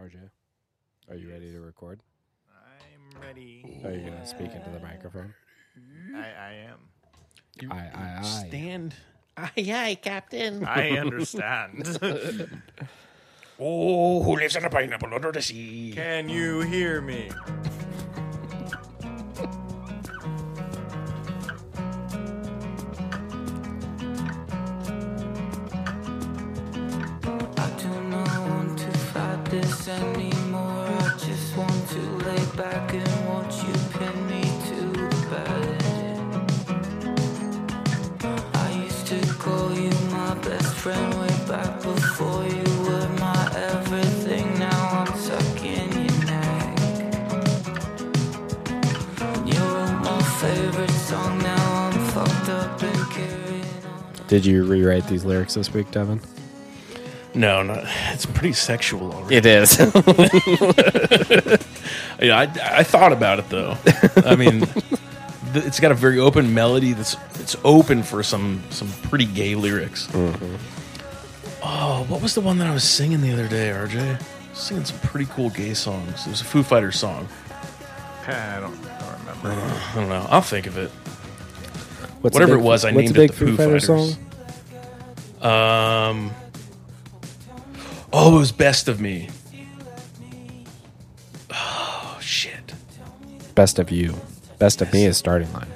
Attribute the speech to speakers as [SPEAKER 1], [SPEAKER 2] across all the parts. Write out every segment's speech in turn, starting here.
[SPEAKER 1] RJ, are you ready to record?
[SPEAKER 2] I'm ready.
[SPEAKER 1] Are you going to speak into the microphone?
[SPEAKER 2] I, I am.
[SPEAKER 1] I, I, I.
[SPEAKER 3] Stand. Aye, aye, Captain.
[SPEAKER 2] I understand.
[SPEAKER 3] Oh, who lives on a pineapple under the sea?
[SPEAKER 2] Can you hear me?
[SPEAKER 4] I do not want to fight this anymore. I just want to lay back and watch you pin me to the bed. I used to call you my best friend way back before you were my everything. Now I'm stuck in your neck. You wrote my favorite song. Now I'm fucked up and carrying on.
[SPEAKER 1] Did you rewrite these lyrics this week, Devin?
[SPEAKER 3] No, no, it's pretty sexual already.
[SPEAKER 1] It is.
[SPEAKER 3] Yeah, I, I thought about it though. I mean, th- it's got a very open melody. That's it's open for some some pretty gay lyrics.
[SPEAKER 1] Mm-hmm.
[SPEAKER 3] Oh, what was the one that I was singing the other day, RJ? Singing some pretty cool gay songs. It was a Foo Fighters song.
[SPEAKER 2] I don't, I don't remember.
[SPEAKER 3] I don't know. I'll think of it.
[SPEAKER 1] What's
[SPEAKER 3] Whatever
[SPEAKER 1] the big-
[SPEAKER 3] it was, I
[SPEAKER 1] what's
[SPEAKER 3] named
[SPEAKER 1] the big
[SPEAKER 3] it the Foo,
[SPEAKER 1] Fighters
[SPEAKER 3] Fighters. Um. Oh, it was "Best of Me." Oh shit!
[SPEAKER 1] Best of you. Best of me is starting line.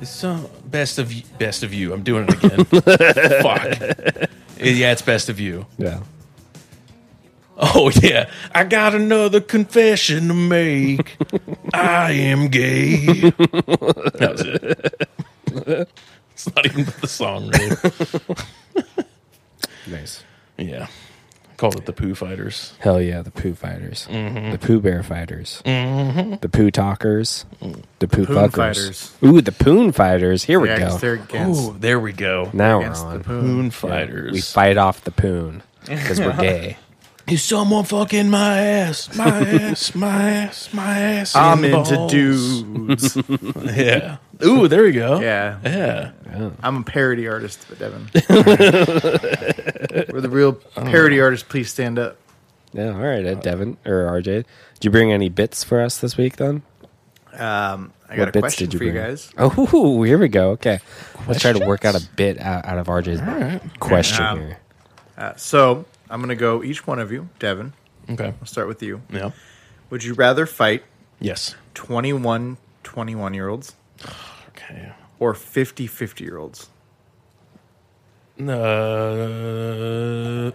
[SPEAKER 3] It's so best of you, best of you. I'm doing it again. Fuck. Yeah, it's best of you.
[SPEAKER 1] Yeah.
[SPEAKER 3] Oh yeah, I got another confession to make. I am gay. That was it. It's not even the song name.
[SPEAKER 1] Nice.
[SPEAKER 3] Yeah, I called it the Poo Fighters.
[SPEAKER 1] Hell yeah, the Pooh Fighters.
[SPEAKER 2] Mm-hmm.
[SPEAKER 1] The Pooh Bear Fighters. The Pooh Talkers. The Pooh
[SPEAKER 2] Poon
[SPEAKER 1] Fuckers.
[SPEAKER 2] Mm. Fighters.
[SPEAKER 1] Ooh, the Poon Fighters. Here we
[SPEAKER 2] Yeah, 'cause
[SPEAKER 1] go.
[SPEAKER 2] they're against,
[SPEAKER 3] Oh, there we go.
[SPEAKER 1] Now we're
[SPEAKER 2] against the
[SPEAKER 1] on.
[SPEAKER 2] poon.
[SPEAKER 3] Poon Fighters.
[SPEAKER 1] We fight off the Poon because we're gay.
[SPEAKER 3] Is someone fucking my ass? My ass, my ass, my ass.
[SPEAKER 2] I'm
[SPEAKER 3] and
[SPEAKER 2] into
[SPEAKER 3] balls.
[SPEAKER 2] dudes.
[SPEAKER 3] Yeah. Ooh, there we go.
[SPEAKER 2] yeah.
[SPEAKER 3] Yeah.
[SPEAKER 2] I'm a parody artist, but Devin. We're the real parody artists. Please stand up.
[SPEAKER 1] Yeah, all right,
[SPEAKER 2] Uh,
[SPEAKER 1] Ed, Devin or RJ. Did you bring any bits for us this week then?
[SPEAKER 2] Um, I got a question for you
[SPEAKER 1] bring?
[SPEAKER 2] guys.
[SPEAKER 1] Oh, here we go. Okay. Let's try to work out a bit out, out of RJ's question
[SPEAKER 2] Um,
[SPEAKER 1] here.
[SPEAKER 2] Uh, so I'm going to go each one of you. Devin,
[SPEAKER 3] Okay.
[SPEAKER 2] I'll start with you.
[SPEAKER 3] Yeah.
[SPEAKER 2] Would you rather fight
[SPEAKER 3] Yes.
[SPEAKER 2] 21 21 year olds
[SPEAKER 3] Okay.
[SPEAKER 2] or 50 50 year olds?
[SPEAKER 3] Uh, ooh,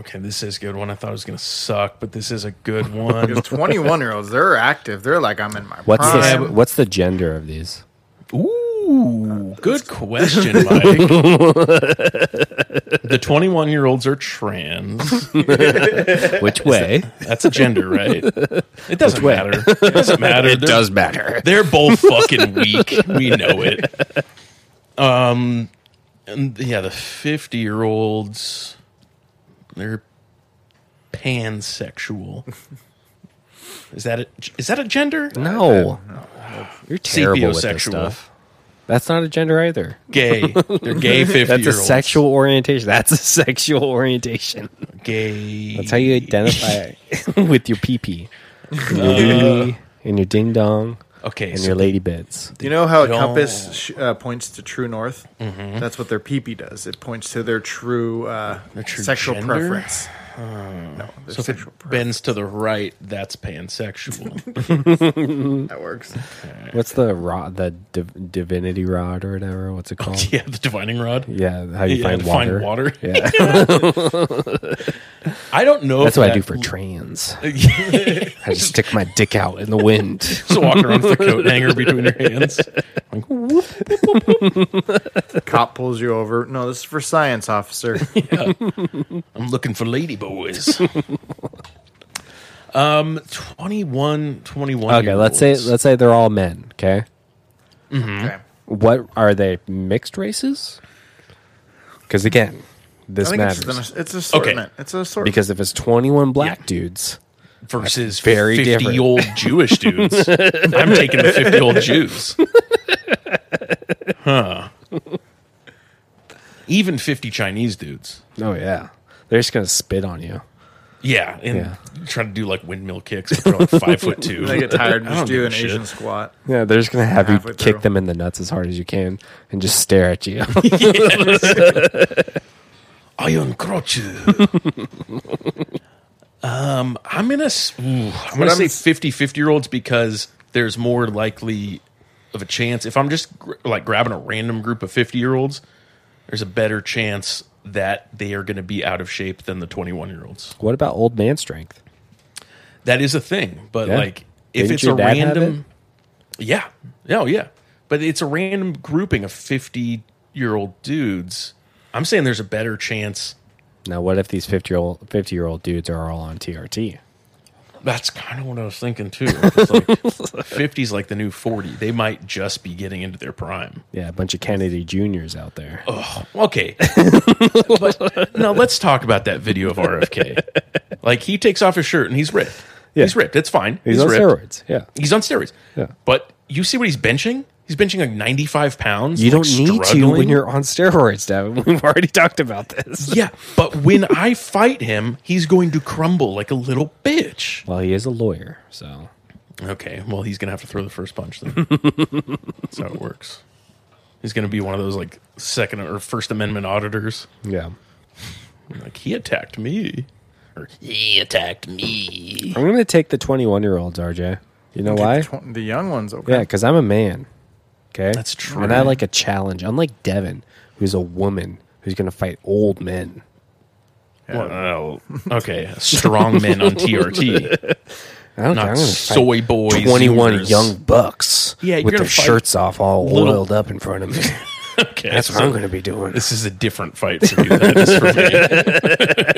[SPEAKER 3] okay, this is a good one. I thought it was going to suck, but this is a good one.
[SPEAKER 2] Because 21 year olds, they're active. They're like, I'm in my
[SPEAKER 1] What's
[SPEAKER 2] prime.
[SPEAKER 1] the what's the gender of these?
[SPEAKER 3] Ooh, good question, Mike. the 21 year olds are trans.
[SPEAKER 1] Which way?
[SPEAKER 3] That's a gender, right? It doesn't matter. It doesn't matter. It does
[SPEAKER 1] matter.
[SPEAKER 3] They're both fucking weak. We know it. Um, and yeah, the fifty-year-olds, they're pansexual. Is that a, is that a gender?
[SPEAKER 1] No. You're terrible with this
[SPEAKER 3] Sapiosexual.
[SPEAKER 1] stuff. That's not a gender either.
[SPEAKER 3] Gay. They're gay fifty-year-olds.
[SPEAKER 1] That's a sexual orientation. That's a sexual orientation.
[SPEAKER 3] gay.
[SPEAKER 1] That's how you identify with your pee pee. And your wee, and your ding dong
[SPEAKER 3] Okay,
[SPEAKER 1] and
[SPEAKER 3] so
[SPEAKER 1] your lady bits.
[SPEAKER 2] You know how a
[SPEAKER 3] Don't. Mm-hmm.
[SPEAKER 2] compass sh- uh, points to true north? That's what their peepee does. It points to their true, uh,
[SPEAKER 3] true
[SPEAKER 2] sexual
[SPEAKER 3] gender?
[SPEAKER 2] preference. no, their
[SPEAKER 3] so if
[SPEAKER 2] sexual
[SPEAKER 3] it
[SPEAKER 2] preference.
[SPEAKER 3] bends to the right, that's pansexual.
[SPEAKER 2] That works.
[SPEAKER 1] What's the rod? The div- divinity rod or whatever? What's it called?
[SPEAKER 3] yeah, the divining rod.
[SPEAKER 1] Yeah, how you
[SPEAKER 3] Yeah,
[SPEAKER 1] find,
[SPEAKER 3] to
[SPEAKER 1] water.
[SPEAKER 3] find water.
[SPEAKER 1] Yeah,
[SPEAKER 3] I don't know.
[SPEAKER 1] that's
[SPEAKER 3] if
[SPEAKER 1] what I
[SPEAKER 3] that-
[SPEAKER 1] do for trans. I just stick my dick out in the wind.
[SPEAKER 3] Just walking around with a coat hanger between your hands. Like, whoop.
[SPEAKER 2] Cop pulls you over. No, this is for science, officer.
[SPEAKER 3] Hmm? I'm looking for lady boys. um, 21, 21.
[SPEAKER 1] Okay, let's say
[SPEAKER 3] year-olds.
[SPEAKER 1] let's say they're all men. Okay,
[SPEAKER 2] Okay.
[SPEAKER 1] what are they? Mixed races? Because again,
[SPEAKER 2] I
[SPEAKER 1] this
[SPEAKER 2] think it's,
[SPEAKER 1] matters.
[SPEAKER 2] just an, it's assortment. It's an assortment.
[SPEAKER 1] because if it's twenty-one black dudes,
[SPEAKER 3] versus
[SPEAKER 1] very
[SPEAKER 3] 50
[SPEAKER 1] different.
[SPEAKER 3] old Jewish dudes. I'm taking the 50 old Jews. Huh. Even 50 Chinese dudes.
[SPEAKER 1] oh yeah, they're just gonna spit on you.
[SPEAKER 3] Yeah, and
[SPEAKER 1] Yeah.
[SPEAKER 3] try to do like windmill kicks, but they're like five foot two.
[SPEAKER 2] They get tired and
[SPEAKER 3] I
[SPEAKER 2] just
[SPEAKER 3] don't give
[SPEAKER 2] do
[SPEAKER 3] a
[SPEAKER 2] an
[SPEAKER 3] shit.
[SPEAKER 2] Asian squat.
[SPEAKER 1] Yeah, they're just gonna have you
[SPEAKER 2] Halfway
[SPEAKER 1] kick
[SPEAKER 2] through.
[SPEAKER 1] them in the nuts as hard as you can and just stare at you.
[SPEAKER 3] Iron crotch. um, I'm gonna s- ooh, I'm gonna
[SPEAKER 2] I'm
[SPEAKER 3] say
[SPEAKER 2] s-
[SPEAKER 3] 50 50 year olds because there's more likely of a chance if I'm just gr- like grabbing a random group of 50 year olds, there's a better chance that they are going to be out of shape than the 21 year olds.
[SPEAKER 1] what about old man strength?
[SPEAKER 3] That is a thing, but
[SPEAKER 1] Yeah.
[SPEAKER 3] like if
[SPEAKER 1] Didn't
[SPEAKER 3] it's
[SPEAKER 1] your
[SPEAKER 3] a
[SPEAKER 1] dad have
[SPEAKER 3] random, yeah, oh yeah, but it's a random grouping of 50 year old dudes. I'm saying there's a better chance.
[SPEAKER 1] Now, what if these fifty year old fifty year old dudes are all on TRT?
[SPEAKER 3] That's kind of what I was thinking too. It's like 50s like the new 40. They might just be getting into their prime.
[SPEAKER 1] Yeah, a bunch of Kennedy juniors out there.
[SPEAKER 3] Oh, Okay. but now let's talk about that video of RFK. Like he takes off his shirt and he's ripped.
[SPEAKER 1] Yeah.
[SPEAKER 3] He's ripped. It's fine.
[SPEAKER 1] He's, on
[SPEAKER 3] ripped.
[SPEAKER 1] steroids. Yeah,
[SPEAKER 3] He's on steroids.
[SPEAKER 1] Yeah.
[SPEAKER 3] But you see what he's benching? He's benching like 95 pounds.
[SPEAKER 1] you
[SPEAKER 3] like,
[SPEAKER 1] don't need to
[SPEAKER 3] struggling.
[SPEAKER 1] when you're on steroids, Devin. We've already talked about this.
[SPEAKER 3] Yeah, but when I fight him, he's going to crumble like a little bitch.
[SPEAKER 1] Well, he is a lawyer, so
[SPEAKER 3] Okay, well, he's gonna have to throw the first punch then. That's how it works. He's gonna be one of those like second or first amendment auditors.
[SPEAKER 1] yeah.
[SPEAKER 3] Like he attacked me, or he attacked me.
[SPEAKER 1] I'm gonna take the 21 year olds, RJ. You know why?
[SPEAKER 2] The tw- The young ones, okay.
[SPEAKER 1] Yeah, because I'm a man. Okay,
[SPEAKER 3] That's true.
[SPEAKER 1] And I like a challenge. Unlike Devin, who's a woman who's gonna fight old men.
[SPEAKER 3] Well, okay, strong men on TRT,
[SPEAKER 1] I don't care.
[SPEAKER 3] not
[SPEAKER 1] I'm gonna fight
[SPEAKER 3] soy boys.
[SPEAKER 1] 21
[SPEAKER 3] yooters.
[SPEAKER 1] young bucks
[SPEAKER 3] Yeah, you're
[SPEAKER 1] with
[SPEAKER 3] gonna
[SPEAKER 1] their
[SPEAKER 3] fight
[SPEAKER 1] shirts off all
[SPEAKER 3] little-
[SPEAKER 1] oiled up in front of me
[SPEAKER 3] Okay,
[SPEAKER 1] that's what
[SPEAKER 3] so
[SPEAKER 1] i'm going to be doing
[SPEAKER 3] This is a different fight for you. That is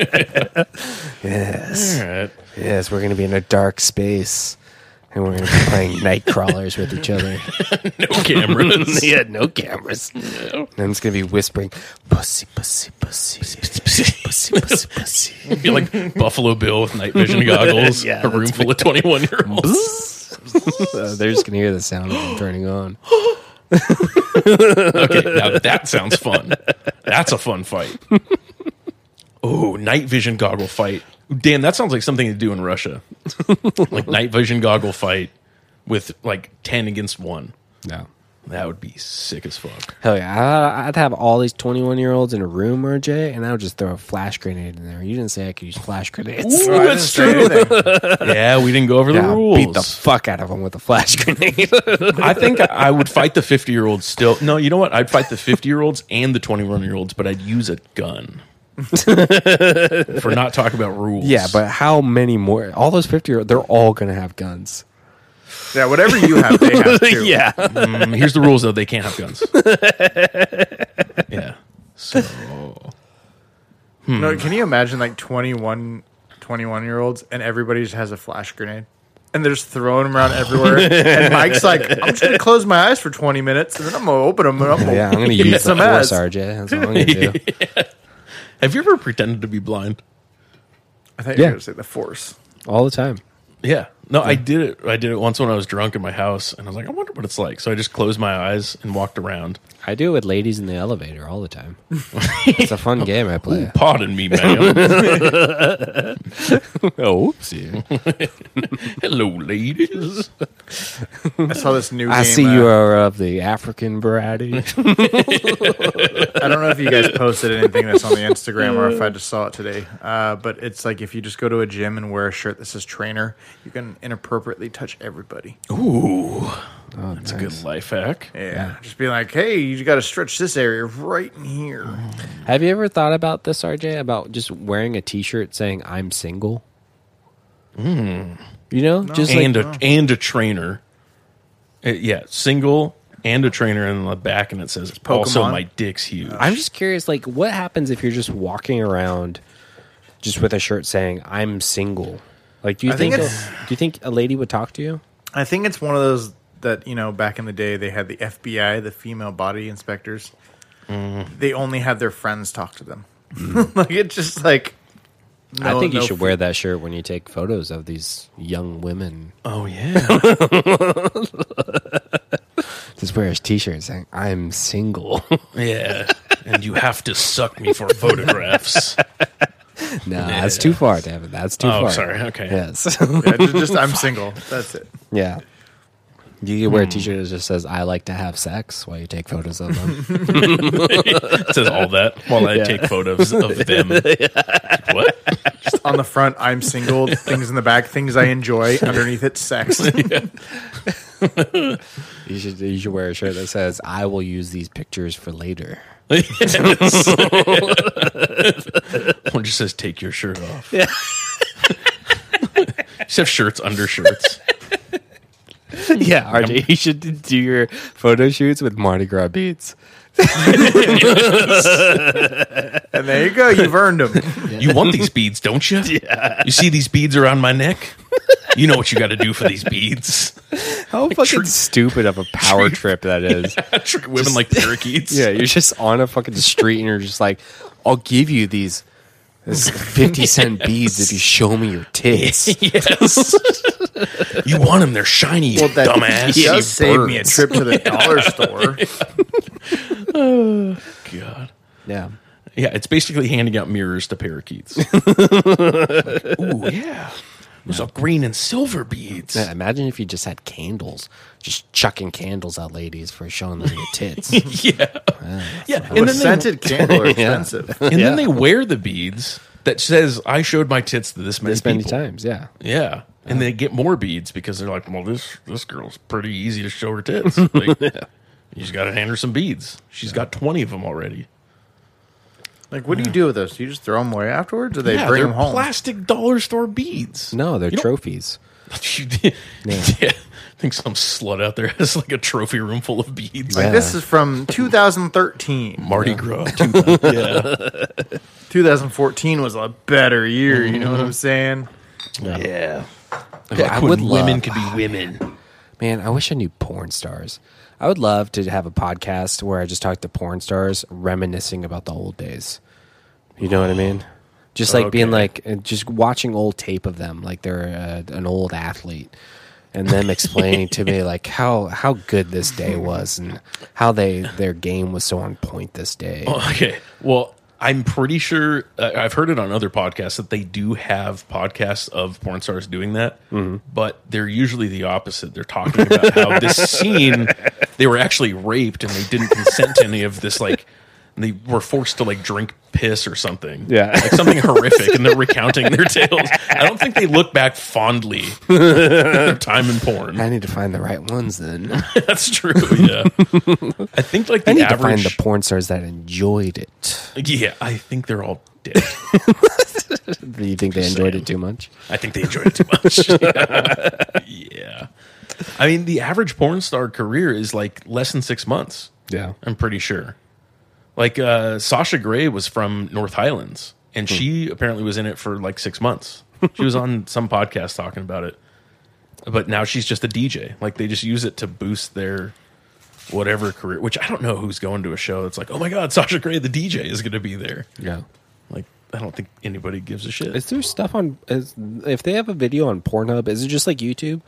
[SPEAKER 3] for me.
[SPEAKER 1] yes
[SPEAKER 3] All right.
[SPEAKER 1] yes we're going to be in a dark space and we're going to be playing night crawlers with each other
[SPEAKER 3] No cameras.
[SPEAKER 1] yeah no cameras and i'm just going to be whispering pussy pussy pussy pussy pussy pussy pussy
[SPEAKER 3] Be like Buffalo Bill with night vision goggles.
[SPEAKER 1] Yeah,
[SPEAKER 3] a room full of twenty-one year olds.
[SPEAKER 1] Uh, they're just going to hear the sound of them turning on
[SPEAKER 3] Okay, now that sounds fun. That's a fun fight. Oh, night vision goggle fight. Damn, that sounds like something to do in Russia. Like night vision goggle fight with like 10 against 1.
[SPEAKER 1] no
[SPEAKER 3] That would be sick as fuck.
[SPEAKER 1] Hell yeah! I- I'd have all these twenty-one-year-olds in a room, RJ, and I would just throw a flash grenade in there. You didn't say I could use flash grenades.
[SPEAKER 2] Well, I
[SPEAKER 3] that's
[SPEAKER 2] didn't say anything.
[SPEAKER 3] Yeah, we didn't go over the
[SPEAKER 1] Yeah,
[SPEAKER 3] rules.
[SPEAKER 1] beat the fuck out of them with a flash grenade.
[SPEAKER 3] I think I would fight the 50 year olds still. No, you know what? I'd fight the 50 year olds and the 21 year olds, but I'd use a gun. For not talking about rules.
[SPEAKER 1] yeah, but how many more? All those fifty-year—they're all gonna have guns.
[SPEAKER 2] yeah, whatever you have, they have too.
[SPEAKER 3] Mm, here's the rules though they can't have guns yeah so
[SPEAKER 1] Hmm.
[SPEAKER 2] No, can you imagine like 21, 21 year olds and everybody just has a flash grenade and they're just throwing them around everywhere? and Mike's like, I'm just gonna close my eyes for twenty minutes and then I'm gonna open them and I'm gonna
[SPEAKER 1] Yeah, I'm gonna
[SPEAKER 2] eat
[SPEAKER 1] use the
[SPEAKER 2] some
[SPEAKER 1] force,
[SPEAKER 2] ass.
[SPEAKER 1] RJ. That's what I'm gonna do.
[SPEAKER 3] have you ever pretended to be blind
[SPEAKER 2] I thought you were
[SPEAKER 1] Yeah.
[SPEAKER 2] gonna say the force.
[SPEAKER 1] All the time.
[SPEAKER 3] yeah no i did it i did it once when i was drunk in my house and i was like i wonder what it's like so i just closed my eyes and walked around
[SPEAKER 1] I do it with ladies in the elevator all the time. it's a fun game I play.
[SPEAKER 3] pardon me ma'am
[SPEAKER 1] Oh,
[SPEAKER 3] hello ladies
[SPEAKER 2] I saw this new.
[SPEAKER 1] I
[SPEAKER 2] game,
[SPEAKER 1] see
[SPEAKER 2] uh,
[SPEAKER 1] you are of the African variety.
[SPEAKER 2] I don't know if you guys posted anything that's on the Instagram or if I just saw it today. Uh, but it's like if you just go to a gym and wear a shirt that says trainer, you can inappropriately touch everybody.
[SPEAKER 1] Oh,
[SPEAKER 3] ooh Oh, that's a good life hack
[SPEAKER 2] Yeah. Just be like, hey, you got to stretch this area right in here.
[SPEAKER 1] Have you ever thought about this, RJ? About just wearing a T-shirt saying "I'm single." You know, just like
[SPEAKER 3] and a and a trainer Uh, yeah single and a trainer in the back and it says also
[SPEAKER 2] Pokemon.
[SPEAKER 3] my dick's huge
[SPEAKER 1] I'm just curious, like what happens if you're just walking around just with a shirt saying "I'm single"? Like, do you
[SPEAKER 2] I
[SPEAKER 1] think,
[SPEAKER 2] think
[SPEAKER 1] a-
[SPEAKER 2] it's-
[SPEAKER 1] do you think a lady would talk to you?
[SPEAKER 2] I think it's one of those that, you know, back in the day, they had the FBI, the female body inspectors.
[SPEAKER 1] Mm-hmm.
[SPEAKER 2] They only had their friends talk to them. like, it's just like.
[SPEAKER 1] I
[SPEAKER 2] no-
[SPEAKER 1] think you
[SPEAKER 2] no
[SPEAKER 1] should wear that shirt when you take photos of these young women.
[SPEAKER 3] Oh yeah.
[SPEAKER 1] Just wear a T-shirt saying "I'm single."
[SPEAKER 3] yeah. And you have to suck me for photographs.
[SPEAKER 1] No, that's too far, David. That's too
[SPEAKER 3] Oh,
[SPEAKER 1] far.
[SPEAKER 3] sorry. Okay.
[SPEAKER 1] Yes.
[SPEAKER 2] Yeah, just, just I'm single. That's it.
[SPEAKER 1] yeah. You could wear a T-shirt that just says "I like to have sex" while you take photos of them.
[SPEAKER 3] It says all that while I take photos of them. What?
[SPEAKER 2] On the front, I'm single. Things in the back, things I enjoy. Underneath it, sex.
[SPEAKER 1] you should you should wear a shirt that says "I will use these pictures for later."
[SPEAKER 3] One just says take your shirt off. Yeah. just have shirts under shirts.
[SPEAKER 1] yeah, RJ, you should do your photo shoots with Mardi Gras beads.
[SPEAKER 2] And there you go. You've earned them.
[SPEAKER 3] You want these beads, don't you? Yeah. You see these beads around my neck? You know what you got to do for these beads.
[SPEAKER 1] How fucking stupid of a power trip that is.
[SPEAKER 3] Trick women like parakeets.
[SPEAKER 1] Yeah, you're just on a fucking street and you're just like, I'll give you these, these 50 cent beads if you show me your tits.
[SPEAKER 3] Yes. you want them? They're shiny, you dumbass.
[SPEAKER 2] He
[SPEAKER 3] You
[SPEAKER 2] does save me a
[SPEAKER 3] birds.
[SPEAKER 2] trip to the dollar store.
[SPEAKER 3] God.
[SPEAKER 1] Yeah.
[SPEAKER 3] Yeah, it's basically handing out mirrors to parakeets. Ooh, yeah. Those are green and silver beads.
[SPEAKER 1] Yeah, Imagine if you just had candles, just chucking candles at ladies for showing them your tits.
[SPEAKER 3] Yeah. Yeah.
[SPEAKER 2] And
[SPEAKER 3] And then, they,
[SPEAKER 2] scented candles are expensive.
[SPEAKER 3] and then they wear the beads that says, I showed my tits to this many
[SPEAKER 1] this many
[SPEAKER 3] people.
[SPEAKER 1] times, yeah.
[SPEAKER 3] Yeah. And they get more beads because they're like, well, this this girl's pretty easy to show her tits. Like, You just got to hand her some beads. She's got 20 of them already.
[SPEAKER 2] Like, what do you do with those? Do you just throw them away afterwards, or they bring
[SPEAKER 3] they're
[SPEAKER 2] them home?
[SPEAKER 3] plastic dollar store beads.
[SPEAKER 1] No, they're
[SPEAKER 3] You don't-
[SPEAKER 1] trophies.
[SPEAKER 3] yeah. I think some slut out there has like a trophy room full of beads.
[SPEAKER 1] Yeah.
[SPEAKER 2] This is from 2013.
[SPEAKER 3] Mardi Gras. too. yeah.
[SPEAKER 2] 2014 was a better year. You know what I'm saying?
[SPEAKER 3] Yeah.
[SPEAKER 1] I
[SPEAKER 3] Back
[SPEAKER 1] would
[SPEAKER 3] when women
[SPEAKER 1] love-
[SPEAKER 3] could be women.
[SPEAKER 1] Man, I wish I knew porn stars. I would love to have a podcast where I just talk to porn stars reminiscing about the old days. You know what I mean? Just like being
[SPEAKER 3] Okay.
[SPEAKER 1] like, uh, just watching old tape of them, like they're uh, an old athlete, and them explaining to me like how how good this day was and how they their game was so on point this day.
[SPEAKER 3] Okay. Well, I'm pretty sure uh, I've heard it on other podcasts that they do have podcasts of porn stars doing that,
[SPEAKER 1] Mm-hmm.
[SPEAKER 3] but they're usually the opposite. They're talking about how this scene they were actually raped and they didn't consent to any of this. Like they were forced to like drink piss or something.
[SPEAKER 1] Yeah.
[SPEAKER 3] like something horrific, and they're recounting their tales. I don't think they look back fondly at their time in porn.
[SPEAKER 1] I need to find the right ones then.
[SPEAKER 3] That's true. Yeah, I think like the
[SPEAKER 1] I need to find
[SPEAKER 3] average.
[SPEAKER 1] the porn stars that enjoyed it.
[SPEAKER 3] yeah, I think they're all dead.
[SPEAKER 1] Do you think they enjoyed it too much?
[SPEAKER 3] I think they enjoyed it too much. yeah. I mean, the average porn star career is like less than six months.
[SPEAKER 1] Yeah.
[SPEAKER 3] I'm pretty sure. Like uh, Sasha Grey was from North Highlands, and she apparently was in it for like six months. She was on some podcast talking about it, but now she's just a DJ. Like they just use it to boost their whatever career. Which I don't know who's going to a show. It's like, oh my god, Sasha Grey, the DJ, is going to be there.
[SPEAKER 1] Yeah.
[SPEAKER 3] Like I don't think anybody gives a shit.
[SPEAKER 1] Is there stuff on is, if they have a video on Pornhub? Is it just like YouTube,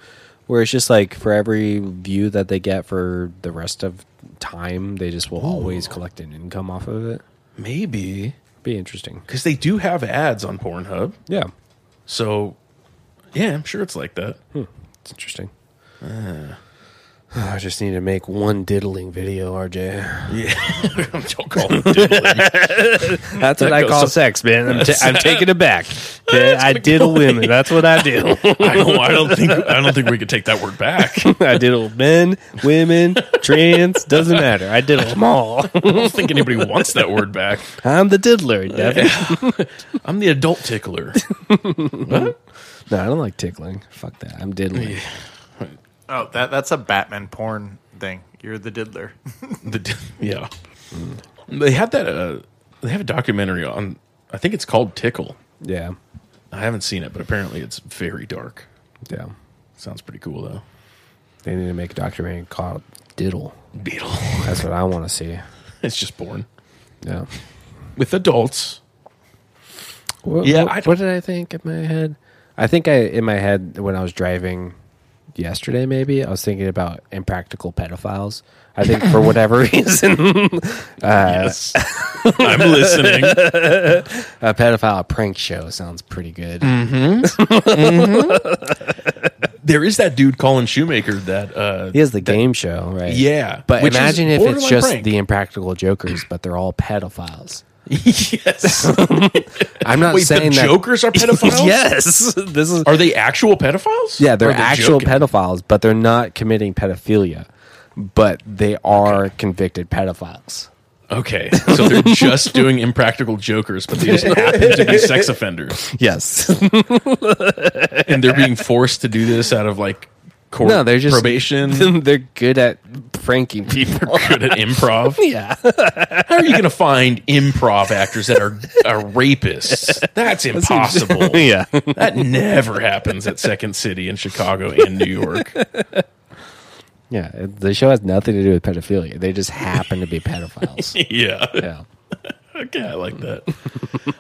[SPEAKER 1] where it's just like for every view that they get for the rest of time, they just will always collect an income off of it?
[SPEAKER 3] Maybe
[SPEAKER 1] Be interesting.
[SPEAKER 3] because they do have ads on Pornhub.
[SPEAKER 1] Yeah,
[SPEAKER 3] So, yeah, I'm sure it's like that.
[SPEAKER 1] it's interesting. Ah. I just need to make one diddling video, RJ.
[SPEAKER 3] Don't call it diddling.
[SPEAKER 1] That's what I
[SPEAKER 3] goes
[SPEAKER 1] call
[SPEAKER 3] so-
[SPEAKER 1] sex, man. I'm, ta- I'm taking it back. Okay, I diddle women. That's what I do.
[SPEAKER 3] I don't. I don't think. I don't think we could take that word back. I
[SPEAKER 1] I diddle men, women, trans. Doesn't matter. I diddle them all.
[SPEAKER 3] don't think anybody wants that word back.
[SPEAKER 1] I'm the diddler, Devin.
[SPEAKER 3] I'm the adult tickler. What?
[SPEAKER 1] No, I don't like tickling. Fuck that. I'm diddling.
[SPEAKER 2] Oh, that that's a Batman porn thing. You're the diddler.
[SPEAKER 3] The d- yeah. They had that. Uh, they have a documentary on. I think it's called Tickle.
[SPEAKER 1] Yeah.
[SPEAKER 3] I haven't seen it, but apparently it's very dark.
[SPEAKER 1] Yeah.
[SPEAKER 3] Sounds pretty cool though.
[SPEAKER 1] They need to make a documentary called Diddle.
[SPEAKER 3] Beetle.
[SPEAKER 1] That's what I want to see.
[SPEAKER 3] It's just porn
[SPEAKER 1] Yeah.
[SPEAKER 3] with adults.
[SPEAKER 1] What,
[SPEAKER 3] Yeah,
[SPEAKER 1] What,
[SPEAKER 3] I don't-
[SPEAKER 1] what did I think in my head? I think I in my head when I was driving yesterday, maybe, I was thinking about impractical pedophiles. I think for whatever reason,
[SPEAKER 3] yes. I'm listening.
[SPEAKER 1] a pedophile prank show sounds pretty good.
[SPEAKER 3] Mm. There is that dude Colin Shoemaker that uh
[SPEAKER 1] He has the game show, right?
[SPEAKER 3] yeah.
[SPEAKER 1] But
[SPEAKER 3] which is
[SPEAKER 1] imagine if it's
[SPEAKER 3] borderline
[SPEAKER 1] just
[SPEAKER 3] prank.
[SPEAKER 1] the impractical jokers, but they're all pedophiles.
[SPEAKER 3] yes.
[SPEAKER 1] I'm not
[SPEAKER 3] Wait,
[SPEAKER 1] saying
[SPEAKER 3] the
[SPEAKER 1] that.
[SPEAKER 3] jokers are pedophiles?
[SPEAKER 1] yes, this is
[SPEAKER 3] Are they actual pedophiles?
[SPEAKER 1] Yeah, they're
[SPEAKER 3] Or
[SPEAKER 1] actual
[SPEAKER 3] joking?
[SPEAKER 1] pedophiles, but they're not committing pedophilia, but they are convicted pedophiles.
[SPEAKER 3] Okay. So they're just doing impractical jokers, but they just happen to be sex offenders.
[SPEAKER 1] Yes.
[SPEAKER 3] And they're being forced to do this out of like court
[SPEAKER 1] no, they're just
[SPEAKER 3] probation.
[SPEAKER 1] They're good at pranking people.
[SPEAKER 3] Good at improv.
[SPEAKER 1] yeah.
[SPEAKER 3] How are you going to find improv actors that are, are rapists? That's impossible.
[SPEAKER 1] yeah.
[SPEAKER 3] That never happens at Second City in Chicago and New York.
[SPEAKER 1] Yeah. it- The show has nothing to do with pedophilia. They just happen to be pedophiles.
[SPEAKER 3] Yeah.
[SPEAKER 1] yeah.
[SPEAKER 3] Okay, I like that.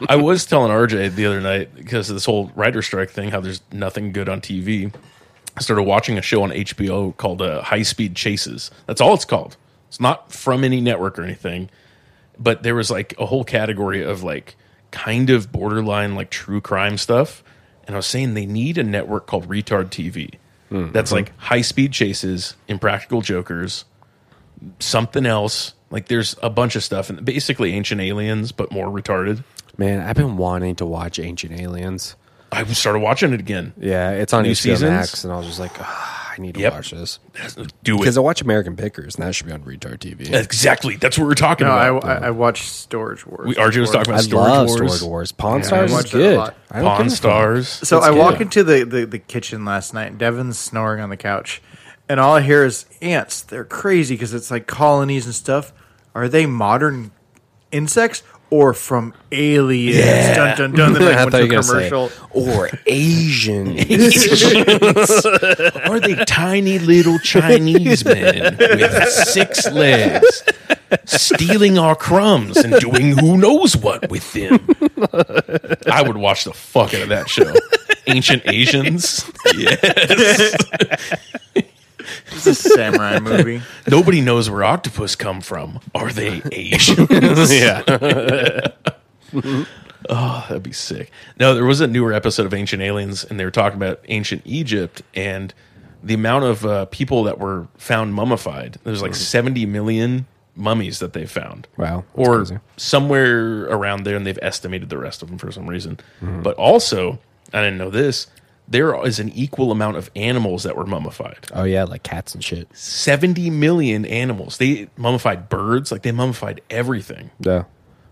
[SPEAKER 3] I was telling RJ the other night because of this whole writer strike thing, how there's nothing good on TV. I started watching a show on HBO called uh, High Speed Chases. That's all it's called. It's not from any network or anything, but there was like a whole category of like kind of borderline like true crime stuff. And I was saying they need a network called Retard TV. That's like high speed chases, impractical jokers, something else. Like there's a bunch of stuff, and basically ancient aliens, but more retarded.
[SPEAKER 1] Man, I've been wanting to watch Ancient Aliens.
[SPEAKER 3] I started watching it again.
[SPEAKER 1] Yeah, it's on
[SPEAKER 3] New
[SPEAKER 1] HBO
[SPEAKER 3] seasons?
[SPEAKER 1] Max, and I was just like, "Ah, I need to
[SPEAKER 3] Yep.
[SPEAKER 1] watch this
[SPEAKER 3] Do
[SPEAKER 1] because
[SPEAKER 3] it
[SPEAKER 1] I watch American Pickers, and that should be on Retard TV.
[SPEAKER 3] exactly. That's what we're talking
[SPEAKER 2] No, I,
[SPEAKER 3] about.
[SPEAKER 2] I, I watched Storage Wars.
[SPEAKER 3] we RJ was talking
[SPEAKER 1] I
[SPEAKER 3] about Storage
[SPEAKER 1] love
[SPEAKER 3] Wars,
[SPEAKER 1] Storage Wars. Pawn
[SPEAKER 2] I
[SPEAKER 1] Stars is
[SPEAKER 2] watch that a
[SPEAKER 1] good.
[SPEAKER 2] lot.
[SPEAKER 1] I don't
[SPEAKER 3] Pawn
[SPEAKER 1] give a fuck.
[SPEAKER 3] Stars.
[SPEAKER 2] So
[SPEAKER 1] That's
[SPEAKER 2] I
[SPEAKER 1] good.
[SPEAKER 2] walk into the, the, the kitchen last night. Devin's snoring on the couch, and all I hear is ants. They're crazy because it's like colonies and stuff. Are they modern insects or from aliens? Dun dun dun. Then
[SPEAKER 1] I
[SPEAKER 2] like,
[SPEAKER 1] thought
[SPEAKER 2] went
[SPEAKER 1] you were
[SPEAKER 2] to
[SPEAKER 1] gonna say,
[SPEAKER 2] commercial.
[SPEAKER 1] or Asian.
[SPEAKER 3] Are they tiny little Chinese men with six legs stealing our crumbs and doing who knows what with them? I would watch the fuck out of that show. Ancient Asians. Yes.
[SPEAKER 2] It's a samurai movie.
[SPEAKER 3] Nobody knows where octopus come from. Are they Asians? yeah. oh, that'd be sick. No, there was a newer episode of Ancient Aliens, and they were talking about ancient Egypt and the amount of uh, people that were found mummified. There's
[SPEAKER 1] Mm-hmm.
[SPEAKER 3] like 70 million mummies that they found.
[SPEAKER 1] Wow, that's
[SPEAKER 3] Or
[SPEAKER 1] crazy.
[SPEAKER 3] somewhere around there, and they've estimated the rest of them for some reason.
[SPEAKER 1] Mm-hmm.
[SPEAKER 3] But also, I didn't know this. There is an equal amount of animals that were mummified.
[SPEAKER 1] oh yeah, like cats and shit.
[SPEAKER 3] 70 million animals. They mummified birds, like they mummified everything,
[SPEAKER 1] Yeah,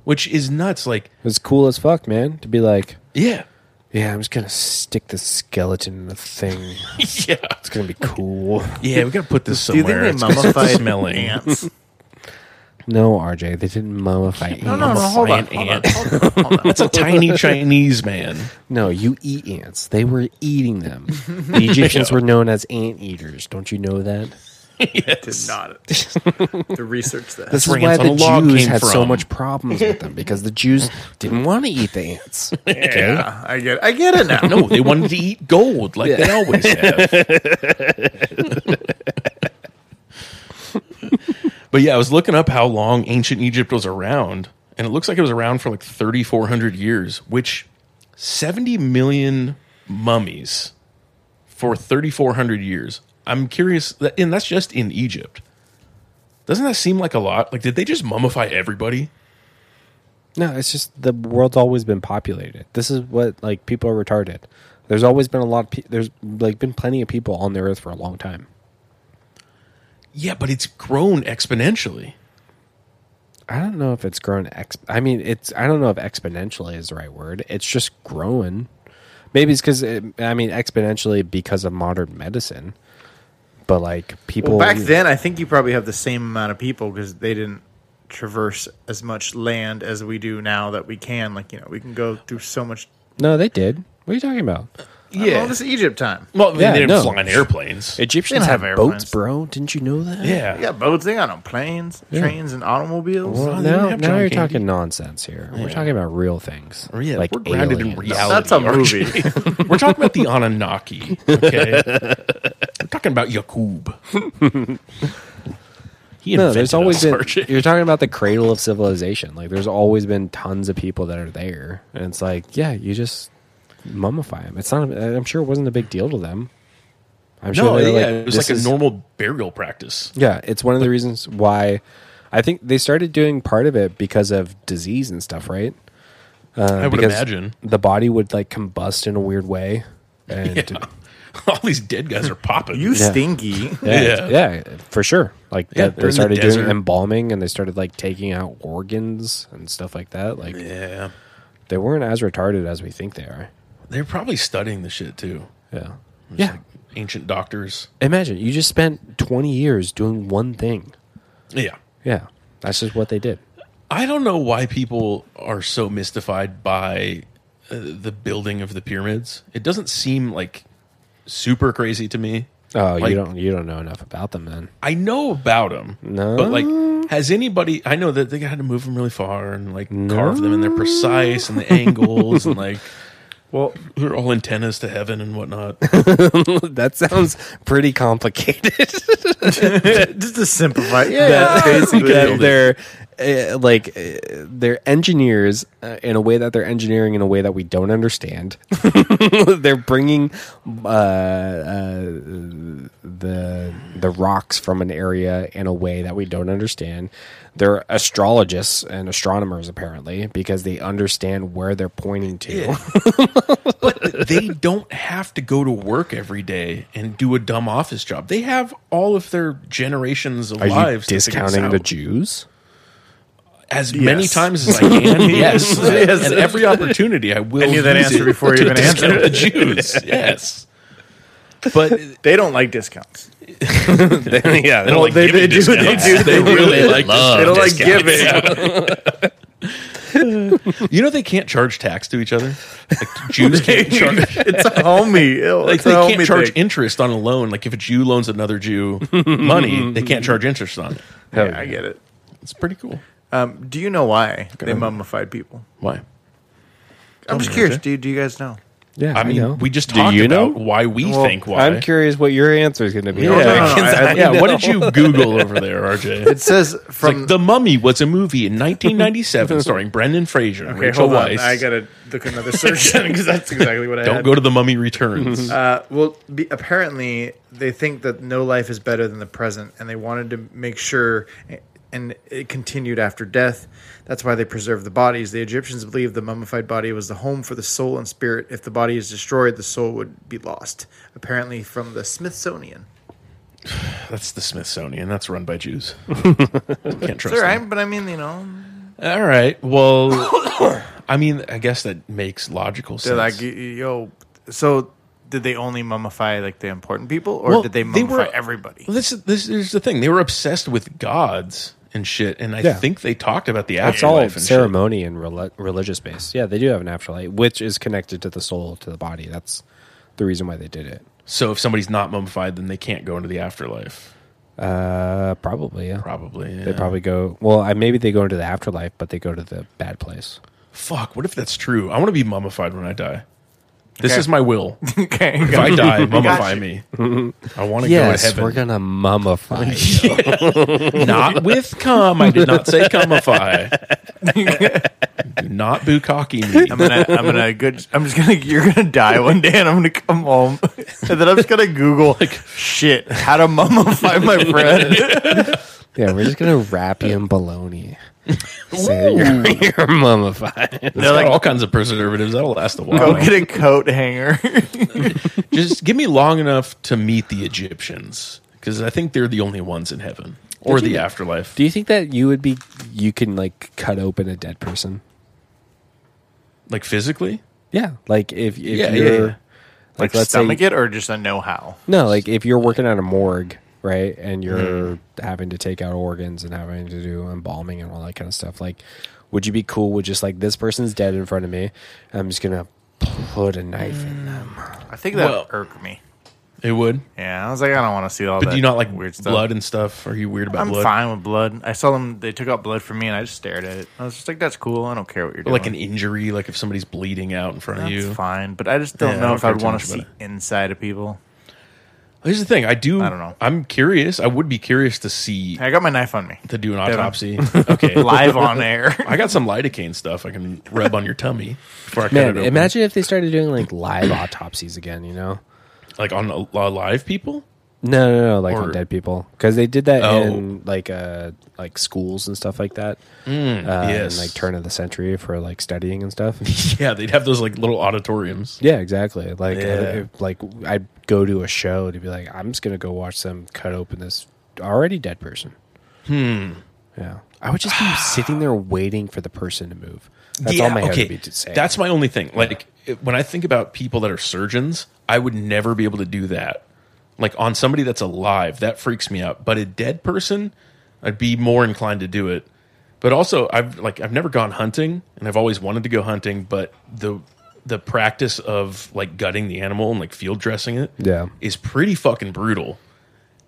[SPEAKER 3] which is nuts. Like,
[SPEAKER 1] it's cool as fuck, man. To be like,
[SPEAKER 3] yeah.
[SPEAKER 1] yeah, I'm just gonna stick the skeleton in the thing.
[SPEAKER 3] Yeah.
[SPEAKER 1] It's gonna be cool.
[SPEAKER 3] Yeah, we got to put this
[SPEAKER 2] Do you think
[SPEAKER 3] somewhere.
[SPEAKER 2] they
[SPEAKER 3] It's 'cause
[SPEAKER 2] mummified
[SPEAKER 3] it's smelling.
[SPEAKER 2] ants?
[SPEAKER 1] No, RJ, they didn't mummify.
[SPEAKER 2] No, no, no.
[SPEAKER 1] ants.
[SPEAKER 2] Hold on.
[SPEAKER 3] Mummifying
[SPEAKER 2] Hold on.
[SPEAKER 3] ant.
[SPEAKER 2] Hold on, hold on.
[SPEAKER 3] That's a tiny Chinese man.
[SPEAKER 1] No, you eat ants. They were eating them. The Egyptians were known as ant eaters. Don't you know that?
[SPEAKER 2] Did not to research that.
[SPEAKER 1] This is
[SPEAKER 3] where
[SPEAKER 1] why
[SPEAKER 3] ants on
[SPEAKER 1] the
[SPEAKER 3] a log
[SPEAKER 1] Jews
[SPEAKER 3] came
[SPEAKER 1] had so
[SPEAKER 3] from.
[SPEAKER 1] much problems with them because the Jews didn't want to eat the ants.
[SPEAKER 2] yeah, I get. I get it now.
[SPEAKER 3] No, they wanted to eat gold like they always have. but yeah, I was looking up how long ancient Egypt was around, and it looks like it was around for like 3,400 years, which 70 million mummies for 3,400 years. I'm curious, that- and that's just in Egypt. Doesn't that seem like a lot? Like, did they just mummify everybody?
[SPEAKER 1] No, it's just the world's always been populated. This is what like people are retarded. There's always been a lot of pe- there's like been plenty of people on the earth for a long time.
[SPEAKER 3] Yeah, but it's grown exponentially.
[SPEAKER 1] I don't know if it's grown ex I mean it's I don't know if exponentially is the right word. It's just growing. Maybe it's cuz it, I mean exponentially because of modern medicine. But like people
[SPEAKER 2] Well, back then, I think you probably have the same amount of people because they didn't traverse as much land as we do now that we can. Like, you know, we can go through so much.
[SPEAKER 1] No, they did. What are you talking about?
[SPEAKER 2] Yeah. All this Egypt time.
[SPEAKER 3] Well, they-
[SPEAKER 1] Yeah,
[SPEAKER 3] they didn't
[SPEAKER 1] no.
[SPEAKER 3] fly in airplanes.
[SPEAKER 1] Egyptians
[SPEAKER 2] They
[SPEAKER 1] have
[SPEAKER 2] don't have
[SPEAKER 1] boats,
[SPEAKER 2] airplanes.
[SPEAKER 1] bro. Didn't you know that?
[SPEAKER 3] yeah.
[SPEAKER 2] They got boats. They got on planes, trains, and automobiles.
[SPEAKER 1] Well,
[SPEAKER 3] they
[SPEAKER 1] now,
[SPEAKER 3] have
[SPEAKER 1] now
[SPEAKER 3] John
[SPEAKER 1] you're
[SPEAKER 3] Candy.
[SPEAKER 1] talking nonsense here. We're talking about real things.
[SPEAKER 3] Or yeah, we're grounded in
[SPEAKER 1] aliens.
[SPEAKER 3] reality.
[SPEAKER 2] That's a
[SPEAKER 3] aren't we?
[SPEAKER 2] movie.
[SPEAKER 3] we're talking about the Anunnaki. Okay, we're talking about Yakub. he
[SPEAKER 1] No,
[SPEAKER 3] invented
[SPEAKER 1] there's always
[SPEAKER 3] all
[SPEAKER 1] been.
[SPEAKER 3] our shit.
[SPEAKER 1] You're talking about the cradle of civilization. Like, there's always been tons of people that are there, and it's like, yeah, you just mummify them. It's not. I'm sure it wasn't a big deal to them. I'm
[SPEAKER 3] No,
[SPEAKER 1] they're
[SPEAKER 3] yeah, it was
[SPEAKER 1] this
[SPEAKER 3] like a
[SPEAKER 1] is-
[SPEAKER 3] normal burial practice.
[SPEAKER 1] Yeah, it's one of the reasons why I think they started doing part of it because of disease and stuff, right?
[SPEAKER 3] I would
[SPEAKER 1] Because
[SPEAKER 3] imagine
[SPEAKER 1] the body would like combust in a weird way, and
[SPEAKER 3] Yeah. all these dead guys are popping.
[SPEAKER 2] You stinky.
[SPEAKER 1] yeah, yeah, for sure. Like
[SPEAKER 3] Yeah,
[SPEAKER 1] that, they
[SPEAKER 3] they're in the
[SPEAKER 1] started doing
[SPEAKER 3] desert.
[SPEAKER 1] embalming and they started like taking out organs and stuff like that. Like
[SPEAKER 3] yeah,
[SPEAKER 1] they weren't as retarded as we think they are.
[SPEAKER 3] they're probably studying the shit too.
[SPEAKER 1] Yeah,
[SPEAKER 3] Just
[SPEAKER 1] yeah.
[SPEAKER 3] like ancient doctors.
[SPEAKER 1] Imagine you just spent twenty years doing one thing.
[SPEAKER 3] Yeah,
[SPEAKER 1] Yeah, that's just what they did.
[SPEAKER 3] I don't know why people are so mystified by uh, the building of the pyramids. It doesn't seem like super crazy to me.
[SPEAKER 1] Oh,
[SPEAKER 3] Like-
[SPEAKER 1] you don't you don't know enough about them then.
[SPEAKER 3] I know about them,
[SPEAKER 1] No.
[SPEAKER 3] but like, has anybody? I know that they had to move them really far and like carve them, and they're precise and the angles and like
[SPEAKER 2] Well,
[SPEAKER 3] they're all antennas to heaven and whatnot.
[SPEAKER 1] that sounds pretty complicated.
[SPEAKER 2] just to simplify. Yeah,
[SPEAKER 1] that
[SPEAKER 2] basically.
[SPEAKER 1] that they're uh, like uh, they're engineers uh, in a way that they're engineering in a way that we don't understand. they're bringing uh, uh, the the rocks from an area in a way that we don't understand. They're astrologists and astronomers apparently because they understand where they're pointing to.
[SPEAKER 3] but they don't have to go to work every day and do a dumb office job. They have all of their generations of
[SPEAKER 1] Are you
[SPEAKER 3] lives. to figure this
[SPEAKER 1] discounting
[SPEAKER 3] out.
[SPEAKER 1] the Jews?
[SPEAKER 3] as many
[SPEAKER 2] Yes.
[SPEAKER 3] times as I can. yes,
[SPEAKER 2] Yes.
[SPEAKER 3] and every opportunity I will.
[SPEAKER 2] I knew that
[SPEAKER 3] use
[SPEAKER 2] answer
[SPEAKER 3] it
[SPEAKER 2] before
[SPEAKER 3] to
[SPEAKER 2] you even
[SPEAKER 3] discount
[SPEAKER 2] answered.
[SPEAKER 3] The Jews, yes, but they
[SPEAKER 2] They don't like discounts.
[SPEAKER 1] yeah,
[SPEAKER 3] don't like
[SPEAKER 2] they-
[SPEAKER 3] giving
[SPEAKER 2] they do- they
[SPEAKER 3] discounts.
[SPEAKER 2] do-
[SPEAKER 3] They
[SPEAKER 2] they
[SPEAKER 3] really
[SPEAKER 2] do.
[SPEAKER 3] like.
[SPEAKER 2] they don't like
[SPEAKER 3] discounts.
[SPEAKER 2] giving.
[SPEAKER 3] You know they can't charge tax to each other. Like, Jews can't charge.
[SPEAKER 2] It's a homie. It's
[SPEAKER 3] Like
[SPEAKER 2] a
[SPEAKER 3] they can't
[SPEAKER 2] homie
[SPEAKER 3] charge
[SPEAKER 2] thing.
[SPEAKER 3] interest on a loan. Like if a Jew loans another Jew money, they can't charge interest on it.
[SPEAKER 2] yeah, I get it.
[SPEAKER 3] It's pretty cool.
[SPEAKER 2] Um, do you know why they mummified people?
[SPEAKER 3] Why?
[SPEAKER 2] I'm just curious. Do, do you guys know?
[SPEAKER 1] Yeah,
[SPEAKER 3] I mean,
[SPEAKER 1] know.
[SPEAKER 3] we just
[SPEAKER 1] Do
[SPEAKER 3] talked
[SPEAKER 1] you know?
[SPEAKER 3] about why we
[SPEAKER 2] Well,
[SPEAKER 3] think why.
[SPEAKER 1] I'm curious what your answer is going to be.
[SPEAKER 3] Yeah,
[SPEAKER 2] no, no,
[SPEAKER 3] I-
[SPEAKER 2] I- I
[SPEAKER 3] yeah, what did you Google over there, RJ?
[SPEAKER 2] It says
[SPEAKER 3] It's
[SPEAKER 2] from
[SPEAKER 3] like The Mummy was a movie in 1997 starring Brendan Fraser and
[SPEAKER 2] Okay,
[SPEAKER 3] Rachel
[SPEAKER 2] hold on.
[SPEAKER 3] Weisz.
[SPEAKER 2] I gotta look another search because that's exactly what I
[SPEAKER 3] Don't
[SPEAKER 2] had.
[SPEAKER 3] go to The Mummy Returns.
[SPEAKER 2] Uh, well, be, apparently they think that no life is better than the present, and they wanted to make sure, and it continued after death. That's why they preserved the bodies. The Egyptians believed the mummified body was the home for the soul and spirit. If the body is destroyed, the soul would be lost. Apparently, from the Smithsonian.
[SPEAKER 3] that's the Smithsonian. That's run by Jews. Can't trust
[SPEAKER 2] It's all
[SPEAKER 3] them.
[SPEAKER 2] right, but I mean, you know,
[SPEAKER 3] All right. Well, I mean, I guess that makes logical sense.
[SPEAKER 2] they're like, y- y- yo, so. Did they only mummify like the important people, or
[SPEAKER 3] Well,
[SPEAKER 2] did they mummify
[SPEAKER 3] they were-
[SPEAKER 2] everybody?
[SPEAKER 3] Well, this, this is the thing. They were obsessed with gods and shit, and I
[SPEAKER 1] Yeah.
[SPEAKER 3] think they talked about the
[SPEAKER 1] That's all
[SPEAKER 3] afterlife and shit.
[SPEAKER 1] ceremony and rel- religious based. Yeah, they do have an afterlife, which is connected to the soul, to the body. That's the reason why they did it.
[SPEAKER 3] So if somebody's not mummified, then they can't go into the afterlife.
[SPEAKER 1] Uh, probably. Yeah.
[SPEAKER 3] Probably.
[SPEAKER 1] They
[SPEAKER 3] yeah.
[SPEAKER 1] probably go. Well, I, maybe they go into the afterlife, but they go to the bad place.
[SPEAKER 3] Fuck. What if that's true? I want to be mummified when I die. This
[SPEAKER 2] Okay.
[SPEAKER 3] is my will.
[SPEAKER 2] okay,
[SPEAKER 3] If I die, mummify
[SPEAKER 2] Gotcha.
[SPEAKER 3] me. I want to
[SPEAKER 1] Yes,
[SPEAKER 3] go
[SPEAKER 1] we're
[SPEAKER 3] to heaven.
[SPEAKER 1] gonna mummify.
[SPEAKER 3] Not with cum. I did not say cummify. Do not bukkake
[SPEAKER 2] I'm
[SPEAKER 3] me.
[SPEAKER 2] gonna, I'm gonna, good. I'm just gonna. You're gonna die one day, and I'm gonna come home, and then I'm just gonna Google like shit how to mummify my friend.
[SPEAKER 1] yeah, we're just gonna wrap you in bologna. So you're, you're mummified.
[SPEAKER 3] There's
[SPEAKER 2] like-
[SPEAKER 3] all kinds of preservatives. That'll last a
[SPEAKER 2] Go
[SPEAKER 3] while.
[SPEAKER 2] get a coat hanger.
[SPEAKER 3] Just give me long enough to meet the Egyptians because I think they're the only ones in heaven or
[SPEAKER 1] Did you-
[SPEAKER 3] the afterlife.
[SPEAKER 1] Do you think that you would be? You can like cut open a dead person.
[SPEAKER 3] Like physically?
[SPEAKER 1] Yeah, like if if
[SPEAKER 3] Yeah, yeah,
[SPEAKER 1] you're
[SPEAKER 3] yeah.
[SPEAKER 1] like, let's say
[SPEAKER 2] it, or just a know how.
[SPEAKER 1] No, like Mm-hmm. if you're working at a morgue, right, and you're having to take out organs and having to do embalming and all that kind of stuff, like, would you be cool with just like this person's dead in front of me? I'm just gonna put a knife in them.
[SPEAKER 2] I think that
[SPEAKER 3] Well-
[SPEAKER 2] irked me.
[SPEAKER 3] It would.
[SPEAKER 2] Yeah, I was like, I don't want to see all
[SPEAKER 3] But
[SPEAKER 2] that.
[SPEAKER 3] do you not like
[SPEAKER 2] weird stuff?
[SPEAKER 3] blood and stuff? Are you weird about
[SPEAKER 2] I'm
[SPEAKER 3] blood?
[SPEAKER 2] fine with blood. I saw them. They took out blood from me, and I just stared at it. I was just like, "That's cool. I don't care what you're
[SPEAKER 3] Or
[SPEAKER 2] doing."
[SPEAKER 3] like an injury, like if somebody's bleeding out in front
[SPEAKER 2] that's
[SPEAKER 3] of you.
[SPEAKER 2] fine, but I just don't
[SPEAKER 3] Yeah, I
[SPEAKER 2] know
[SPEAKER 3] don't
[SPEAKER 2] if
[SPEAKER 3] care
[SPEAKER 2] I'd
[SPEAKER 3] too
[SPEAKER 2] want
[SPEAKER 3] much
[SPEAKER 2] to
[SPEAKER 3] about
[SPEAKER 2] see inside of people.
[SPEAKER 3] Here's the thing. I do.
[SPEAKER 2] I don't know.
[SPEAKER 3] I'm curious. I would be curious to see
[SPEAKER 2] I got my knife on me.
[SPEAKER 3] to do an autopsy. okay.
[SPEAKER 2] Live on air.
[SPEAKER 3] I got some lidocaine stuff I can rub on your tummy before I cut
[SPEAKER 1] Man,
[SPEAKER 3] it open.
[SPEAKER 1] imagine if they started doing like live autopsies again. You know?
[SPEAKER 3] like on a- live people.
[SPEAKER 1] No, no, no, like
[SPEAKER 3] Or-
[SPEAKER 1] on dead people because they did that
[SPEAKER 3] Oh.
[SPEAKER 1] in like uh like schools and stuff like that. uh, and,
[SPEAKER 3] yes.
[SPEAKER 1] like turn of the century for like studying and stuff.
[SPEAKER 3] Yeah, they'd have those like little auditoriums.
[SPEAKER 1] yeah, exactly. Like
[SPEAKER 3] Yeah.
[SPEAKER 1] I, like I'd go to a show to be like, I'm just gonna go watch them cut open this already dead person. Hmm. Yeah, I would just be sitting there waiting for the person to move. That's all my head would be to say.
[SPEAKER 3] That's my only thing. Like it- when I think about people that are surgeons, I would never be able to do that. Like on somebody that's alive, that freaks me out. But a dead person, I'd be more inclined to do it. But also, I've like I've never gone hunting, and I've always wanted to go hunting. But the the practice of like gutting the animal and like field dressing it,
[SPEAKER 1] Yeah.
[SPEAKER 3] is pretty fucking brutal.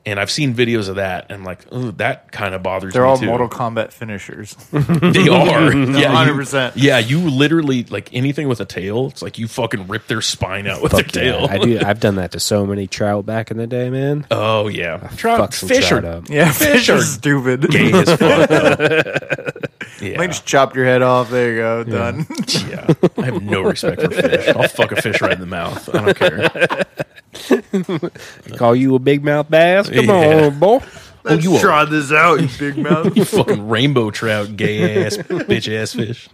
[SPEAKER 3] And I've seen videos of that, and I'm like, oh, that kind of bothers
[SPEAKER 2] They're
[SPEAKER 3] me
[SPEAKER 2] all
[SPEAKER 3] too.
[SPEAKER 2] Mortal Kombat finishers.
[SPEAKER 3] They are. yeah,
[SPEAKER 2] 100%.
[SPEAKER 3] You, yeah, you literally like anything with a tail. It's like you fucking rip their spine out with
[SPEAKER 1] Fuck
[SPEAKER 3] their
[SPEAKER 1] yeah.
[SPEAKER 3] tail.
[SPEAKER 1] I do. I've done that to so many trout back in the day, man.
[SPEAKER 3] oh yeah,
[SPEAKER 1] fuck
[SPEAKER 3] trout,
[SPEAKER 1] some
[SPEAKER 3] fish
[SPEAKER 1] trout
[SPEAKER 3] are
[SPEAKER 1] up.
[SPEAKER 2] Yeah,
[SPEAKER 3] Fish
[SPEAKER 2] fish
[SPEAKER 3] are
[SPEAKER 2] are stupid.
[SPEAKER 3] gay as fuck. though.
[SPEAKER 2] I
[SPEAKER 3] yeah,
[SPEAKER 2] just chopped your head off. There you go. Done.
[SPEAKER 3] yeah. I have no respect for fish. I'll fuck a fish right in the mouth. I don't care.
[SPEAKER 1] Call you a big mouth bass? Come
[SPEAKER 3] Yeah.
[SPEAKER 1] on, boy.
[SPEAKER 3] Oh, you
[SPEAKER 2] Let's
[SPEAKER 3] are
[SPEAKER 2] try this out, you big mouth.
[SPEAKER 3] you fucking rainbow trout, gay ass bitch ass fish.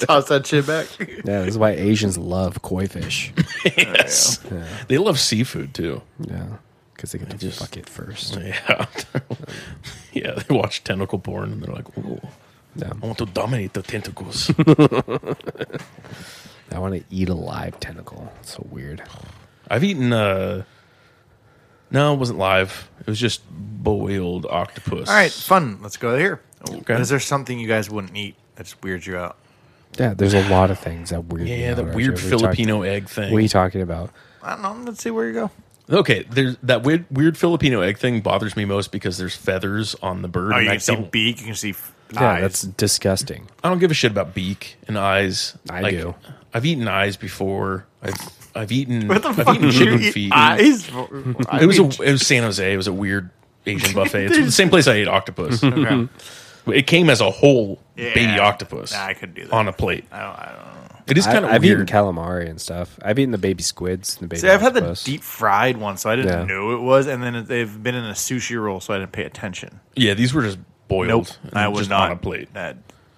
[SPEAKER 2] Toss that shit back.
[SPEAKER 1] Yeah, this is why Asians love koi fish.
[SPEAKER 3] Yes, they love seafood too.
[SPEAKER 1] Yeah, because they get to fuck it first.
[SPEAKER 3] Yeah, yeah. They watch tentacle porn and they're like, "Ooh,
[SPEAKER 1] Yeah.
[SPEAKER 3] I want to dominate the tentacles."
[SPEAKER 1] I want to eat a live tentacle. It's so weird.
[SPEAKER 3] I've eaten uh No, it wasn't live. It was just boiled octopus.
[SPEAKER 2] All right, fun. Let's go here.
[SPEAKER 3] Okay.
[SPEAKER 2] Is there something you guys wouldn't eat that just weirds you out?
[SPEAKER 1] Yeah, there's a lot of things that weird.
[SPEAKER 3] Yeah,
[SPEAKER 1] me
[SPEAKER 3] yeah
[SPEAKER 1] out,
[SPEAKER 3] that
[SPEAKER 1] Roger.
[SPEAKER 3] weird
[SPEAKER 1] We talked-
[SPEAKER 3] Filipino egg thing.
[SPEAKER 1] What are you talking about?
[SPEAKER 2] I don't know. Let's see where you go.
[SPEAKER 3] okay, there's that weird weird Filipino egg thing bothers me most because there's feathers on the bird.
[SPEAKER 2] Oh,
[SPEAKER 3] and
[SPEAKER 2] you
[SPEAKER 3] I,
[SPEAKER 2] can see
[SPEAKER 3] don't,
[SPEAKER 2] beak. You can see f-
[SPEAKER 1] Yeah,
[SPEAKER 2] eyes.
[SPEAKER 1] that's disgusting.
[SPEAKER 3] I don't give a shit about beak and eyes.
[SPEAKER 1] I do.
[SPEAKER 3] I've eaten eyes before. I've I've eaten
[SPEAKER 2] what the
[SPEAKER 3] I've
[SPEAKER 2] fuck?
[SPEAKER 3] eaten
[SPEAKER 2] did you
[SPEAKER 3] chicken
[SPEAKER 2] eat
[SPEAKER 3] feet.
[SPEAKER 2] Eyes.
[SPEAKER 3] It was a it was San Jose. It was a weird Asian buffet. It's the same place I ate octopus.
[SPEAKER 2] Okay.
[SPEAKER 3] It came as a whole baby
[SPEAKER 2] Yeah.
[SPEAKER 3] octopus
[SPEAKER 2] Nah, I couldn't do that.
[SPEAKER 3] on a plate.
[SPEAKER 2] I don't. I don't know.
[SPEAKER 3] It is
[SPEAKER 1] I,
[SPEAKER 3] kind of
[SPEAKER 1] I've
[SPEAKER 3] weird.
[SPEAKER 1] eaten calamari and stuff. I've eaten the baby squids and the baby.
[SPEAKER 2] See, I've had the
[SPEAKER 1] octopus.
[SPEAKER 2] deep fried one, so I didn't
[SPEAKER 1] Yeah.
[SPEAKER 2] know it was, and then it- they've been in a sushi roll, so I didn't pay attention.
[SPEAKER 3] Yeah, these were just boiled.
[SPEAKER 2] Nope,
[SPEAKER 3] and
[SPEAKER 2] I was
[SPEAKER 3] just
[SPEAKER 2] not
[SPEAKER 3] on a plate.
[SPEAKER 2] That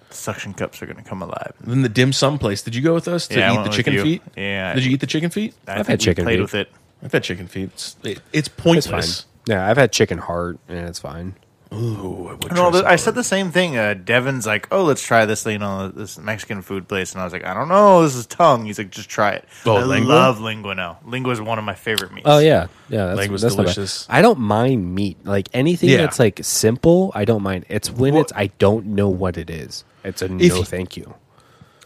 [SPEAKER 2] suction cups are going to come alive.
[SPEAKER 3] Then the dim sum place. Did you go with us to
[SPEAKER 2] Yeah, I
[SPEAKER 3] eat
[SPEAKER 2] went
[SPEAKER 3] the
[SPEAKER 2] with
[SPEAKER 3] chicken
[SPEAKER 2] you.
[SPEAKER 3] feet?
[SPEAKER 2] Yeah.
[SPEAKER 3] Did you eat the chicken feet?
[SPEAKER 2] I
[SPEAKER 1] I've
[SPEAKER 2] think
[SPEAKER 1] had
[SPEAKER 2] we
[SPEAKER 1] chicken
[SPEAKER 2] Played
[SPEAKER 1] meat.
[SPEAKER 2] with it.
[SPEAKER 3] I've had chicken feet. It's, it- it's
[SPEAKER 1] It's
[SPEAKER 3] pointless.
[SPEAKER 1] fine. Yeah, I've had chicken heart and it's fine.
[SPEAKER 3] Ooh, I would try
[SPEAKER 2] No,
[SPEAKER 3] some
[SPEAKER 2] I said
[SPEAKER 3] hard.
[SPEAKER 2] the same thing. Uh, Devin's like, "Oh, let's try this, you know, this Mexican food place," and I was like, "I don't know, this is tongue." He's like, "Just try it."
[SPEAKER 3] Oh,
[SPEAKER 2] I
[SPEAKER 3] lingua?
[SPEAKER 2] love lingua now. Lingua is one of my favorite meats.
[SPEAKER 1] Oh yeah, yeah. That's,
[SPEAKER 3] Leg was
[SPEAKER 1] that's not bad.
[SPEAKER 3] delicious.
[SPEAKER 1] I don't mind meat. Like anything
[SPEAKER 3] Yeah.
[SPEAKER 1] that's like simple, I don't mind. It's when
[SPEAKER 3] Well-
[SPEAKER 1] it's I don't know what it is. It's a no,
[SPEAKER 3] you-
[SPEAKER 1] thank you.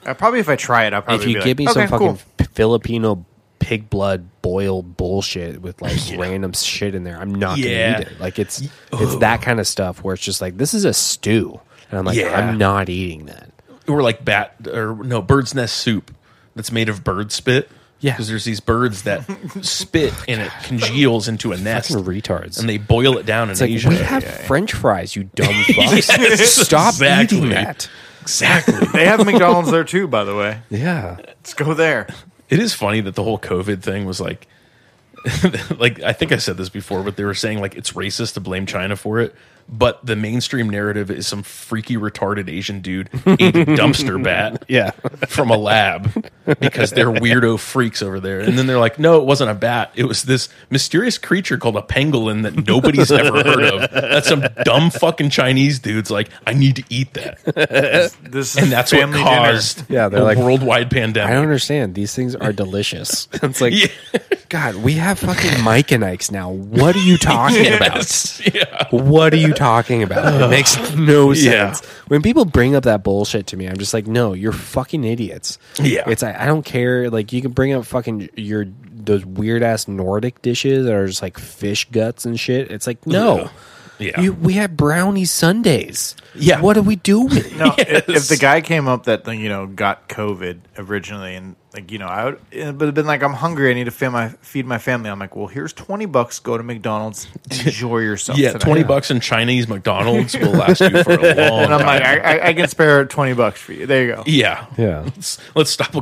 [SPEAKER 2] Uh, probably if I try it, I'll probably
[SPEAKER 1] if you
[SPEAKER 2] be
[SPEAKER 1] give
[SPEAKER 2] like,
[SPEAKER 1] me
[SPEAKER 2] okay,
[SPEAKER 1] some fucking
[SPEAKER 2] cool.
[SPEAKER 1] f- Filipino pig blood boiled bullshit with like random shit in there, I'm not
[SPEAKER 3] Yeah. oh.
[SPEAKER 1] gonna eat it. Like it's it's that kind of stuff where it's just like this is a stew, and I'm like
[SPEAKER 3] Yeah.
[SPEAKER 1] I'm not eating that.
[SPEAKER 3] or like bat or no bird's nest soup that's made of bird spit.
[SPEAKER 1] Yeah.
[SPEAKER 3] because there's these birds that
[SPEAKER 2] Oh
[SPEAKER 3] spit and it congeals into a nest,
[SPEAKER 1] Fucking retards.
[SPEAKER 3] and they boil it down in
[SPEAKER 1] it's like
[SPEAKER 3] Asia.
[SPEAKER 1] we have French fries, you dumb fucks. Stop eating
[SPEAKER 3] exactly.
[SPEAKER 1] that.
[SPEAKER 3] Exactly.
[SPEAKER 2] they have McDonald's there too, by the way.
[SPEAKER 1] Yeah,
[SPEAKER 2] Let's go there.
[SPEAKER 3] It is funny that the whole COVID thing was like, like I think I said this before, but they were saying like it's racist to blame China for it. But the mainstream narrative is some freaky retarded Asian dude ate a dumpster bat
[SPEAKER 1] yeah.
[SPEAKER 3] from a lab because they're weirdo freaks over there. And then they're like, no, it wasn't a bat. It was this mysterious creature called a pangolin that nobody's ever heard of. That's some dumb fucking Chinese dude's like, I need to eat that.
[SPEAKER 2] This is
[SPEAKER 3] And that's what
[SPEAKER 2] family dinner.
[SPEAKER 3] caused
[SPEAKER 1] Yeah, they're
[SPEAKER 3] a
[SPEAKER 1] like,
[SPEAKER 3] worldwide
[SPEAKER 1] I don't
[SPEAKER 3] pandemic.
[SPEAKER 1] understand. These things are delicious. it's like, God, we have fucking Mike and Ike's now. What are you talking about?
[SPEAKER 3] yeah.
[SPEAKER 1] What are you talking about? It makes no
[SPEAKER 3] Yeah.
[SPEAKER 1] sense. When people bring up that bullshit to me, I'm just like, no, you're fucking idiots.
[SPEAKER 3] Yeah.
[SPEAKER 1] It's like, I don't care. Like you can bring up fucking your those weird ass Nordic dishes that are just like fish guts and shit. It's like, no.
[SPEAKER 3] Yeah.
[SPEAKER 1] You, we have brownie Sundays.
[SPEAKER 3] Yeah.
[SPEAKER 1] What are we doing?
[SPEAKER 2] No, if, if
[SPEAKER 3] Yes.
[SPEAKER 2] the guy came up that you know got COVID originally, and like you know, I would, it would have been like, I'm hungry, I need to feed my feed my family. I'm like, well, here's twenty bucks. Go to McDonald's, enjoy yourself.
[SPEAKER 3] yeah,
[SPEAKER 2] tonight.
[SPEAKER 3] twenty bucks in Chinese McDonald's will last you for a long time.
[SPEAKER 2] And I'm like, I, I, I can spare twenty bucks for you. There you go.
[SPEAKER 3] yeah,
[SPEAKER 1] Yeah.
[SPEAKER 3] Let's, let's stop a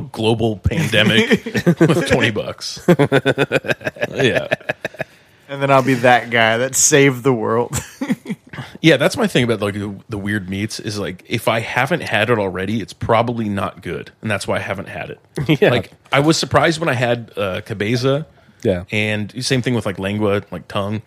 [SPEAKER 3] global pandemic with twenty bucks. yeah,
[SPEAKER 2] And then I'll be that guy that saved the world.
[SPEAKER 3] yeah. That's my thing about like the, the weird meats is like if I haven't had it already, it's probably not good, and that's why I haven't had it.
[SPEAKER 1] Yeah.
[SPEAKER 3] Like I was surprised when I had uh, cabeza.
[SPEAKER 1] Yeah.
[SPEAKER 3] and same thing with like lengua, like tongue,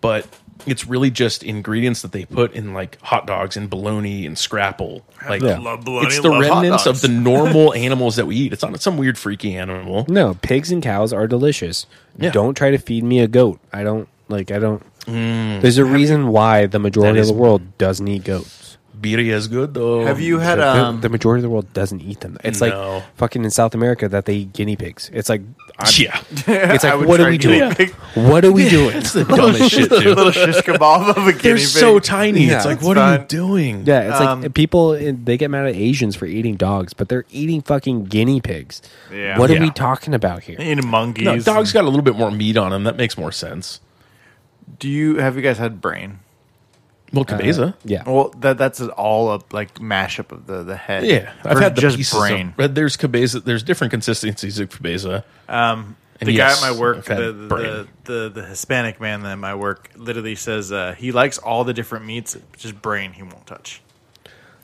[SPEAKER 3] but it's really just ingredients that they put in like hot dogs and bologna and scrapple. Like
[SPEAKER 1] Yeah.
[SPEAKER 2] Love bologna,
[SPEAKER 3] it's the
[SPEAKER 2] love hot
[SPEAKER 3] remnants of
[SPEAKER 2] dogs.
[SPEAKER 3] the normal animals that we eat. It's not some weird freaky animal.
[SPEAKER 1] No, pigs and cows are delicious.
[SPEAKER 3] Yeah.
[SPEAKER 1] Don't try to feed me a goat. I don't like. I don't.
[SPEAKER 2] Mm.
[SPEAKER 1] There's a reason why the majority
[SPEAKER 3] That
[SPEAKER 1] of the
[SPEAKER 3] is-
[SPEAKER 1] world doesn't eat goats.
[SPEAKER 3] Birria is good though.
[SPEAKER 2] Have you had
[SPEAKER 1] The,
[SPEAKER 2] um?
[SPEAKER 1] the majority of the world doesn't eat them. It's
[SPEAKER 3] No.
[SPEAKER 1] like fucking in South America that they eat guinea pigs. It's like, I-
[SPEAKER 3] Yeah,
[SPEAKER 1] it's
[SPEAKER 2] I
[SPEAKER 1] like,
[SPEAKER 2] would
[SPEAKER 1] what are
[SPEAKER 2] try
[SPEAKER 1] we
[SPEAKER 2] guinea
[SPEAKER 1] doing?
[SPEAKER 2] pig.
[SPEAKER 1] What are we doing?
[SPEAKER 3] it's the dumbest shit too.
[SPEAKER 2] little shish kebab of a guinea
[SPEAKER 3] They're
[SPEAKER 2] pig.
[SPEAKER 3] so tiny.
[SPEAKER 1] Yeah,
[SPEAKER 3] it's like,
[SPEAKER 1] it's
[SPEAKER 3] what are you
[SPEAKER 2] fine.
[SPEAKER 3] doing?
[SPEAKER 1] Yeah, it's
[SPEAKER 2] Um,
[SPEAKER 1] like people eh, they get mad at Asians for eating dogs, but they're eating fucking guinea pigs.
[SPEAKER 2] Yeah.
[SPEAKER 1] What are
[SPEAKER 3] Yeah.
[SPEAKER 1] we talking about here?
[SPEAKER 2] in monkeys.
[SPEAKER 3] No, dogs got a little bit more meat on them. That makes more sense.
[SPEAKER 2] Do you have you guys had brain?
[SPEAKER 3] Well,
[SPEAKER 1] Uh-huh.
[SPEAKER 3] cabeza.
[SPEAKER 1] Yeah.
[SPEAKER 2] Well, that that's all a like mashup of the the head.
[SPEAKER 3] Yeah, I've
[SPEAKER 2] Or
[SPEAKER 3] had the
[SPEAKER 2] just
[SPEAKER 3] pieces of-
[SPEAKER 2] brain.
[SPEAKER 3] but there's cabeza. There's different consistencies of cabeza. And
[SPEAKER 2] Um, the
[SPEAKER 3] yes,
[SPEAKER 2] guy at my work,
[SPEAKER 3] I've had
[SPEAKER 2] the the,
[SPEAKER 3] brain.
[SPEAKER 2] the the Hispanic man at my work, literally says uh, he likes all the different meats, just brain he won't touch.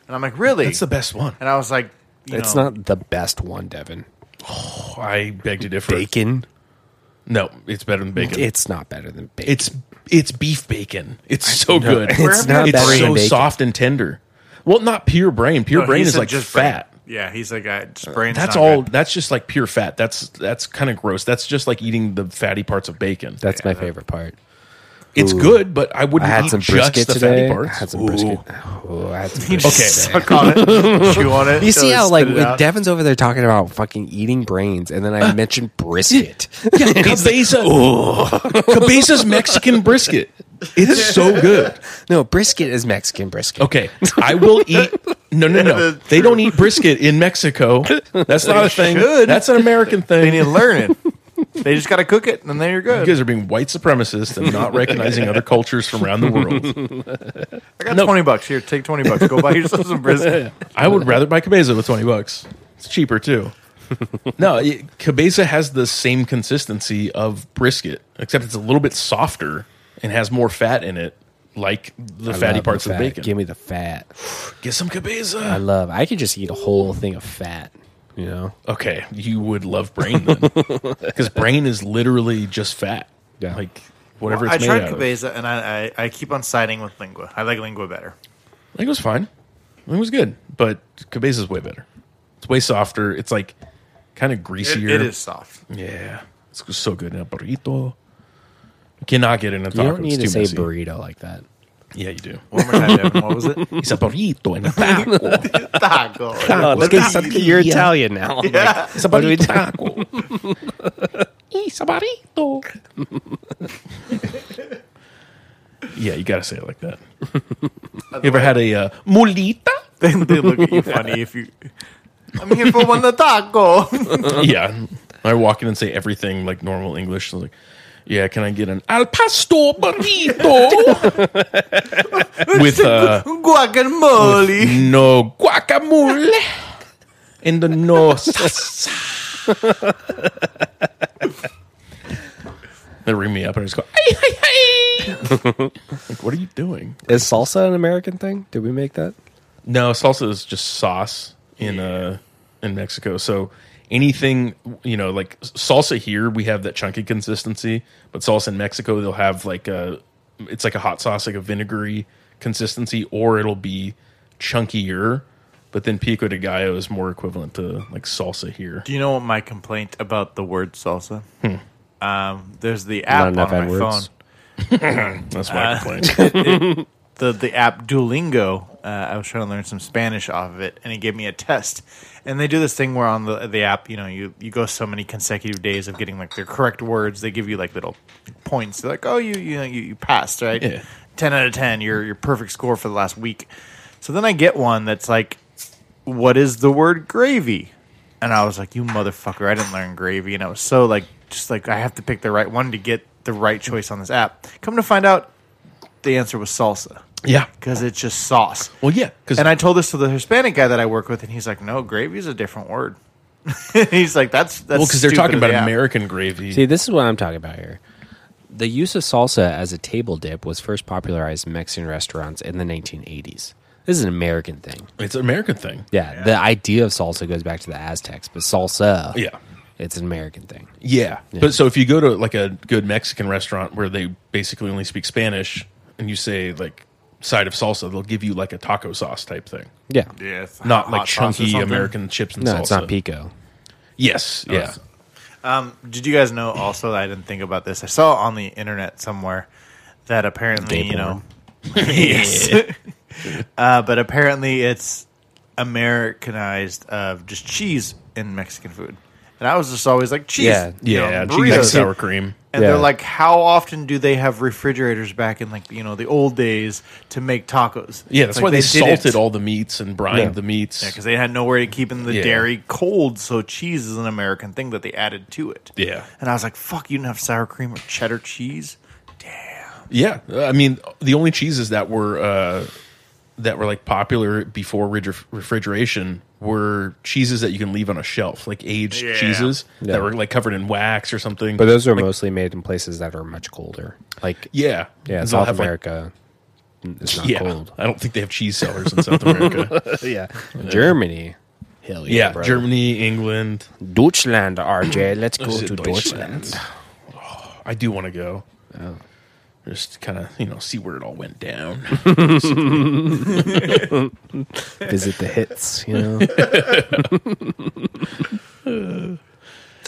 [SPEAKER 2] And I'm like, really?
[SPEAKER 3] That's the best one.
[SPEAKER 2] And I was like, you
[SPEAKER 1] It's
[SPEAKER 2] know,
[SPEAKER 1] not the best one, Devin.
[SPEAKER 3] Oh, I beg to differ.
[SPEAKER 1] Bacon.
[SPEAKER 3] No, it's better than bacon.
[SPEAKER 1] It's not better than bacon.
[SPEAKER 3] it's it's beef bacon. It's so good.
[SPEAKER 2] Where
[SPEAKER 1] it's
[SPEAKER 2] have you had
[SPEAKER 1] not
[SPEAKER 3] It's
[SPEAKER 1] better
[SPEAKER 2] brain
[SPEAKER 1] than
[SPEAKER 3] so
[SPEAKER 1] bacon.
[SPEAKER 3] soft and tender. Well, not pure brain. Pure
[SPEAKER 2] no, he
[SPEAKER 3] brain is
[SPEAKER 2] said
[SPEAKER 3] like
[SPEAKER 2] just brain.
[SPEAKER 3] fat. Uh,
[SPEAKER 2] Yeah, he's like, I, just brain's
[SPEAKER 3] That's
[SPEAKER 2] not
[SPEAKER 3] all.
[SPEAKER 2] good.
[SPEAKER 3] That's just like pure fat. That's that's kind of gross. That's just like eating the fatty parts of bacon.
[SPEAKER 1] That's
[SPEAKER 2] Yeah,
[SPEAKER 1] my
[SPEAKER 2] that-
[SPEAKER 1] favorite part.
[SPEAKER 3] it's good, but I
[SPEAKER 1] I
[SPEAKER 3] wouldn't
[SPEAKER 1] had
[SPEAKER 3] eat
[SPEAKER 1] some
[SPEAKER 3] just
[SPEAKER 1] brisket
[SPEAKER 3] the
[SPEAKER 1] today.
[SPEAKER 3] fatty
[SPEAKER 1] I
[SPEAKER 3] parts.
[SPEAKER 1] had some
[SPEAKER 3] Ooh.
[SPEAKER 1] brisket. Oh, I had some
[SPEAKER 2] You
[SPEAKER 1] brisket.
[SPEAKER 2] just suck on it, chew on it.
[SPEAKER 1] You see
[SPEAKER 2] till
[SPEAKER 1] how
[SPEAKER 2] they
[SPEAKER 1] like
[SPEAKER 2] spit it out.
[SPEAKER 1] Devin's over there talking about fucking eating brains, and then I mentioned brisket.
[SPEAKER 3] Yeah, cabeza. Cabeza's Mexican brisket. It's so good.
[SPEAKER 1] no, brisket is Mexican brisket.
[SPEAKER 3] Okay, I will eat. No, no, no.
[SPEAKER 2] that's
[SPEAKER 3] They don't eat brisket in Mexico. That's not a thing.
[SPEAKER 2] should.
[SPEAKER 3] That's an American
[SPEAKER 2] they need
[SPEAKER 3] thing.
[SPEAKER 2] to learn it. They just got to cook it, and then you're
[SPEAKER 3] You
[SPEAKER 2] good.
[SPEAKER 3] guys are being white supremacists and not recognizing other cultures from around the world.
[SPEAKER 2] I got
[SPEAKER 3] no.
[SPEAKER 2] twenty bucks here. Take twenty bucks. Go buy yourself some brisket.
[SPEAKER 3] I would rather buy cabeza with twenty bucks. It's cheaper too. No, it, cabeza has the same consistency of brisket, except it's a little bit softer and has more fat in it, like the
[SPEAKER 1] I
[SPEAKER 3] fatty
[SPEAKER 1] love
[SPEAKER 3] parts
[SPEAKER 1] the
[SPEAKER 3] of
[SPEAKER 1] fat.
[SPEAKER 3] bacon.
[SPEAKER 1] Give me the fat.
[SPEAKER 3] Get some cabeza.
[SPEAKER 1] I love. I could just eat a whole thing of fat. You know.
[SPEAKER 3] Okay, you would love brain then, because brain is literally just fat.
[SPEAKER 1] Yeah.
[SPEAKER 3] like whatever
[SPEAKER 2] I
[SPEAKER 3] it's made
[SPEAKER 2] tried
[SPEAKER 3] out of.
[SPEAKER 2] cabeza, and I, I I keep on siding with lingua. I like lingua better.
[SPEAKER 3] I think it was fine. I think it was good, but cabeza's way better. It's way softer. It's like kind of
[SPEAKER 2] It,
[SPEAKER 3] greasier.
[SPEAKER 2] it is soft.
[SPEAKER 3] Yeah, it's so good in a burrito. You cannot get in a taco.
[SPEAKER 1] You don't need
[SPEAKER 3] it's
[SPEAKER 1] to
[SPEAKER 3] too
[SPEAKER 1] say
[SPEAKER 3] messy.
[SPEAKER 1] burrito like that.
[SPEAKER 3] Yeah, you do.
[SPEAKER 2] One more time, Devin. What was it?
[SPEAKER 3] It's a burrito in a taco.
[SPEAKER 2] Taco.
[SPEAKER 1] you're Italian now.
[SPEAKER 3] It's a
[SPEAKER 1] do we do?
[SPEAKER 3] burrito. taco. It's a burrito. yeah, you got to say it like that. You ever had a uh, mulita?
[SPEAKER 2] they, they look at you funny if you. I'm here for one taco.
[SPEAKER 3] yeah. I walk in and say everything like normal English. So like, yeah, can I get an al pastor burrito with uh,
[SPEAKER 2] Guacamole.
[SPEAKER 3] no guacamole and the no salsa? they ring me up and I just go, "Ay, ay, ay." like, what are you doing?
[SPEAKER 1] Is salsa an American thing? Did we make that?
[SPEAKER 3] No, salsa is just sauce in uh in Mexico. So anything you know, like salsa here, we have that chunky consistency, but salsa in Mexico, they'll have like a it's like a hot sauce, like a vinegary consistency, or it'll be chunkier. But then pico de gallo is more equivalent to like salsa here.
[SPEAKER 2] Do you know what my complaint about the word salsa? Um, there's the app on
[SPEAKER 1] enough
[SPEAKER 2] my
[SPEAKER 1] N-words.
[SPEAKER 2] phone.
[SPEAKER 3] That's my
[SPEAKER 2] Ah.
[SPEAKER 3] complaint.
[SPEAKER 2] The the app Duolingo. Uh, I was trying to learn some Spanish off of it, and it gave me a test. And they do this thing where on the the app, you know, you you go so many consecutive days of getting like the correct words. They give you like little points. They're like, oh, you you know, you, you passed, right?
[SPEAKER 3] Yeah.
[SPEAKER 2] ten out of ten, your your perfect score for the last week. So then I get one that's like, what is the word gravy? And I was like, you motherfucker, I didn't learn gravy, and I was so like, just like I have to pick the right one to get the right choice on this app. Come to find out, the answer was salsa
[SPEAKER 3] Yeah.
[SPEAKER 2] because it's just sauce.
[SPEAKER 3] Well, yeah. Because
[SPEAKER 2] And I told this to the Hispanic guy that I work with, and he's like, "No, gravy is a different word." he's like, "That's that's
[SPEAKER 3] well, 'cause they're
[SPEAKER 2] stupid
[SPEAKER 3] talking
[SPEAKER 2] of the
[SPEAKER 3] about
[SPEAKER 2] app."
[SPEAKER 3] American gravy.
[SPEAKER 1] See, this is what I'm talking about here. The use of salsa as a table dip was first popularized in Mexican restaurants in the 1980s. This is an American thing.
[SPEAKER 3] it's an American thing.
[SPEAKER 1] Yeah, the idea of salsa goes back to the Aztecs, but salsa,
[SPEAKER 3] Yeah.
[SPEAKER 1] it's an American thing.
[SPEAKER 3] Yeah. But so if you go to like a good Mexican restaurant where they basically only speak Spanish and you say like side of salsa, they'll give you like a taco sauce type thing.
[SPEAKER 1] Yeah,
[SPEAKER 2] Yeah, it's
[SPEAKER 3] Not
[SPEAKER 2] hot
[SPEAKER 3] like
[SPEAKER 2] sauce or
[SPEAKER 3] chunky
[SPEAKER 2] something.
[SPEAKER 3] American chips and
[SPEAKER 1] no,
[SPEAKER 3] salsa.
[SPEAKER 1] it's not pico.
[SPEAKER 3] Yes. Yeah.
[SPEAKER 2] it's- Did you guys know also that I didn't think about this? I saw on the internet somewhere that apparently,
[SPEAKER 1] Gay
[SPEAKER 2] you know,
[SPEAKER 1] porn.
[SPEAKER 2] yes. uh, but apparently it's Americanized of just cheese in Mexican food. And I was just always like cheese.
[SPEAKER 1] Yeah.
[SPEAKER 2] you know,
[SPEAKER 3] yeah.
[SPEAKER 2] burritos.
[SPEAKER 3] cheese and sour cream.
[SPEAKER 2] And
[SPEAKER 1] Yeah.
[SPEAKER 2] they're like, how often do they have refrigerators back in like you know the old days to make tacos?
[SPEAKER 3] Yeah. That's
[SPEAKER 2] Like,
[SPEAKER 3] why they,
[SPEAKER 2] did it-
[SPEAKER 3] salted all the meats and brined
[SPEAKER 1] Yeah.
[SPEAKER 3] the meats.
[SPEAKER 2] because they had nowhere to keep in the
[SPEAKER 3] Yeah.
[SPEAKER 2] dairy cold, so cheese is an American thing that they added to it.
[SPEAKER 3] Yeah.
[SPEAKER 2] And I was like, fuck, you didn't have sour cream or cheddar cheese?
[SPEAKER 3] Yeah, I mean the only cheeses that were uh, that were like popular before rid- refrigeration were cheeses that you can leave on a shelf, like aged
[SPEAKER 2] Yeah.
[SPEAKER 3] cheeses
[SPEAKER 1] Yeah.
[SPEAKER 3] that were like covered in wax or something.
[SPEAKER 1] But those are mostly made in places that are much colder, like
[SPEAKER 3] yeah,
[SPEAKER 1] yeah,
[SPEAKER 3] And they'll
[SPEAKER 1] South
[SPEAKER 3] have, like-
[SPEAKER 1] America. it's not
[SPEAKER 3] yeah,
[SPEAKER 1] cold.
[SPEAKER 3] I don't think they have cheese cellars in South America.
[SPEAKER 1] yeah, Germany. Hell
[SPEAKER 3] yeah,
[SPEAKER 1] brother.
[SPEAKER 3] Germany, England.
[SPEAKER 1] Deutschland, RJ. Let's go
[SPEAKER 3] Is it
[SPEAKER 1] to
[SPEAKER 3] Deutschland?
[SPEAKER 1] Deutschland.
[SPEAKER 3] Oh, I do want to go. Just kind of you know see where it all went down.
[SPEAKER 1] Visit the hits, you know.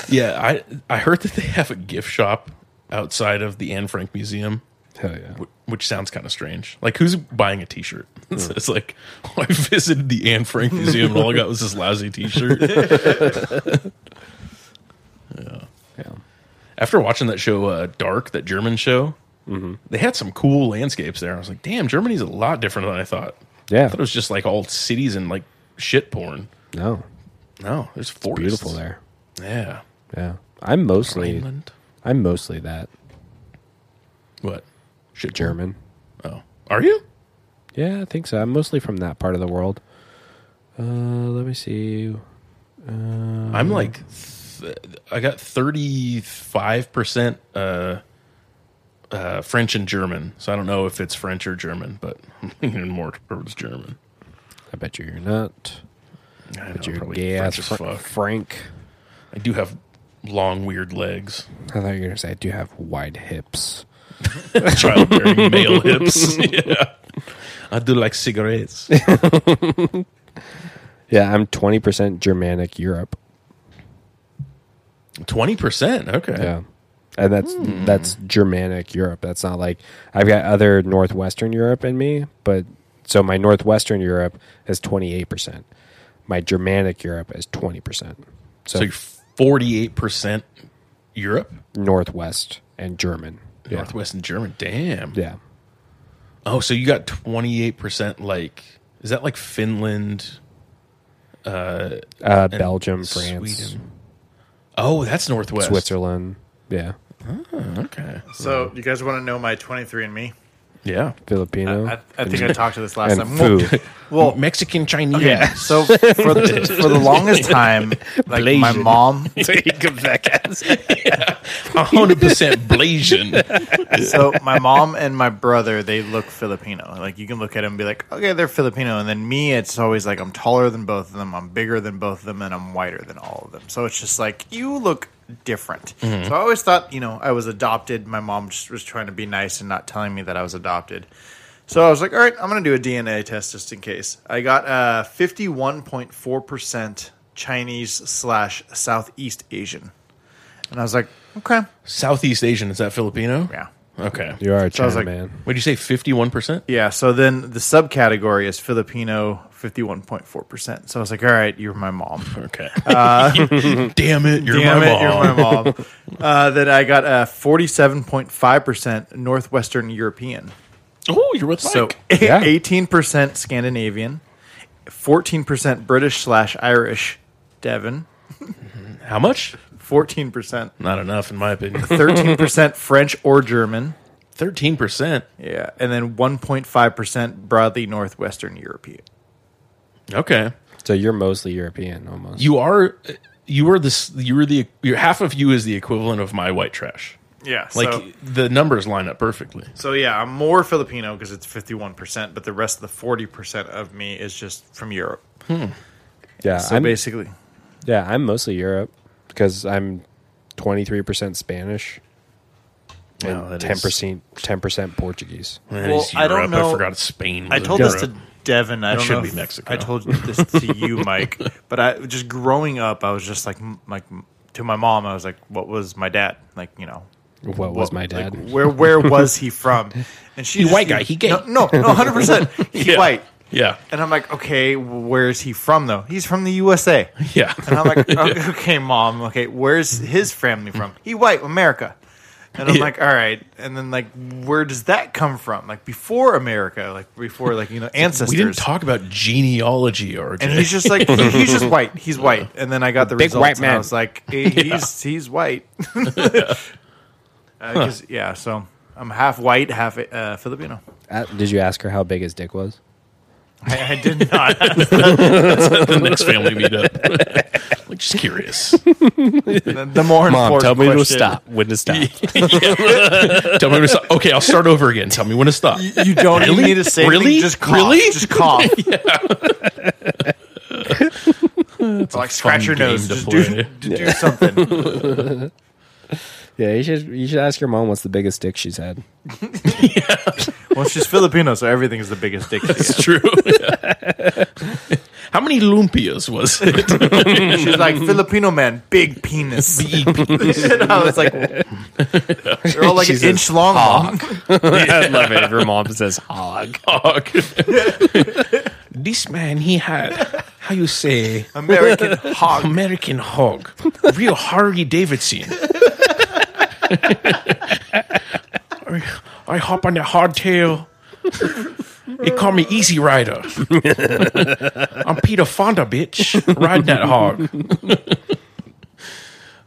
[SPEAKER 3] yeah, I I heard that they have a gift shop outside of the Anne Frank Museum.
[SPEAKER 1] Hell yeah.
[SPEAKER 3] Wh- which sounds kind of strange. Like, who's buying a T-shirt? it's, it's like I visited the Anne Frank Museum and all I got was this lousy T-shirt.
[SPEAKER 1] Yeah.
[SPEAKER 3] After watching that show, uh, Dark, that German show,
[SPEAKER 1] Mm-hmm.
[SPEAKER 3] they had some cool landscapes there. I was like, damn, Germany's a lot different than I thought.
[SPEAKER 1] Yeah.
[SPEAKER 3] I thought it was just like all cities and like shit porn.
[SPEAKER 1] No,
[SPEAKER 3] No, there's forests.
[SPEAKER 1] beautiful there.
[SPEAKER 3] Yeah,
[SPEAKER 1] Yeah, I'm mostly
[SPEAKER 3] Greenland.
[SPEAKER 1] I'm mostly that
[SPEAKER 3] What? Shit porn?
[SPEAKER 1] German.
[SPEAKER 3] Oh, are you?
[SPEAKER 1] Yeah, I think so. I'm mostly from that part of the world. Uh, let me see.
[SPEAKER 3] I'm like, th- I got 35% uh, uh, French and German. So I don't know if it's French or German, but I'm leaning more towards German.
[SPEAKER 1] I bet you you're not.
[SPEAKER 3] I,
[SPEAKER 1] But
[SPEAKER 3] know,
[SPEAKER 1] you're
[SPEAKER 3] probably
[SPEAKER 1] gay ass
[SPEAKER 3] French
[SPEAKER 1] Fra-
[SPEAKER 3] as fuck.
[SPEAKER 1] Frank.
[SPEAKER 3] I do have long, weird legs,
[SPEAKER 1] I thought you were gonna say I do have wide hips.
[SPEAKER 3] childbearing male hips. Yeah. I do like cigarettes.
[SPEAKER 1] Yeah, I'm 20% Germanic Europe.
[SPEAKER 3] 20%. Okay.
[SPEAKER 1] Yeah. And that's that's Germanic Europe. That's not like I've got other northwestern Europe in me, but so my northwestern Europe is 28%. My Germanic Europe is 20%. So,
[SPEAKER 3] So you're 48% Europe,
[SPEAKER 1] northwest and German. Yeah.
[SPEAKER 3] Northwest and German. Damn.
[SPEAKER 1] Yeah.
[SPEAKER 3] Oh, so you got 28% like is that like Finland,
[SPEAKER 1] Uh, Belgium, France,
[SPEAKER 3] Sweden? Oh, that's northwest.
[SPEAKER 1] Switzerland. Yeah.
[SPEAKER 3] Okay.
[SPEAKER 2] So, you guys want to know my 23andMe?
[SPEAKER 3] Yeah.
[SPEAKER 1] Filipino.
[SPEAKER 2] I, I think I talked to this last
[SPEAKER 1] and
[SPEAKER 2] time.
[SPEAKER 1] foo.
[SPEAKER 2] Well, well,
[SPEAKER 3] Oh, Mexican Chinese.
[SPEAKER 2] yeah. So, for the, for the longest time, like my
[SPEAKER 1] Blazing.
[SPEAKER 2] mom,
[SPEAKER 3] hundred percent Blasian.
[SPEAKER 2] so my mom and my brother, they look Filipino. Like, you can look at them and be like, okay, they're Filipino. And then me, it's always like, I'm taller than both of them, I'm bigger than both of them, and I'm whiter than all of them. So, it's just like, you look different. So, I always thought, you know, I was adopted. My mom just was trying to be nice and not telling me that I was adopted. So I was like, all right, I'm going to do a DNA test just in case. I got uh, 51.4% Chinese slash Southeast Asian. And I was like, okay.
[SPEAKER 3] Southeast Asian, is that Filipino?
[SPEAKER 2] Yeah.
[SPEAKER 3] Okay.
[SPEAKER 1] you are a
[SPEAKER 2] So I was
[SPEAKER 1] Chinaman.
[SPEAKER 2] like-
[SPEAKER 3] What'd you say? Fifty one percent?
[SPEAKER 2] Yeah. So then the subcategory is Filipino, 51.4%. So I was like, all right, you're my mom.
[SPEAKER 3] Okay. Damn it, you're
[SPEAKER 2] Damn
[SPEAKER 3] my
[SPEAKER 2] it,
[SPEAKER 3] mom.
[SPEAKER 2] You're my mom. uh, then I got a 47.5% Northwestern European.
[SPEAKER 3] Oh, you're with Mike.
[SPEAKER 2] So
[SPEAKER 1] Yeah.
[SPEAKER 2] eighteen percent Scandinavian, fourteen percent British slash Irish, Devon,
[SPEAKER 3] How much?
[SPEAKER 2] fourteen percent,
[SPEAKER 3] Not enough, in my opinion.
[SPEAKER 2] thirteen percent French or German,
[SPEAKER 3] Thirteen percent.
[SPEAKER 2] yeah, and then one point five percent broadly northwestern European.
[SPEAKER 3] Okay,
[SPEAKER 1] So you're mostly European, almost.
[SPEAKER 3] you are. You are this. You are the. Your half of you is the equivalent of my white trash.
[SPEAKER 2] Yeah,
[SPEAKER 3] Like
[SPEAKER 2] so,
[SPEAKER 3] the numbers line up perfectly.
[SPEAKER 2] so yeah, I'm more Filipino because it's fifty one percent, but the rest of the forty percent of me is just from Europe.
[SPEAKER 3] Uh,
[SPEAKER 1] yeah,
[SPEAKER 2] So
[SPEAKER 1] I'm,
[SPEAKER 2] basically,
[SPEAKER 1] yeah, I'm mostly Europe because I'm 23% Spanish and
[SPEAKER 3] Wow, that is-
[SPEAKER 1] 10% 10% Portuguese.
[SPEAKER 3] That
[SPEAKER 2] Well,
[SPEAKER 3] is
[SPEAKER 2] I don't
[SPEAKER 3] Europe. I
[SPEAKER 2] know-
[SPEAKER 3] forgot Spain.
[SPEAKER 2] I
[SPEAKER 3] was
[SPEAKER 2] told
[SPEAKER 3] in
[SPEAKER 2] this to
[SPEAKER 3] Europe.
[SPEAKER 2] Devin. I don't
[SPEAKER 3] should
[SPEAKER 2] know
[SPEAKER 3] be
[SPEAKER 2] if
[SPEAKER 3] Mexico.
[SPEAKER 2] I told this to you, Mike. But I just growing up, I was just like, m- like m- to my mom, I was like, "What was my dad like?" You know,
[SPEAKER 1] What was my
[SPEAKER 2] like,
[SPEAKER 1] dad?
[SPEAKER 2] where where was he from? And she
[SPEAKER 3] He's
[SPEAKER 2] just-
[SPEAKER 3] white guy. He gay.
[SPEAKER 2] No, no, no, hundred percent. He's
[SPEAKER 3] Yeah.
[SPEAKER 2] white.
[SPEAKER 3] Yeah,
[SPEAKER 2] And I'm like, okay, where is he from though? He's from the USA.
[SPEAKER 3] yeah.
[SPEAKER 2] And I'm like, okay, okay, mom, okay, where's his family from? He white, America. And I'm
[SPEAKER 3] Yeah.
[SPEAKER 2] like, all right. And then like, where does that come from? Like before America, like before like you know ancestors.
[SPEAKER 3] we didn't talk about genealogy, or
[SPEAKER 2] And he's just like he's just white. He's white. And then I got the
[SPEAKER 1] Big
[SPEAKER 2] results,
[SPEAKER 1] white
[SPEAKER 2] and
[SPEAKER 1] man.
[SPEAKER 2] I was like, eh, he's he's white. uh, 'cause- Yeah. So I'm half white, half uh, Filipino.
[SPEAKER 1] Uh, Did you ask her how big his dick was?
[SPEAKER 2] I, I did not.
[SPEAKER 3] the next family meetup. like just curious.
[SPEAKER 2] The, the more important question-
[SPEAKER 1] Uh, When to stop?
[SPEAKER 3] Tell me when to stop. Okay, I'll start over again. Tell me when to stop.
[SPEAKER 2] You don't even need to say anything,
[SPEAKER 3] Really?
[SPEAKER 2] Just cough.
[SPEAKER 3] Really?
[SPEAKER 2] Just cough. It's like scratch your
[SPEAKER 3] game
[SPEAKER 2] nose.
[SPEAKER 3] to
[SPEAKER 2] Just do,
[SPEAKER 3] play.
[SPEAKER 2] to do something.
[SPEAKER 1] yeah, you should you should ask your mom what's the biggest dick she's had.
[SPEAKER 2] Well, she's Filipino, so everything is the biggest dick. She
[SPEAKER 3] It's true. Yeah. How many lumpias was it?
[SPEAKER 2] is. She's like Filipino man, big penis. and I was like, they're all like
[SPEAKER 1] She's
[SPEAKER 2] an
[SPEAKER 1] a
[SPEAKER 2] inch long. Mom.
[SPEAKER 1] I love it if your mom says hog.
[SPEAKER 3] Dog. this man, he had how you say
[SPEAKER 2] American hog.
[SPEAKER 3] American hog, real Harley Davidson. I, I hop on the hardtail. They call me Easy Rider. I'm Peter Fonda, bitch, riding that hog.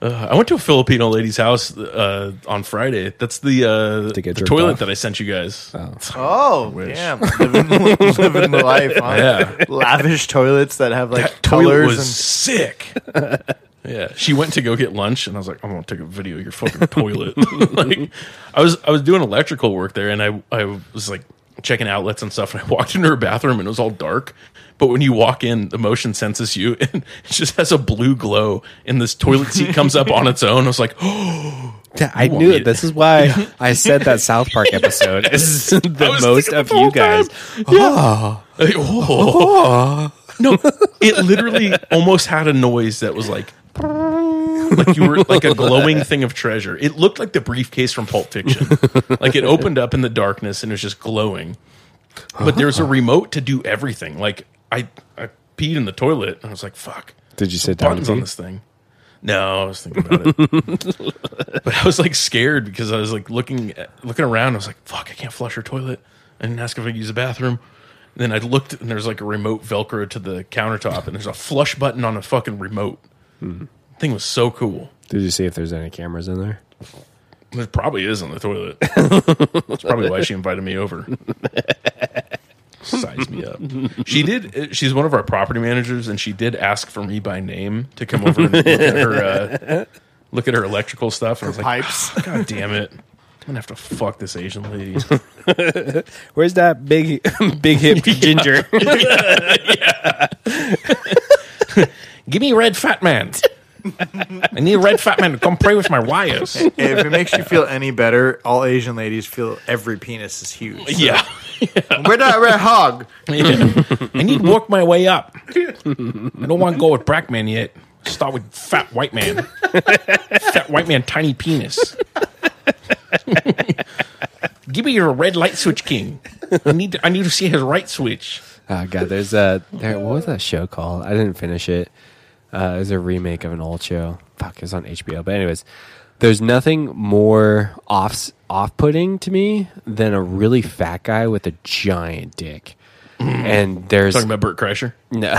[SPEAKER 3] Uh, I went to a Filipino lady's house uh, on Friday. That's the, uh,
[SPEAKER 1] To get
[SPEAKER 3] the
[SPEAKER 1] jerked
[SPEAKER 3] toilet
[SPEAKER 1] off?
[SPEAKER 3] that I sent you guys.
[SPEAKER 2] Oh, yeah. Living, living the life, huh?
[SPEAKER 3] Yeah.
[SPEAKER 2] Lavish toilets that have like
[SPEAKER 3] that toilet
[SPEAKER 2] colors
[SPEAKER 3] was
[SPEAKER 2] and
[SPEAKER 3] sick. yeah, she went to go get lunch, and I was like, "I'm gonna take a video of your fucking toilet." like, I was I was doing electrical work there, and I I was like checking outlets and stuff, and I walked into her bathroom, and it was all dark. But when you walk in, the motion senses you, and it just has a blue glow, and this toilet seat comes up on its own. I was like, "Oh,
[SPEAKER 1] I
[SPEAKER 3] won't
[SPEAKER 1] knew
[SPEAKER 3] be-
[SPEAKER 1] it. This is why I said that South Park episode is the
[SPEAKER 3] was
[SPEAKER 1] most
[SPEAKER 3] thinking
[SPEAKER 1] of
[SPEAKER 3] the whole
[SPEAKER 1] you guys.
[SPEAKER 3] Like, oh. No, it literally almost had a noise that was like, like you were like a glowing thing of treasure. It looked like the briefcase from Pulp Fiction. Like it opened up in the darkness and it was just glowing. But there was a remote to do everything. Like I, I peed in the toilet and I was like, fuck
[SPEAKER 1] Did you sit down?
[SPEAKER 3] buttons
[SPEAKER 1] To
[SPEAKER 3] on
[SPEAKER 1] pee?
[SPEAKER 3] this thing. No, I was thinking about it, but I was like scared because I was like looking at- looking around. I was like, "Fuck, I can't flush her toilet." I didn't ask if I could use the bathroom. And then I looked, and there's like a remote Velcro to the countertop, and there's a flush button on a fucking remote.
[SPEAKER 1] Hmm.
[SPEAKER 3] Thing was so cool.
[SPEAKER 1] Did you see if there's any cameras in there?
[SPEAKER 3] There probably is on the toilet. That's probably why she invited me over. Size me up. She did. uh, She's one of our property managers, and she did ask for me by name to come over and look at her, uh, look at her electrical stuff. And I was like,
[SPEAKER 2] pipes.
[SPEAKER 3] God damn it! I'm gonna have to fuck this Asian lady.
[SPEAKER 1] Where's that big big hip ginger?
[SPEAKER 3] Give me red fat man. I need a red fat man to come play with my wires.
[SPEAKER 2] if it makes you feel any better, all Asian ladies feel every penis is huge. So-
[SPEAKER 3] Yeah.
[SPEAKER 2] We're not red hog.
[SPEAKER 3] I need to work my way up. I don't want to go with black man yet. Start with fat white man. fat white man, tiny penis. Give me your red light switch king. I need to, I need to see his right switch.
[SPEAKER 1] oh god, there's a there. What was that show called? I didn't finish it. Uh, it was a remake of an old show. Fuck, it was on HBO. But anyways, There's nothing more off off putting to me than a really fat guy with a giant dick. And there's
[SPEAKER 3] Talking about Burt Kreischer.
[SPEAKER 1] No.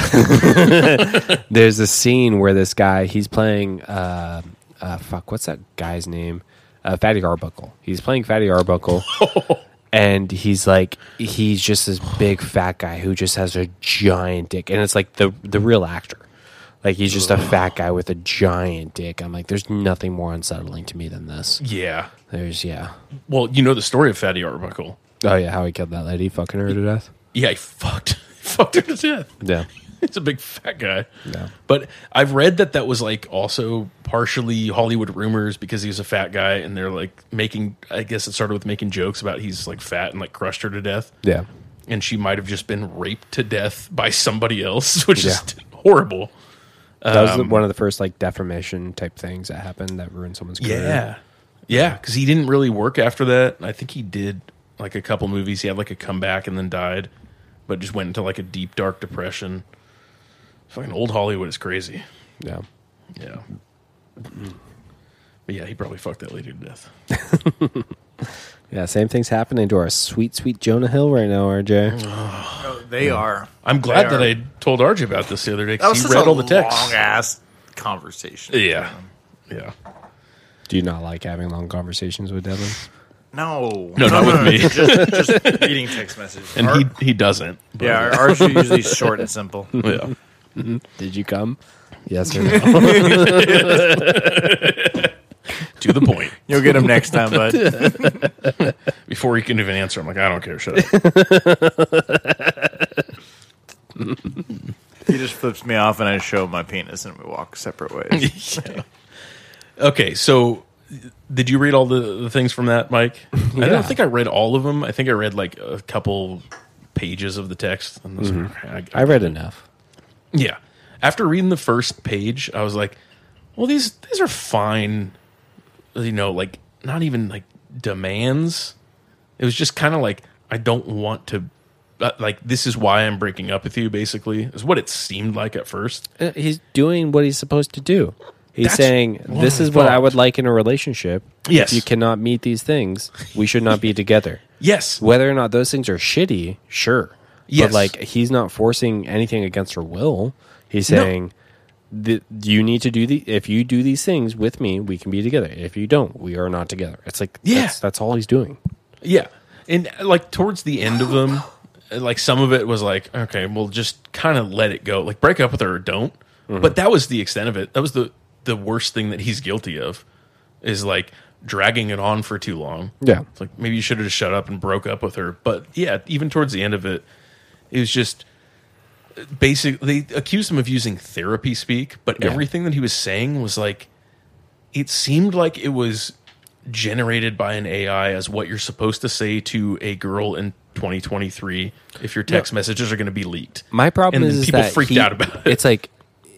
[SPEAKER 1] There's a scene where this guy, he's playing, uh, uh, fuck, what's that guy's name? Uh, Fatty Arbuckle. He's playing Fatty Arbuckle. and he's like, he's just this big fat guy who just has a giant dick. And it's like the, the real actor. Like he's just a fat guy with a giant dick. I'm like, there's nothing more unsettling to me than this.
[SPEAKER 3] Yeah.
[SPEAKER 1] There's, yeah.
[SPEAKER 3] Well, you know the story of Fatty Arbuckle.
[SPEAKER 1] Oh, yeah, how he killed that lady, fucking her to death.
[SPEAKER 3] Yeah, he fucked, fucked her to death.
[SPEAKER 1] Yeah.
[SPEAKER 3] He's a big fat guy. But I've read that that was like also partially Hollywood rumors because he was a fat guy and they're like making, I guess it started with making jokes about he's like fat and like crushed her to death.
[SPEAKER 1] Yeah.
[SPEAKER 3] And she might have just been raped to death by somebody else, which is
[SPEAKER 1] Yeah.
[SPEAKER 3] horrible.
[SPEAKER 1] That was the- one of the first like defamation type things that happened that ruined someone's career.
[SPEAKER 3] Yeah. Yeah. Cause he didn't really work after that. I think he did like a couple movies. He had like a comeback and then died, but just went into like a deep, dark depression. Fucking old Hollywood is crazy.
[SPEAKER 1] Yeah.
[SPEAKER 3] Yeah. Mm-hmm. But yeah, he probably fucked that lady to death.
[SPEAKER 1] Yeah, same thing's happening to our sweet, sweet Jonah Hill right now, RJ.
[SPEAKER 2] They are.
[SPEAKER 3] I'm glad
[SPEAKER 2] They
[SPEAKER 3] that
[SPEAKER 2] are.
[SPEAKER 3] I told RJ about this the other day
[SPEAKER 2] That was
[SPEAKER 3] because he
[SPEAKER 2] such
[SPEAKER 3] read
[SPEAKER 2] a
[SPEAKER 3] all the
[SPEAKER 2] long
[SPEAKER 3] texts.
[SPEAKER 2] ass conversation.
[SPEAKER 3] Yeah. Yeah.
[SPEAKER 1] Do you not like having long conversations with Devin?
[SPEAKER 2] No,
[SPEAKER 3] No, not with me.
[SPEAKER 2] just, just reading text messages.
[SPEAKER 3] And
[SPEAKER 2] Our-
[SPEAKER 3] he he doesn't. but-
[SPEAKER 2] yeah, our- ours are usually short and simple.
[SPEAKER 3] Yeah.
[SPEAKER 1] Did you come? Yes or no?
[SPEAKER 3] To the point.
[SPEAKER 2] You'll get them next time, bud.
[SPEAKER 3] Before he can even answer, I'm like, I don't care. Shut up.
[SPEAKER 2] He just flips me off, and I show him my penis, and we walk separate ways.
[SPEAKER 3] Okay. So did you read all the, the things from that, Mike? I
[SPEAKER 1] Yeah.
[SPEAKER 3] don't think I read all of them. I think I read like a couple pages of the text. And I was like, I,
[SPEAKER 1] I read enough.
[SPEAKER 3] Yeah. After reading the first page, I was like, well, these these are fine, you know, like not even like demands. It was just kind of like I don't want to uh, like this is why I'm breaking up with you basically. Is what it seemed like at first.
[SPEAKER 1] Uh, He's doing what he's supposed to do. He's
[SPEAKER 3] That's
[SPEAKER 1] saying,
[SPEAKER 3] what
[SPEAKER 1] This
[SPEAKER 3] I
[SPEAKER 1] is what I
[SPEAKER 3] thought.
[SPEAKER 1] would like in a relationship.
[SPEAKER 3] Yes.
[SPEAKER 1] If you cannot meet these things, we should not be together.
[SPEAKER 3] Yes.
[SPEAKER 1] Whether or not those things are shitty, sure.
[SPEAKER 3] Yes.
[SPEAKER 1] But like he's not forcing anything against her will. He's saying "Th- you need to do the if you do these things with me, we can be together. If you don't, we are not together. It's like
[SPEAKER 3] Yeah.
[SPEAKER 1] that's, that's all he's doing.
[SPEAKER 3] Yeah. And uh, like towards the end of them, uh, like some of it was like, okay, well just kind of let it go. Like break up with her or don't.
[SPEAKER 1] Mm-hmm.
[SPEAKER 3] But that was the extent of it. That was the the worst thing that he's guilty of is like dragging it on for too long.
[SPEAKER 1] Yeah.
[SPEAKER 3] It's like maybe you should have just shut up and broke up with her. But yeah, even towards the end of it, it was just basically they accused him of using therapy speak, but
[SPEAKER 1] Yeah.
[SPEAKER 3] everything that he was saying was like it seemed like it was generated by an AI as what you're supposed to say to a girl in 2023 if your text messages are going to be leaked.
[SPEAKER 1] My problem
[SPEAKER 3] And
[SPEAKER 1] is,
[SPEAKER 3] then
[SPEAKER 1] is
[SPEAKER 3] people
[SPEAKER 1] that
[SPEAKER 3] freaked
[SPEAKER 1] he-
[SPEAKER 3] out about it.
[SPEAKER 1] It's like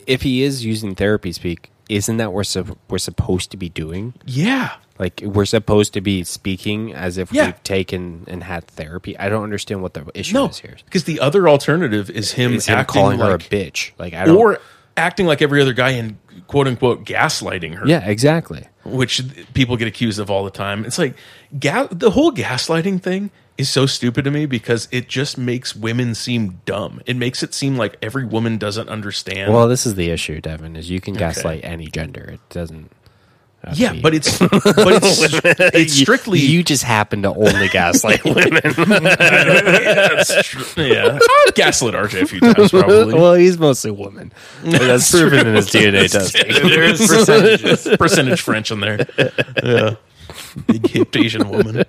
[SPEAKER 1] if he is using therapy speak, isn't that we're sup- we're supposed to be doing?
[SPEAKER 3] yeah.
[SPEAKER 1] Like we're supposed to be speaking as if
[SPEAKER 3] Yeah.
[SPEAKER 1] we've taken and had therapy. I don't understand what the issue
[SPEAKER 3] No,
[SPEAKER 1] is here.
[SPEAKER 3] because the other alternative is him,
[SPEAKER 1] Is him
[SPEAKER 3] acting
[SPEAKER 1] calling
[SPEAKER 3] like,
[SPEAKER 1] her a bitch? Like I don't.
[SPEAKER 3] or acting like every other guy and quote unquote gaslighting her.
[SPEAKER 1] yeah, exactly.
[SPEAKER 3] which th- people get accused of all the time. It's like ga- the whole gaslighting thing is so stupid to me because it just makes women seem dumb. It makes it seem like every woman doesn't understand.
[SPEAKER 1] Well, this is the issue, Devin. Is you can gaslight any gender. It doesn't.
[SPEAKER 3] yeah, but it's but it's, it's strictly
[SPEAKER 1] You just happen to only gaslight women.
[SPEAKER 3] That's tr- yeah. I've gaslit RJ a few times probably.
[SPEAKER 1] well, he's mostly woman. That's proven in his DNA testing.
[SPEAKER 2] There's percentages.
[SPEAKER 3] percentage French in there. Yeah. Big hipped Asian woman.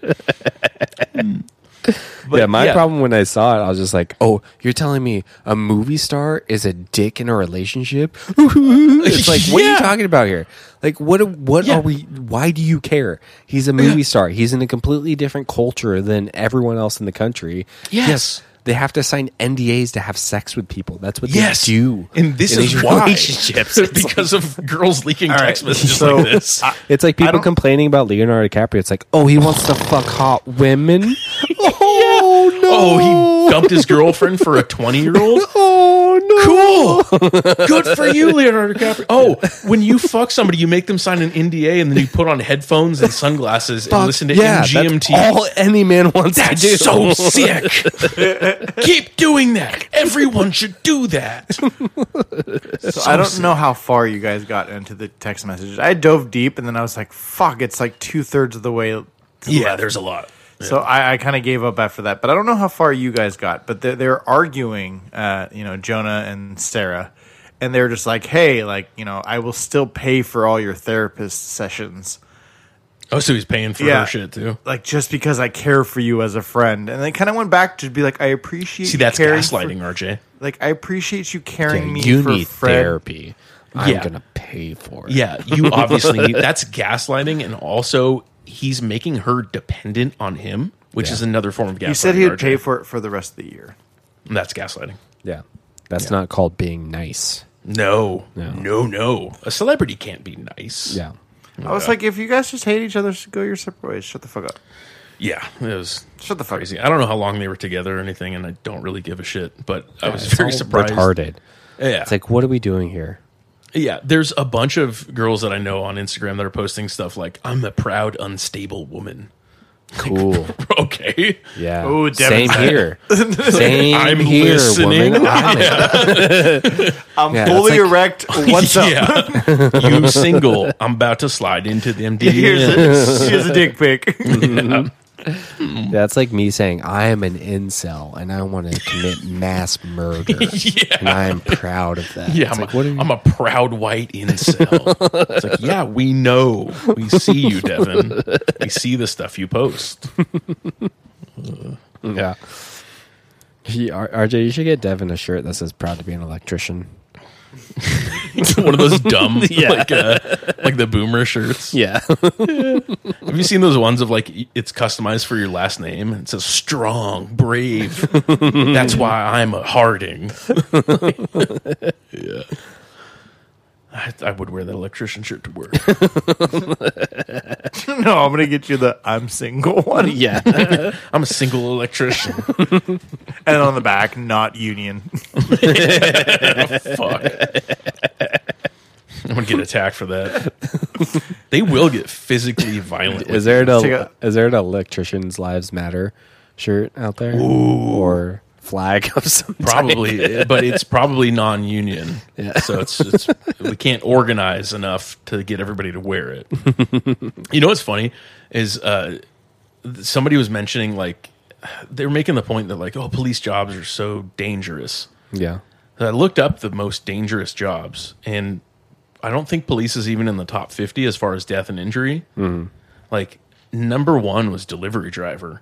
[SPEAKER 1] yeah, my
[SPEAKER 3] yeah.
[SPEAKER 1] problem when I saw it, I was just like, "Oh, you're telling me a movie star is a dick in a relationship?" it's like, what are you
[SPEAKER 3] Yeah.
[SPEAKER 1] talking about here? Like, what? What
[SPEAKER 3] Yeah.
[SPEAKER 1] are we? Why do you care? He's a movie star. He's in a completely different culture than everyone else in the country.
[SPEAKER 3] Yes.
[SPEAKER 1] They have to sign NDAs to have sex with people. That's what
[SPEAKER 3] Yes,
[SPEAKER 1] they do.
[SPEAKER 3] and this
[SPEAKER 1] in
[SPEAKER 3] is
[SPEAKER 1] these
[SPEAKER 3] why
[SPEAKER 1] relationships. It's like-
[SPEAKER 3] because of girls leaking
[SPEAKER 2] right,
[SPEAKER 3] text messages
[SPEAKER 2] so-
[SPEAKER 3] like this.
[SPEAKER 1] It's like people
[SPEAKER 2] don't-
[SPEAKER 1] complaining about Leonardo DiCaprio. It's like, oh, he wants to fuck hot women. Oh no!
[SPEAKER 3] oh, he dumped his girlfriend for a twenty-year-old.
[SPEAKER 1] Oh no!
[SPEAKER 3] Cool. Good for you, Leonardo DiCaprio. Oh, when you fuck somebody, you make them sign an NDA and then you put on headphones and sunglasses and
[SPEAKER 1] Fuck
[SPEAKER 3] listen to
[SPEAKER 1] yeah,
[SPEAKER 3] MGMT.
[SPEAKER 1] That's all any man wants
[SPEAKER 3] That's
[SPEAKER 1] to do.
[SPEAKER 3] so sick. Keep doing that. Everyone should do that.
[SPEAKER 2] So I don't know how far you guys got into the text messages. I dove deep, and then I was like, "Fuck!" It's like two thirds of the way. to
[SPEAKER 3] Yeah,
[SPEAKER 2] left.
[SPEAKER 3] there's a lot.
[SPEAKER 2] So I, I kind of gave up after that, but I don't know how far you guys got. But they're, they're arguing, uh, you know, Jonah and Sarah, and they're just like, "Hey, like, you know, I will still pay for all your therapist sessions,
[SPEAKER 3] Oh, so he's paying for
[SPEAKER 2] Yeah.
[SPEAKER 3] her shit too.
[SPEAKER 2] like just because I care for you as a friend." And they kind of went back to be like, "I appreciate
[SPEAKER 3] See, that's
[SPEAKER 2] you caring for-
[SPEAKER 3] gaslighting, RJ.
[SPEAKER 2] like, I appreciate you caring me
[SPEAKER 1] you
[SPEAKER 2] for
[SPEAKER 1] need
[SPEAKER 2] Fred.
[SPEAKER 1] therapy. I'm
[SPEAKER 3] Yeah.
[SPEAKER 1] gonna pay for it.
[SPEAKER 3] Yeah, you obviously need that's gaslighting, and also he's making her dependent on him, which is another form of gaslighting.
[SPEAKER 2] You said he would
[SPEAKER 3] RJ.
[SPEAKER 2] pay for it for the rest of the year."
[SPEAKER 3] And That's gaslighting.
[SPEAKER 1] yeah. That's not called being nice.
[SPEAKER 3] No, no, no. A celebrity can't be nice.
[SPEAKER 1] Yeah.
[SPEAKER 2] I was like, if you guys just hate each other, just go your separate ways. Shut the fuck up.
[SPEAKER 3] yeah. It was
[SPEAKER 2] Shut the fuck
[SPEAKER 3] crazy.
[SPEAKER 2] up.
[SPEAKER 3] I don't know how long they were together or anything, and I don't really give a shit. But I was very
[SPEAKER 1] It's all
[SPEAKER 3] surprised.
[SPEAKER 1] Retarded.
[SPEAKER 3] Yeah,
[SPEAKER 1] It's like, what are we doing here?
[SPEAKER 3] yeah. There's a bunch of girls that I know on Instagram that are posting stuff like, "I'm a proud, unstable woman."
[SPEAKER 1] Cool.
[SPEAKER 3] okay.
[SPEAKER 1] Yeah.
[SPEAKER 2] Oh,
[SPEAKER 1] same
[SPEAKER 2] Devin's-
[SPEAKER 1] here. Same
[SPEAKER 3] I'm
[SPEAKER 1] here,
[SPEAKER 3] listening.
[SPEAKER 1] woman. I'm
[SPEAKER 2] I'm
[SPEAKER 1] Yeah,
[SPEAKER 2] fully
[SPEAKER 1] it's like-
[SPEAKER 2] erect. What's up?
[SPEAKER 3] Yeah. you single. I'm about to slide into the
[SPEAKER 2] Here's
[SPEAKER 3] MDM.
[SPEAKER 2] a, here's a dick pic.
[SPEAKER 1] That's like me saying I am an incel and I want to commit mass murder, and I am proud of that.
[SPEAKER 3] Yeah,
[SPEAKER 1] It's
[SPEAKER 3] I'm,
[SPEAKER 1] like,
[SPEAKER 3] a,
[SPEAKER 1] what are you?
[SPEAKER 3] I'm a proud white incel. it's like, yeah, we know. We see you, Devin. We see the stuff you post.
[SPEAKER 1] yeah. He- R- RJ, you should get Devin a shirt that says "Proud to be an electrician."
[SPEAKER 3] One of those dumb, like, uh, like the boomer shirts.
[SPEAKER 1] Yeah,
[SPEAKER 3] Have you seen those ones of like it's customized for your last name and it says strong, brave. That's why I'm a Harding. yeah. I, I would wear that electrician shirt to work.
[SPEAKER 2] no, I'm gonna get you the I'm single one,
[SPEAKER 1] yeah.
[SPEAKER 3] I'm a single electrician.
[SPEAKER 2] and on the back, not union.
[SPEAKER 3] Fuck. I'm gonna get attacked for that. They will get physically violent.
[SPEAKER 1] Is there an
[SPEAKER 2] Take a-
[SPEAKER 1] is there an electricians' lives matter shirt out there or flag of some type?
[SPEAKER 3] probably, but it's probably non-union. So it's, it's we can't organize enough to get everybody to wear it. you know what's funny is uh, th- somebody was mentioning like they were making the point that like oh police jobs are so dangerous.
[SPEAKER 1] Yeah,
[SPEAKER 3] I looked up the most dangerous jobs, and I don't think police is even in the top 50 as far as death and injury. Like, number one was delivery driver,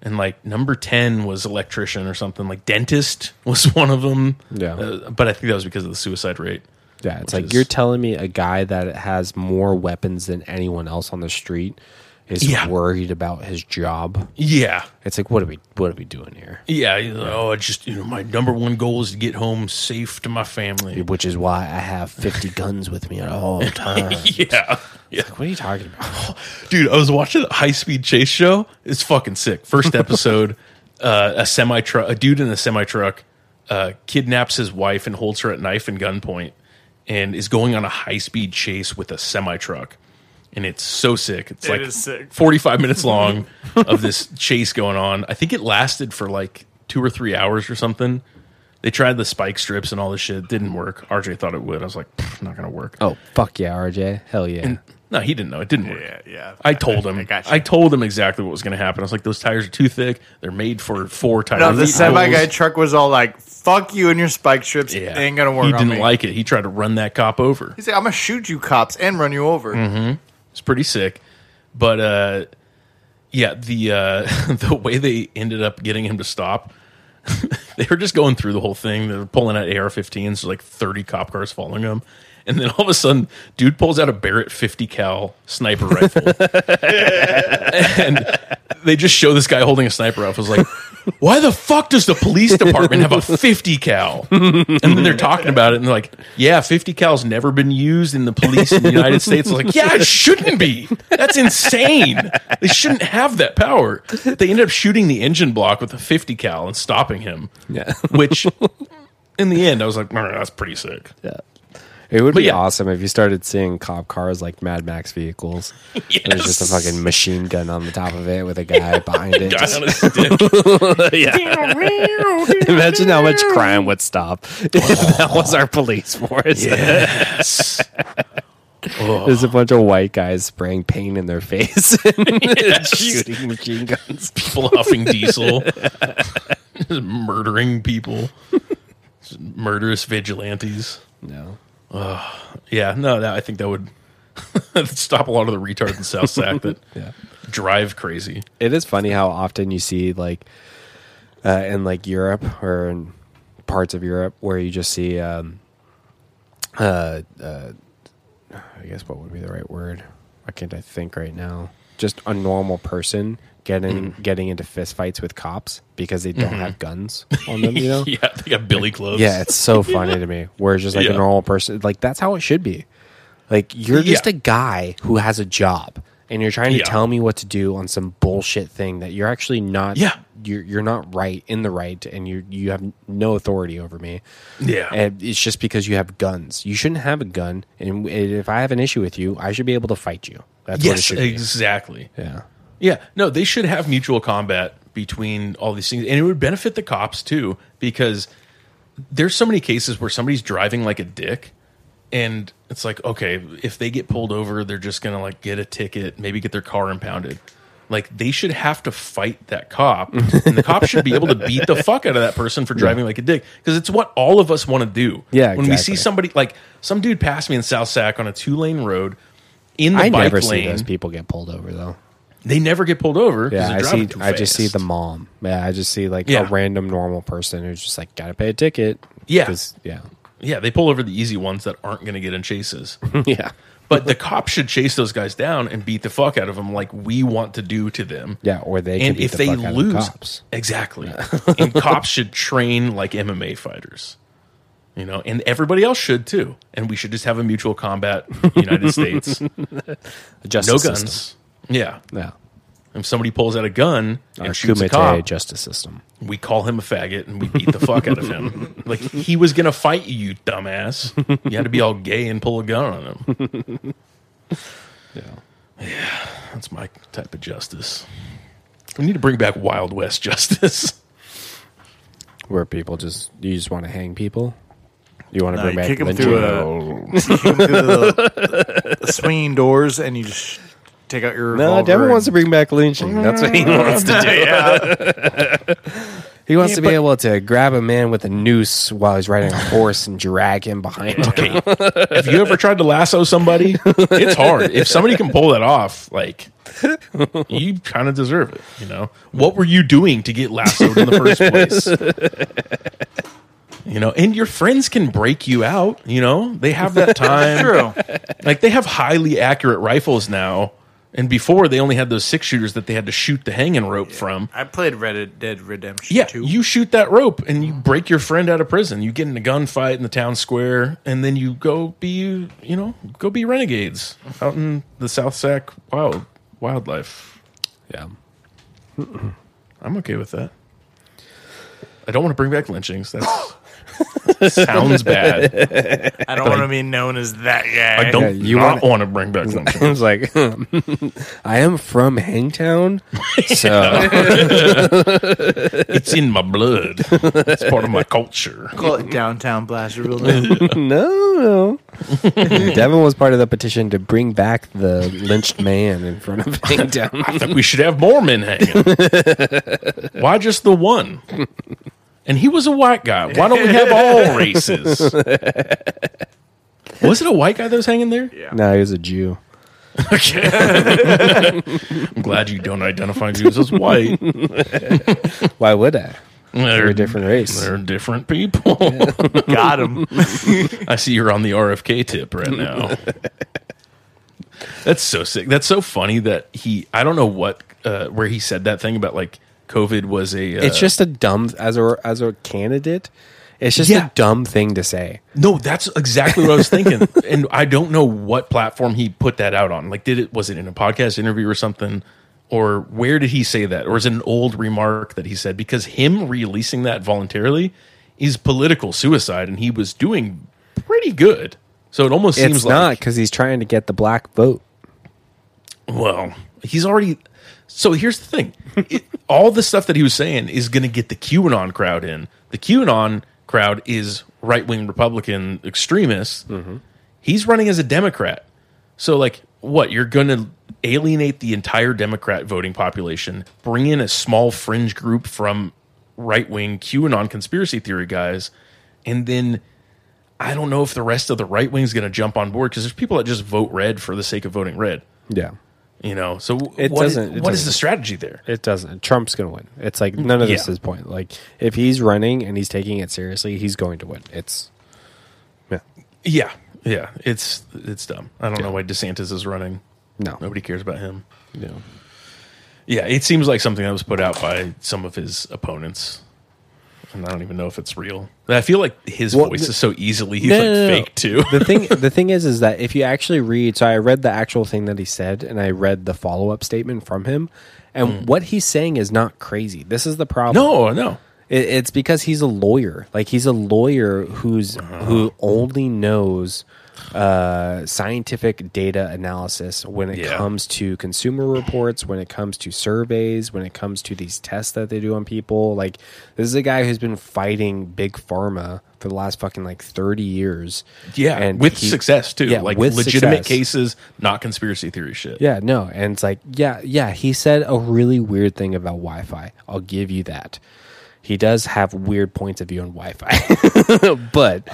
[SPEAKER 3] and like number 10 was electrician or something. Like, dentist was one of them.
[SPEAKER 1] Yeah.
[SPEAKER 3] Uh, but I think that was because of the suicide rate.
[SPEAKER 1] yeah. It's
[SPEAKER 3] Which
[SPEAKER 1] like
[SPEAKER 3] is-
[SPEAKER 1] you're telling me a guy that has more weapons than anyone else on the street is
[SPEAKER 3] Yeah.
[SPEAKER 1] worried about his job.
[SPEAKER 3] Yeah.
[SPEAKER 1] It's like, what are we what are we doing here?
[SPEAKER 3] Yeah. you know, Oh, I just, you know, my number one goal is to get home safe to my family.
[SPEAKER 1] which is why I have 50 guns with me at all times.
[SPEAKER 3] Yeah. Yeah.
[SPEAKER 1] what are you talking about?
[SPEAKER 3] Dude, I was watching a high speed chase show. It's fucking sick. First episode, uh, a semi truck, a dude in a semi truck, uh, kidnaps his wife and holds her at knife and gunpoint, and is going on a high speed chase with a semi truck. And it's so sick. It's like
[SPEAKER 2] is sick.
[SPEAKER 3] 45 minutes long of this chase going on. I think it lasted for like two or three hours or something. They tried the spike strips and all this shit. Didn't work. RJ thought it would. I was like, "Pfft, not going to work.
[SPEAKER 1] Oh, fuck yeah, RJ. Hell yeah.
[SPEAKER 3] No, he didn't know. It didn't work.
[SPEAKER 2] Oh. yeah.
[SPEAKER 3] I told him. I,
[SPEAKER 2] got you.
[SPEAKER 3] told him exactly what was going to happen. I was like, "Those tires are too thick. They're made for four tires."
[SPEAKER 2] no, the
[SPEAKER 3] These
[SPEAKER 2] semi
[SPEAKER 3] holes-
[SPEAKER 2] guy truck was all like, "Fuck you and your spike strips.
[SPEAKER 3] Yeah.
[SPEAKER 2] Ain't gonna work."
[SPEAKER 3] He
[SPEAKER 2] on
[SPEAKER 3] didn't
[SPEAKER 2] me."
[SPEAKER 3] like it. He tried to run that cop over.
[SPEAKER 2] He's like, "I'm gonna shoot you, cops, and run you over."
[SPEAKER 3] Mm-hmm. It's pretty sick. But uh, yeah, the uh, the way they ended up getting him to stop, they were just going through the whole thing. They were pulling out AR-15s, like thirty cop cars following them. And then all of a sudden, dude pulls out a Barrett 50 cal sniper rifle. and they just show this guy holding a sniper rifle. It's like, why the fuck does the police department have a 50 cal? And then they're talking about it and they're like, yeah, 50 cal's never been used in the police in the United States. I was like, yeah, it shouldn't be. That's insane. They shouldn't have that power. They ended up shooting the engine block with a 50 cal and stopping him.
[SPEAKER 1] Yeah.
[SPEAKER 3] Which in the end, I was like, "All right, that's pretty sick.
[SPEAKER 1] Yeah. It would be
[SPEAKER 3] yeah.
[SPEAKER 1] awesome if you started seeing cop cars like Mad Max vehicles. There's just a
[SPEAKER 3] Yes.
[SPEAKER 1] fucking machine gun on the top of it with a guy behind it.
[SPEAKER 3] Guy
[SPEAKER 1] Just-
[SPEAKER 3] on a stick.
[SPEAKER 1] imagine how much crime would stop if
[SPEAKER 3] Oh.
[SPEAKER 1] that was our police force.
[SPEAKER 3] Yes. Oh,
[SPEAKER 1] There's a bunch of white guys spraying paint in their face and shooting machine guns.
[SPEAKER 3] people huffing diesel, Just murdering people, Just murderous vigilantes.
[SPEAKER 1] No.
[SPEAKER 3] Yeah, no, that, I think that would stop a lot of the retards in South Sac that
[SPEAKER 1] Yeah.
[SPEAKER 3] drive crazy.
[SPEAKER 1] It is funny how often you see like uh, in like Europe or in parts of Europe where you just see um, uh, uh, I guess what would be the right word? Why can't I think right now? Just a normal person getting getting into fistfights with cops because they don't have guns on them, you know?
[SPEAKER 3] Yeah, they got Billy clubs.
[SPEAKER 1] Yeah, it's so funny to me. Where it's just like
[SPEAKER 3] Yeah.
[SPEAKER 1] a normal person, like that's how it should be. Like you're just
[SPEAKER 3] Yeah.
[SPEAKER 1] a guy who has a job, and you're trying to
[SPEAKER 3] Yeah.
[SPEAKER 1] tell me what to do on some bullshit thing that you're actually not.
[SPEAKER 3] Yeah.
[SPEAKER 1] you're you're not right in the right, and you you have no authority over me.
[SPEAKER 3] Yeah.
[SPEAKER 1] and it's just because you have guns. You shouldn't have a gun, and if I have an issue with you, I should be able to fight you. That's what it
[SPEAKER 3] yes, eh,
[SPEAKER 1] should
[SPEAKER 3] exactly.
[SPEAKER 1] be. Yeah,
[SPEAKER 3] Yeah, no, they should have mutual combat between all these things, and it would benefit the cops too because there's so many cases where somebody's driving like a dick, and it's like, okay, if they get pulled over, they're just gonna like get a ticket, maybe get their car impounded. Like they should have to fight that cop, and the cop should be able to beat the fuck out of that person for driving like a dick because it's what all of us want to do.
[SPEAKER 1] Yeah,
[SPEAKER 3] when we see
[SPEAKER 1] exactly.
[SPEAKER 3] somebody like some dude passed me in South Sac on a two lane road in the
[SPEAKER 1] I
[SPEAKER 3] bike
[SPEAKER 1] never
[SPEAKER 3] lane
[SPEAKER 1] see those people get pulled over though.
[SPEAKER 3] they never get pulled over. 'cause
[SPEAKER 1] Yeah,
[SPEAKER 3] they're
[SPEAKER 1] I
[SPEAKER 3] driving
[SPEAKER 1] see.
[SPEAKER 3] too
[SPEAKER 1] I just see
[SPEAKER 3] fast.
[SPEAKER 1] the mom. Yeah, I just see like
[SPEAKER 3] Yeah.
[SPEAKER 1] a random normal person who's just like gotta pay a ticket.
[SPEAKER 3] Yeah.
[SPEAKER 1] 'Cause- yeah,
[SPEAKER 3] Yeah, they pull over the easy ones that aren't going to get in chases.
[SPEAKER 1] yeah,
[SPEAKER 3] but the cops should chase those guys down and beat the fuck out of them, like we want to do to them.
[SPEAKER 1] yeah. Or they can
[SPEAKER 3] and
[SPEAKER 1] beat
[SPEAKER 3] if
[SPEAKER 1] the
[SPEAKER 3] they
[SPEAKER 1] fuck out of the
[SPEAKER 3] lose,
[SPEAKER 1] cops.
[SPEAKER 3] exactly. and cops should train like MMA fighters, you know, and everybody else should too. And we should just have a mutual combat United States, no
[SPEAKER 1] justice
[SPEAKER 3] guns.
[SPEAKER 1] System.
[SPEAKER 3] Yeah,
[SPEAKER 1] Yeah,
[SPEAKER 3] if somebody pulls out a gun and
[SPEAKER 1] our
[SPEAKER 3] shoots a cop,
[SPEAKER 1] Kumite justice system.
[SPEAKER 3] we call him a faggot and we beat the fuck out of him. Like he was gonna fight you, you dumbass. You had to be all gay and pull a gun on him. Yeah. That's my type of justice. We need to bring back Wild West justice.
[SPEAKER 1] Where people just you just want to hang people. You want to
[SPEAKER 2] No,
[SPEAKER 1] bring
[SPEAKER 2] you
[SPEAKER 1] back
[SPEAKER 2] kick 'em
[SPEAKER 1] lynching?
[SPEAKER 2] through uh, Through the, the swinging doors, and you just take out your
[SPEAKER 1] no,
[SPEAKER 2] revolver
[SPEAKER 1] Devin
[SPEAKER 2] and-
[SPEAKER 1] wants to bring back lynching. That's what he wants to do. He wants to be able to grab a man with a noose while he's riding a horse and drag him behind him.
[SPEAKER 3] Okay. Have you ever tried to lasso somebody? It's hard. If somebody can pull that off, like you kind of deserve it, you know. What were you doing to get lassoed in the first place? You know, and your friends can break you out, you know? They have that time.
[SPEAKER 2] True.
[SPEAKER 3] Like they have highly accurate rifles now. And before they only had those six shooters that they had to shoot the hanging rope from.
[SPEAKER 2] I played Red Dead Redemption
[SPEAKER 3] Yeah,
[SPEAKER 2] 2.
[SPEAKER 3] you shoot that rope and you break your friend out of prison. You get in a gunfight in the town square, and then you go be you know go be renegades out in the South Sac wild wildlife.
[SPEAKER 1] Yeah.
[SPEAKER 3] I'm okay with that. I don't want to bring back lynchings. That sounds bad.
[SPEAKER 2] I don't want to be known as that guy.
[SPEAKER 3] I don't
[SPEAKER 1] Yeah, you
[SPEAKER 3] not
[SPEAKER 1] wanna-
[SPEAKER 3] want to bring back lynchings.
[SPEAKER 1] I was like, I am from Hangtown, so
[SPEAKER 3] It's in my blood. It's part of my culture.
[SPEAKER 2] call it downtown Blasterville. now.
[SPEAKER 1] no, no. Devin was part of the petition to bring back the lynched man in front of Hangtown.
[SPEAKER 3] I think we should have more men hanging. Why just the one? And he was a white guy. Why don't we have all races? Was it a white guy that was hanging there? Yeah.
[SPEAKER 1] No, he was a Jew.
[SPEAKER 3] I'm glad you don't identify Jews as white.
[SPEAKER 1] Why would I?
[SPEAKER 3] They're
[SPEAKER 1] a different race.
[SPEAKER 3] They're different people.
[SPEAKER 2] Got him.
[SPEAKER 3] I see you're on the RFK tip right now. That's so sick. That's so funny that he. I don't know what uh, where he said that thing about like COVID was a. Uh,
[SPEAKER 1] it's just a dumb as a as a candidate. It's just
[SPEAKER 3] Yeah.
[SPEAKER 1] a dumb thing to say.
[SPEAKER 3] no. That's exactly what I was thinking, and I don't know what platform he put that out on. Like, did it was it in a podcast interview or something, or where did he say that, or is it an old remark that he said? Because him releasing that voluntarily is political suicide, and he was doing pretty good. So it almost seems
[SPEAKER 1] it's not
[SPEAKER 3] like
[SPEAKER 1] because he's trying to get the black vote.
[SPEAKER 3] Well, he's already. So here's the thing: it, all the stuff that he was saying is going to get the QAnon crowd in. The QAnon crowd is right wing Republican extremists. He's running as a Democrat, so like, what you're going to alienate the entire Democrat voting population? Bring in a small fringe group from right wing QAnon conspiracy theory guys, and then. I don't know if the rest of the right wing is going to jump on board because there's people that just vote red for the sake of voting red.
[SPEAKER 1] Yeah,
[SPEAKER 3] You know, so w-
[SPEAKER 1] It
[SPEAKER 3] what is-
[SPEAKER 1] doesn't- it
[SPEAKER 3] what is
[SPEAKER 1] doesn't.
[SPEAKER 3] the strategy there?
[SPEAKER 1] it doesn't. Trump's gonna win. It's like none of this
[SPEAKER 3] Yeah.
[SPEAKER 1] is point. Like if he's running and he's taking it seriously, he's going to win. It's yeah,
[SPEAKER 3] Yeah, yeah, it's it's dumb. I don't know why DeSantis is running.
[SPEAKER 1] No.
[SPEAKER 3] nobody cares about him.
[SPEAKER 1] no.
[SPEAKER 3] Yeah, it seems like something that was put out by some of his opponents, and I don't even know if it's real. I feel like his
[SPEAKER 1] Well,
[SPEAKER 3] voice
[SPEAKER 1] the-
[SPEAKER 3] is so easily he's
[SPEAKER 1] No,
[SPEAKER 3] like
[SPEAKER 1] no, no, no.
[SPEAKER 3] fake too.
[SPEAKER 1] the thing the thing is is that if you actually read so i read the actual thing that he said and i read the follow-up statement from him and what he's saying is not crazy this is the problem
[SPEAKER 3] Mm. no, no,
[SPEAKER 1] it, it's because he's a lawyer like he's a lawyer who's
[SPEAKER 3] Uh-huh.
[SPEAKER 1] who only knows uh, scientific data analysis when it
[SPEAKER 3] Yeah.
[SPEAKER 1] comes to consumer reports when it comes to surveys when it comes to these tests that they do on people like this is a guy who's been fighting big pharma for the last fucking like 30 years
[SPEAKER 3] yeah,
[SPEAKER 1] And
[SPEAKER 3] with
[SPEAKER 1] he-
[SPEAKER 3] success too.
[SPEAKER 1] yeah,
[SPEAKER 3] like
[SPEAKER 1] with
[SPEAKER 3] legitimate
[SPEAKER 1] success.
[SPEAKER 3] cases, not conspiracy theory shit.
[SPEAKER 1] Yeah, no. And it's like, yeah, yeah, he said a really weird thing about Wi Fi. I'll give you that. He does have weird points of view on Wi Fi. but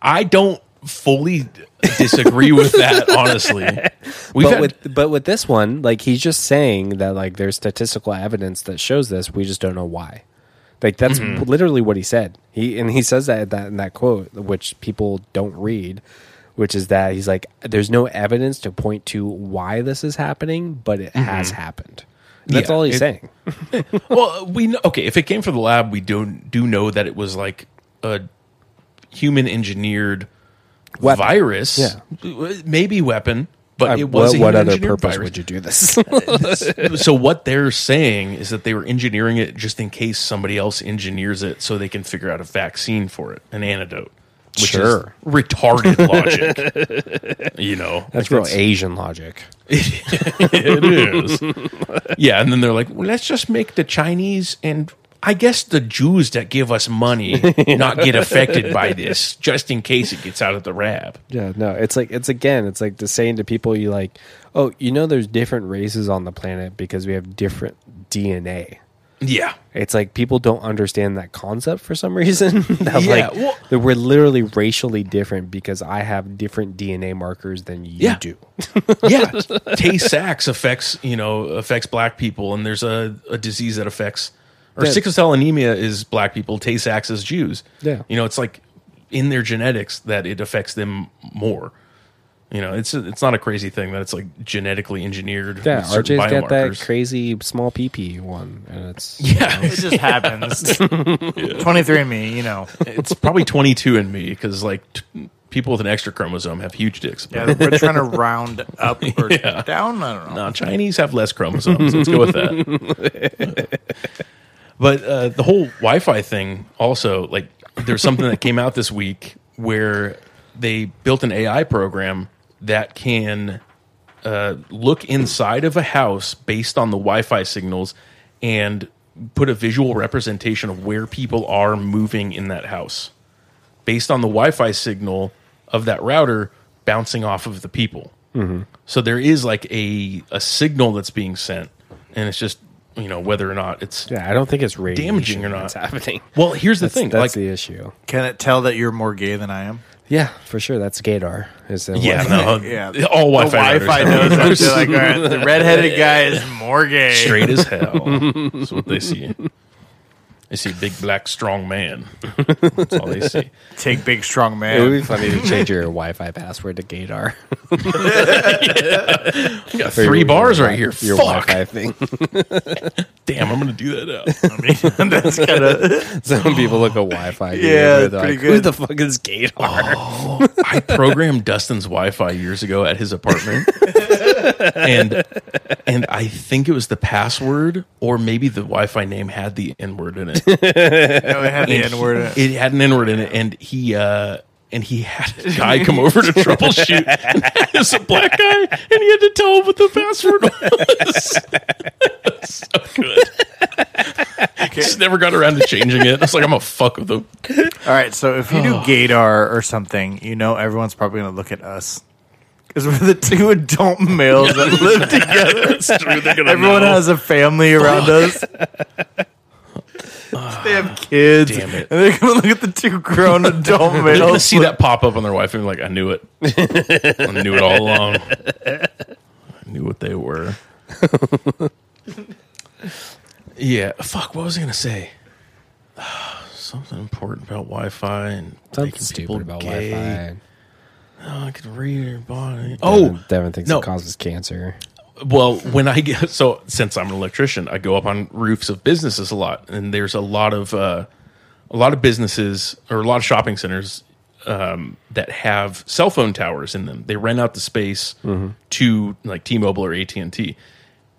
[SPEAKER 3] I don't fully disagree with that. Honestly, we've
[SPEAKER 1] but
[SPEAKER 3] had-
[SPEAKER 1] with but with this one, like he's just saying that like there's statistical evidence that shows this, we just don't know why. Like that's
[SPEAKER 3] Mm-hmm.
[SPEAKER 1] literally what he said. He and he says that that in that quote, which people don't read, which is that he's like, there's no evidence to point to why this is happening, but it has happened. And that's
[SPEAKER 3] Mm-hmm. Yeah,
[SPEAKER 1] all he's
[SPEAKER 3] it-
[SPEAKER 1] saying.
[SPEAKER 3] well, we know, okay. If it came from the lab, we do do know that it was like a human engineered
[SPEAKER 1] Weapon.
[SPEAKER 3] virus,
[SPEAKER 1] Yeah.
[SPEAKER 3] maybe weapon, but
[SPEAKER 1] Uh,
[SPEAKER 3] it was
[SPEAKER 1] what, what
[SPEAKER 3] a human
[SPEAKER 1] other
[SPEAKER 3] engineered
[SPEAKER 1] purpose
[SPEAKER 3] virus.
[SPEAKER 1] would you do this?
[SPEAKER 3] so what they're saying is that they were engineering it just in case somebody else engineers it, so they can figure out a vaccine for it, an antidote. Which
[SPEAKER 1] Sure.
[SPEAKER 3] is retarded logic. you know,
[SPEAKER 1] that's real Asian logic.
[SPEAKER 3] it is. yeah, and then they're like, well, let's just make the Chinese and I guess the Jews that give us money not get affected by this, just in case it gets out of the rab.
[SPEAKER 1] Yeah, no, it's like it's again, it's like the saying to people you like, oh, you know, there's different races on the planet because we have different DNA.
[SPEAKER 3] Yeah.
[SPEAKER 1] It's like people don't understand that concept for some reason. that
[SPEAKER 3] Yeah,
[SPEAKER 1] like
[SPEAKER 3] well-
[SPEAKER 1] that we're literally racially different because I have different DNA markers than you
[SPEAKER 3] Yeah.
[SPEAKER 1] do.
[SPEAKER 3] Yeah. Tay Sachs affects, you know, affects black people and there's a, a disease that affects or
[SPEAKER 1] Yeah.
[SPEAKER 3] sickle cell anemia is black people, Tay Sachs is Jews.
[SPEAKER 1] Yeah.
[SPEAKER 3] You know, it's like in their genetics that it affects them more. You know, it's it's not a crazy thing that it's like genetically engineered.
[SPEAKER 1] Yeah,
[SPEAKER 3] with certain
[SPEAKER 1] RJ's got that
[SPEAKER 3] biomarkers.
[SPEAKER 1] crazy small PP one, and it's
[SPEAKER 3] Yeah,
[SPEAKER 2] It just happens. Twenty three and me, you know.
[SPEAKER 3] it's probably 22 in me because like t- people with an extra chromosome have huge dicks. But
[SPEAKER 2] Yeah, we're trying to round up or down. I don't know.
[SPEAKER 3] uh, Chinese have less chromosomes. Let's go with that. but uh, the whole Wi-Fi thing also like there's something that came out this week where they built an AI program that can uh, look inside of a house based on the Wi-Fi signals and put a visual representation of where people are moving in that house based on the Wi-Fi signal of that router bouncing off of the people.
[SPEAKER 1] Mm-hmm.
[SPEAKER 3] So there is like a a signal that's being sent, and it's just you know whether or not it's
[SPEAKER 1] yeah. I don't think it's radiation
[SPEAKER 3] damaging or not
[SPEAKER 1] that's happening.
[SPEAKER 3] Well, here's the
[SPEAKER 1] That's,
[SPEAKER 3] thing,
[SPEAKER 1] that's
[SPEAKER 3] like
[SPEAKER 1] the issue.
[SPEAKER 2] Can it tell that you're more gay than I am?
[SPEAKER 1] Yeah, for sure. That's Gadar. Is the
[SPEAKER 3] Uh, yeah,
[SPEAKER 1] Wi-Fi.
[SPEAKER 3] no,
[SPEAKER 2] Yeah.
[SPEAKER 3] all Wi-Fi,
[SPEAKER 2] The Wi-Fi
[SPEAKER 3] routers are
[SPEAKER 2] knows. I'm just like, all right, the redheaded guy is more gay.
[SPEAKER 3] straight as hell. That's what they see. They see big black strong man. That's all they see.
[SPEAKER 2] Take big strong
[SPEAKER 1] It would
[SPEAKER 2] man.
[SPEAKER 1] be funny to change your Wi-Fi password to Gator.
[SPEAKER 3] We got three bars right here.
[SPEAKER 1] Your
[SPEAKER 3] Fuck.
[SPEAKER 1] Wi-Fi thing.
[SPEAKER 3] Damn, I'm gonna do that. Out.
[SPEAKER 2] I mean, that's kind of
[SPEAKER 1] Some people look at Wi-Fi.
[SPEAKER 2] Yeah,
[SPEAKER 1] they're
[SPEAKER 2] it's pretty
[SPEAKER 1] like, Who
[SPEAKER 2] good.
[SPEAKER 1] the fuck is Gator?
[SPEAKER 3] I programmed Dustin's Wi-Fi years ago at his apartment, and and I think it was the password or maybe the Wi-Fi name had the N word in it.
[SPEAKER 2] no, it had the N word. in it.
[SPEAKER 3] It had an N word in it, and he uh, and he had a guy come over to troubleshoot. it was a black guy, and he had to tell him what the password was. so good. Just never got around to changing it. I was like, I'm a fuck with them.
[SPEAKER 2] All right, so if you do Gadar or something, you know everyone's probably going to look at us because we're the two adult males that live together.
[SPEAKER 3] It's true, they're gonna
[SPEAKER 2] Everyone
[SPEAKER 3] know.
[SPEAKER 2] has a family around us. they have kids,
[SPEAKER 3] Damn it.
[SPEAKER 2] and they're going to look at the two grown adult
[SPEAKER 3] They're gonna
[SPEAKER 2] males.
[SPEAKER 3] see that pop up on their wife and be like, I knew it. I knew it all along. I knew what they were. yeah. Fuck, what was I gonna say? Something important about Wi Fi and
[SPEAKER 1] Something
[SPEAKER 3] making
[SPEAKER 1] stupid about
[SPEAKER 3] gay.
[SPEAKER 1] Wi-Fi.
[SPEAKER 3] Oh, I could read your body. Oh,
[SPEAKER 1] Devin- Devin thinks
[SPEAKER 3] no.
[SPEAKER 1] it causes cancer.
[SPEAKER 3] well, when I get so since I'm an electrician, I go up on roofs of businesses a lot, and there's a lot of uh, a lot of businesses or a lot of shopping centers um, that have cell phone towers in them. They rent out the space to like T-Mobile or AT and T,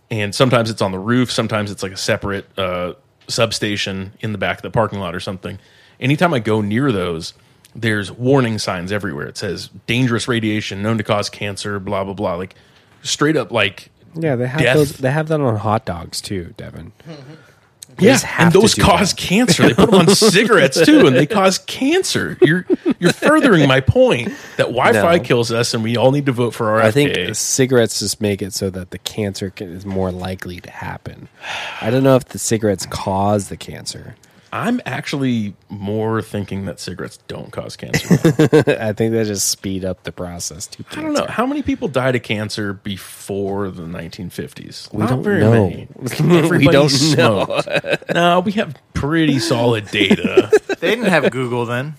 [SPEAKER 3] and sometimes it's on the roof, sometimes it's like a separate uh, substation in the back of the parking lot or something. Anytime I go near those, there's warning signs everywhere. It says dangerous radiation, known to cause cancer, blah blah blah. Like straight up, like
[SPEAKER 1] Yeah, they have
[SPEAKER 3] Death.
[SPEAKER 1] those, they have that on hot dogs too, Devin.
[SPEAKER 3] Yeah,
[SPEAKER 1] just have
[SPEAKER 3] and
[SPEAKER 1] to
[SPEAKER 3] those
[SPEAKER 1] do
[SPEAKER 3] cause cancer. They put them on cigarettes too, and they cause cancer. You're you're furthering my point that Wi-Fi
[SPEAKER 1] No.
[SPEAKER 3] kills us, and we all need to vote for RFK.
[SPEAKER 1] I think cigarettes just make it so that the cancer can, is more likely to happen. I don't know if the cigarettes cause the cancer.
[SPEAKER 3] I'm actually more thinking that cigarettes don't cause cancer.
[SPEAKER 1] I think they just speed up the process to
[SPEAKER 3] I
[SPEAKER 1] cancer.
[SPEAKER 3] don't know how many people died of cancer before the 1950s. We Not
[SPEAKER 1] don't
[SPEAKER 3] very
[SPEAKER 1] know.
[SPEAKER 3] many. Everybody
[SPEAKER 1] don't
[SPEAKER 3] smoked. no, we have pretty solid data.
[SPEAKER 2] they didn't have Google then.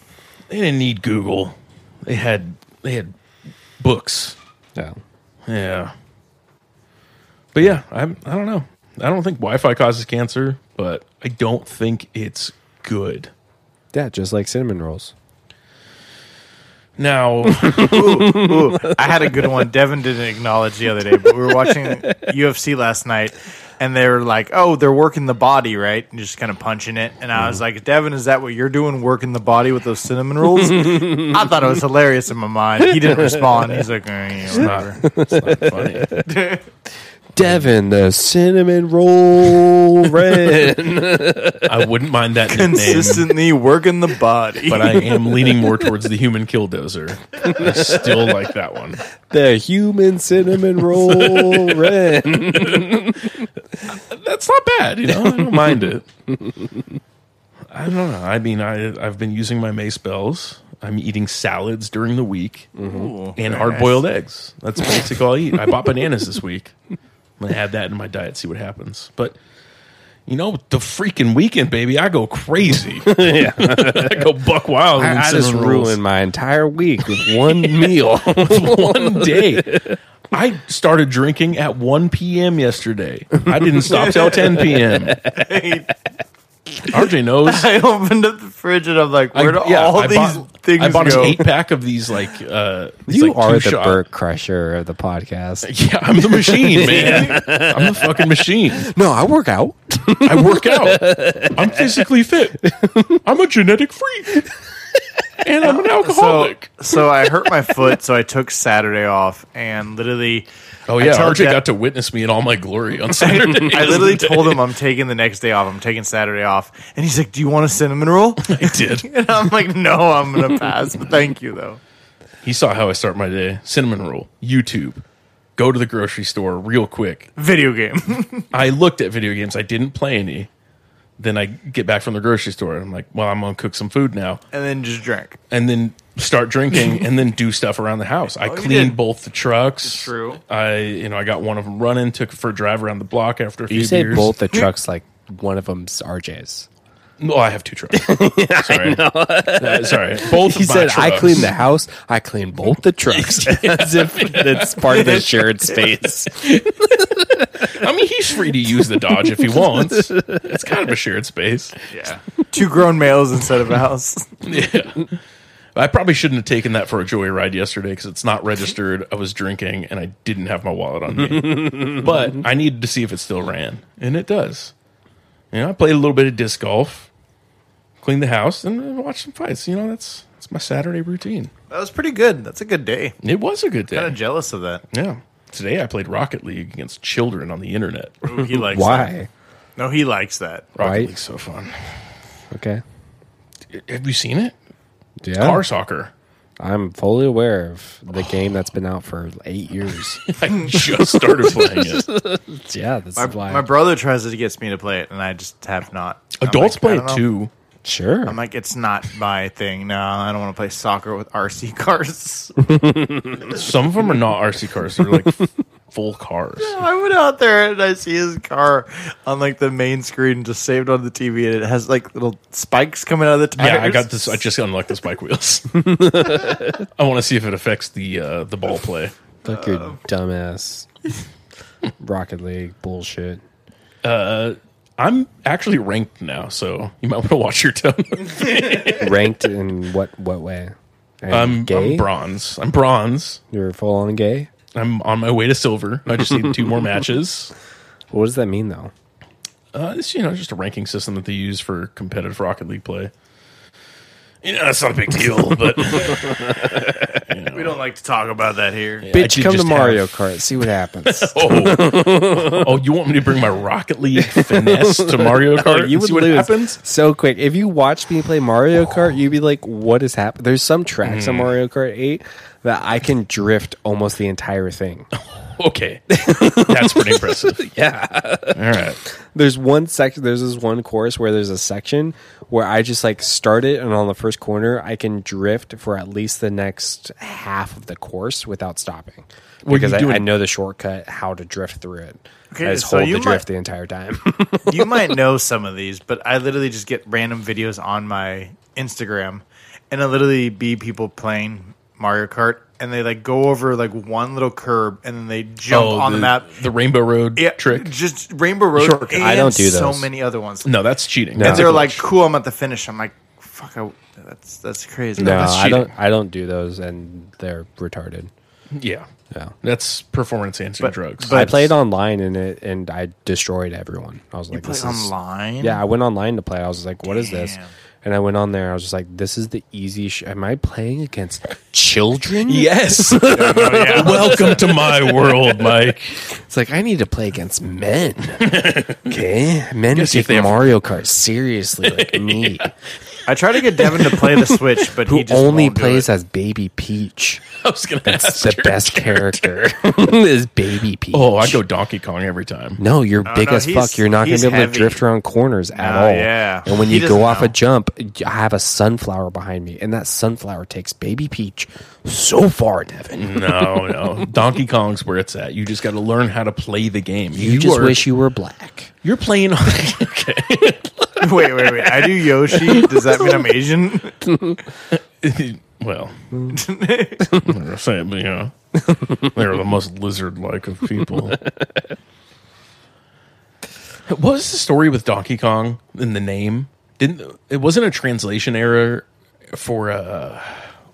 [SPEAKER 3] they didn't need Google. They had they had books.
[SPEAKER 1] No.
[SPEAKER 3] Yeah. But yeah, I'm, I don't know. I don't think Wi Fi causes cancer, but I don't think it's good.
[SPEAKER 1] Yeah, just like cinnamon rolls.
[SPEAKER 3] Now,
[SPEAKER 2] Ooh, I had a good one. Devin didn't acknowledge the other day, but we were watching UFC last night, and they were like, "Oh, they're working the body, right?" And just kind of punching it. And I was
[SPEAKER 3] Mm-hmm.
[SPEAKER 2] like, "Devin, is that what you're doing? Working the body with those cinnamon rolls?" I thought it was hilarious in my mind. He didn't respond. He's like, eh, you know, whatever.
[SPEAKER 3] not, it's not funny.
[SPEAKER 1] Devin, the cinnamon roll red.
[SPEAKER 3] I wouldn't mind that nickname,
[SPEAKER 2] consistently working the body.
[SPEAKER 3] but I am leaning more towards the human killdozer. I still like that one.
[SPEAKER 1] the human cinnamon roll red.
[SPEAKER 3] That's not bad, you know? I don't mind it. I don't know. I mean, I, I've been using my mace bells. I'm eating salads during the week.
[SPEAKER 2] Ooh,
[SPEAKER 3] and
[SPEAKER 2] very
[SPEAKER 3] hard
[SPEAKER 2] nice.
[SPEAKER 3] boiled eggs. That's basically all I eat. I bought bananas this week. I'm gonna add that in my diet, see what happens. But you know, the freaking weekend, baby, I go crazy. I go buck wild.
[SPEAKER 1] I, I just ruined my entire week with one meal.
[SPEAKER 3] one day. I started drinking at 1 p.m. yesterday. I didn't stop till 10 p.m. RJ knows.
[SPEAKER 2] I opened up the fridge and I'm like, "Where do
[SPEAKER 3] I- yeah,
[SPEAKER 2] all
[SPEAKER 3] I
[SPEAKER 2] these
[SPEAKER 3] bought,
[SPEAKER 2] things
[SPEAKER 3] I bought
[SPEAKER 2] go?"
[SPEAKER 3] an eight pack of these like uh these,
[SPEAKER 1] You
[SPEAKER 3] like,
[SPEAKER 1] are the
[SPEAKER 3] two-shot-
[SPEAKER 1] Burt Crusher of the podcast.
[SPEAKER 3] Yeah, I'm the machine, man. I'm the fucking machine.
[SPEAKER 1] No, I work out.
[SPEAKER 3] I work out. I'm physically fit. I'm a genetic freak. And I'm an
[SPEAKER 2] so,
[SPEAKER 3] alcoholic.
[SPEAKER 2] so I hurt my foot, so I took Saturday off, and literally,
[SPEAKER 3] oh yeah,
[SPEAKER 2] I told
[SPEAKER 3] RJ
[SPEAKER 2] Dev-
[SPEAKER 3] got to witness me in all my glory on Saturday.
[SPEAKER 2] I literally told him I'm taking the next day off. I'm taking Saturday off, and he's like, "Do you want a cinnamon roll?"
[SPEAKER 3] I did.
[SPEAKER 2] And I'm like, "No, I'm gonna pass. But thank you though."
[SPEAKER 3] He saw how I start my day. Cinnamon roll, YouTube, go to the grocery store real quick.
[SPEAKER 2] Video game.
[SPEAKER 3] I looked at video games. I didn't play any. Then I get back from the grocery store and I'm like, well, I'm gonna cook some food now.
[SPEAKER 2] and then just drank.
[SPEAKER 3] and then start drinking and then do stuff around the house. I
[SPEAKER 2] Oh, you
[SPEAKER 3] cleaned
[SPEAKER 2] did.
[SPEAKER 3] both the trucks.
[SPEAKER 2] true.
[SPEAKER 3] I you know I got one of them running, took it for a drive around the block after a few
[SPEAKER 1] You say
[SPEAKER 3] beers.
[SPEAKER 1] both the trucks like one of them's RJ's.
[SPEAKER 3] No, I have two trucks. sorry. Uh, sorry. Both
[SPEAKER 1] He
[SPEAKER 3] of my
[SPEAKER 1] said, "I
[SPEAKER 3] trucks."
[SPEAKER 1] clean the house. I clean both the trucks." As if that's part of the shared space.
[SPEAKER 3] I mean, he's free to use the Dodge if he wants. It's kind of a shared space.
[SPEAKER 2] Yeah. Two grown males instead of a house.
[SPEAKER 3] Yeah. I probably shouldn't have taken that for a joyride yesterday because it's not registered. I was drinking and I didn't have my wallet on me. but I needed to see if it still ran, and it does. You know, I played a little bit of disc golf, cleaned the house, and watched some fights. You know, that's that's my Saturday routine.
[SPEAKER 2] That was pretty good. That's a good day.
[SPEAKER 3] It was a good day.
[SPEAKER 2] Kind of jealous of that.
[SPEAKER 3] yeah. Today I played Rocket League against children on the internet.
[SPEAKER 2] Ooh, he likes
[SPEAKER 1] Why?
[SPEAKER 2] that. No, he likes that.
[SPEAKER 3] Rocket
[SPEAKER 1] Right.
[SPEAKER 3] League's so fun.
[SPEAKER 1] Okay.
[SPEAKER 3] Have you seen it?
[SPEAKER 1] Yeah.
[SPEAKER 3] Car soccer.
[SPEAKER 1] I'm fully aware of the game that's been out for eight years.
[SPEAKER 3] I just started playing it.
[SPEAKER 1] yeah, this
[SPEAKER 2] My,
[SPEAKER 1] is why.
[SPEAKER 2] my brother tries to get me to play it, and I just have not. I'm
[SPEAKER 3] Adults
[SPEAKER 2] like, I
[SPEAKER 3] play
[SPEAKER 2] don't
[SPEAKER 3] it
[SPEAKER 2] know.
[SPEAKER 3] too.
[SPEAKER 1] sure.
[SPEAKER 2] I'm like, it's not my thing. No, I don't want to play soccer with RC cars.
[SPEAKER 3] Some of them are not RC cars. They're like f- full cars.
[SPEAKER 2] I went out there and I see his car on like the main screen, just saved on the TV, and it has like little spikes coming out of the tires.
[SPEAKER 3] Yeah, I got this. I just unlocked the spike wheels. I want to see if it affects the uh, the ball play.
[SPEAKER 1] Fuck your
[SPEAKER 3] uh,
[SPEAKER 1] dumbass Rocket League bullshit.
[SPEAKER 3] I'm actually ranked now, so you might want to watch your tone.
[SPEAKER 1] Ranked in what what way? And
[SPEAKER 3] Um, I'm,
[SPEAKER 1] gay.
[SPEAKER 3] I'm bronze. I'm bronze.
[SPEAKER 1] You're full on gay.
[SPEAKER 3] I'm on my way to silver. I just need two more matches.
[SPEAKER 1] What does that mean though?
[SPEAKER 3] Uh, it's you know just a ranking system that they use for competitive Rocket League play. You know, that's not a big deal, but
[SPEAKER 2] We don't like to talk about that here.
[SPEAKER 1] Bitch,
[SPEAKER 3] could
[SPEAKER 1] come to
[SPEAKER 3] just
[SPEAKER 1] Mario
[SPEAKER 3] have-
[SPEAKER 1] Kart. See what happens.
[SPEAKER 3] oh, oh, you want me to bring my Rocket League finesse to Mario Kart?
[SPEAKER 1] Oh, you
[SPEAKER 3] and
[SPEAKER 1] would
[SPEAKER 3] see what
[SPEAKER 1] lose
[SPEAKER 3] happens?
[SPEAKER 1] so quick. If you watched me play Mario Kart, you'd be like, "What is happening?" There's some tracks
[SPEAKER 3] Hmm.
[SPEAKER 1] on Mario Kart 8 that I can drift almost the entire thing.
[SPEAKER 3] Okay, that's pretty impressive.
[SPEAKER 1] yeah.
[SPEAKER 3] All right.
[SPEAKER 1] there's one section there's this one course where there's a section where i just like start it and on the first corner i can drift for at least the next half of the course without stopping
[SPEAKER 3] Were you
[SPEAKER 1] because I,
[SPEAKER 3] doing-
[SPEAKER 1] I know the shortcut how to drift through it
[SPEAKER 2] Okay,
[SPEAKER 1] i just
[SPEAKER 2] so
[SPEAKER 1] hold
[SPEAKER 2] you
[SPEAKER 1] the drift
[SPEAKER 2] might-
[SPEAKER 1] the entire time
[SPEAKER 2] you might know some of these, but I literally just get random videos on my Instagram, and I literally be people playing Mario Kart, and they like go over like one little curb, and then they jump on the, map.
[SPEAKER 3] Oh, the Rainbow Road
[SPEAKER 2] Yeah,
[SPEAKER 3] trick.
[SPEAKER 2] just Rainbow Road.
[SPEAKER 3] Shortcut.
[SPEAKER 2] And
[SPEAKER 1] I don't do
[SPEAKER 2] so
[SPEAKER 1] those.
[SPEAKER 2] many other ones.
[SPEAKER 3] No, that's cheating.
[SPEAKER 1] No.
[SPEAKER 2] and they're like,
[SPEAKER 3] That's
[SPEAKER 2] "Cool, I'm at the finish." I'm like, "Fuck, I, that's that's crazy."
[SPEAKER 1] no
[SPEAKER 3] that's
[SPEAKER 1] i don't
[SPEAKER 3] cheating.
[SPEAKER 1] i don't do those and they're retarded
[SPEAKER 3] bullshit. yeah,
[SPEAKER 1] Yeah.
[SPEAKER 3] that's performance enhancing drugs.
[SPEAKER 2] but-
[SPEAKER 1] i played online in it and i destroyed everyone i was like
[SPEAKER 2] play
[SPEAKER 1] this is
[SPEAKER 2] online.
[SPEAKER 1] Yeah, I went online to play. I was just like, "What is this?"
[SPEAKER 2] Damn.
[SPEAKER 1] And I went on there. I was just like, "This is the easy." Sh- Am I playing against children?
[SPEAKER 3] yes,
[SPEAKER 2] Oh,
[SPEAKER 3] welcome to my world, Mike.
[SPEAKER 1] It's like I need to play against men. okay, men
[SPEAKER 3] Guess if
[SPEAKER 1] take
[SPEAKER 3] they have-
[SPEAKER 1] Mario Kart seriously, like me,
[SPEAKER 2] I try to get Devin to play the Switch, but
[SPEAKER 1] who
[SPEAKER 2] he just
[SPEAKER 1] only
[SPEAKER 2] won't do
[SPEAKER 1] plays
[SPEAKER 2] it.
[SPEAKER 1] as Baby Peach.
[SPEAKER 3] I was gonna
[SPEAKER 1] That's
[SPEAKER 3] ask
[SPEAKER 1] the
[SPEAKER 3] Oh, your-
[SPEAKER 1] best character is Baby Peach.
[SPEAKER 3] Oh, I go Donkey Kong every time.
[SPEAKER 1] No, you're big
[SPEAKER 2] no,
[SPEAKER 1] as
[SPEAKER 2] he's-
[SPEAKER 1] fuck. You're not going
[SPEAKER 2] he's
[SPEAKER 1] to be able
[SPEAKER 2] heavy.
[SPEAKER 1] to drift around corners at
[SPEAKER 2] No,
[SPEAKER 1] all.
[SPEAKER 2] yeah.
[SPEAKER 1] And when
[SPEAKER 2] He
[SPEAKER 1] you go
[SPEAKER 2] doesn't
[SPEAKER 1] off
[SPEAKER 2] know.
[SPEAKER 1] a jump, I have a sunflower behind me, and that sunflower takes Baby Peach so far, Devin.
[SPEAKER 3] No, no, Donkey Kong's where it's at. You just got to learn how to play the game.
[SPEAKER 1] You, just
[SPEAKER 3] are,
[SPEAKER 1] wish you were black.
[SPEAKER 3] you're playing. On, okay,
[SPEAKER 2] wait, wait, wait. I do Yoshi. Does that mean I'm Asian?
[SPEAKER 3] well, I'm gonna say it, but you know, they're the most lizard-like of people. what was the story with Donkey Kong in the name? Didn't it wasn't a translation error for uh,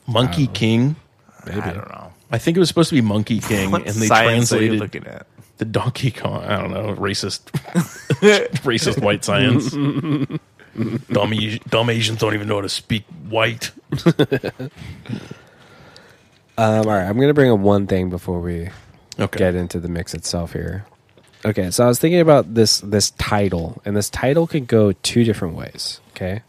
[SPEAKER 3] Monkey King?
[SPEAKER 2] I don't know.
[SPEAKER 3] I think it was supposed to be Monkey King,
[SPEAKER 2] What
[SPEAKER 3] and they
[SPEAKER 2] science are you
[SPEAKER 3] translated
[SPEAKER 2] looking at?
[SPEAKER 3] the Donkey Kong. I don't know, racist, racist white science. dumb, Asi- dumb Asians don't even know how to speak white.
[SPEAKER 1] Um, all right, I'm going to bring up one thing before we
[SPEAKER 3] Okay,
[SPEAKER 1] get into the mix itself here. Okay, so I was thinking about this this title, and this title could go two different ways. Okay.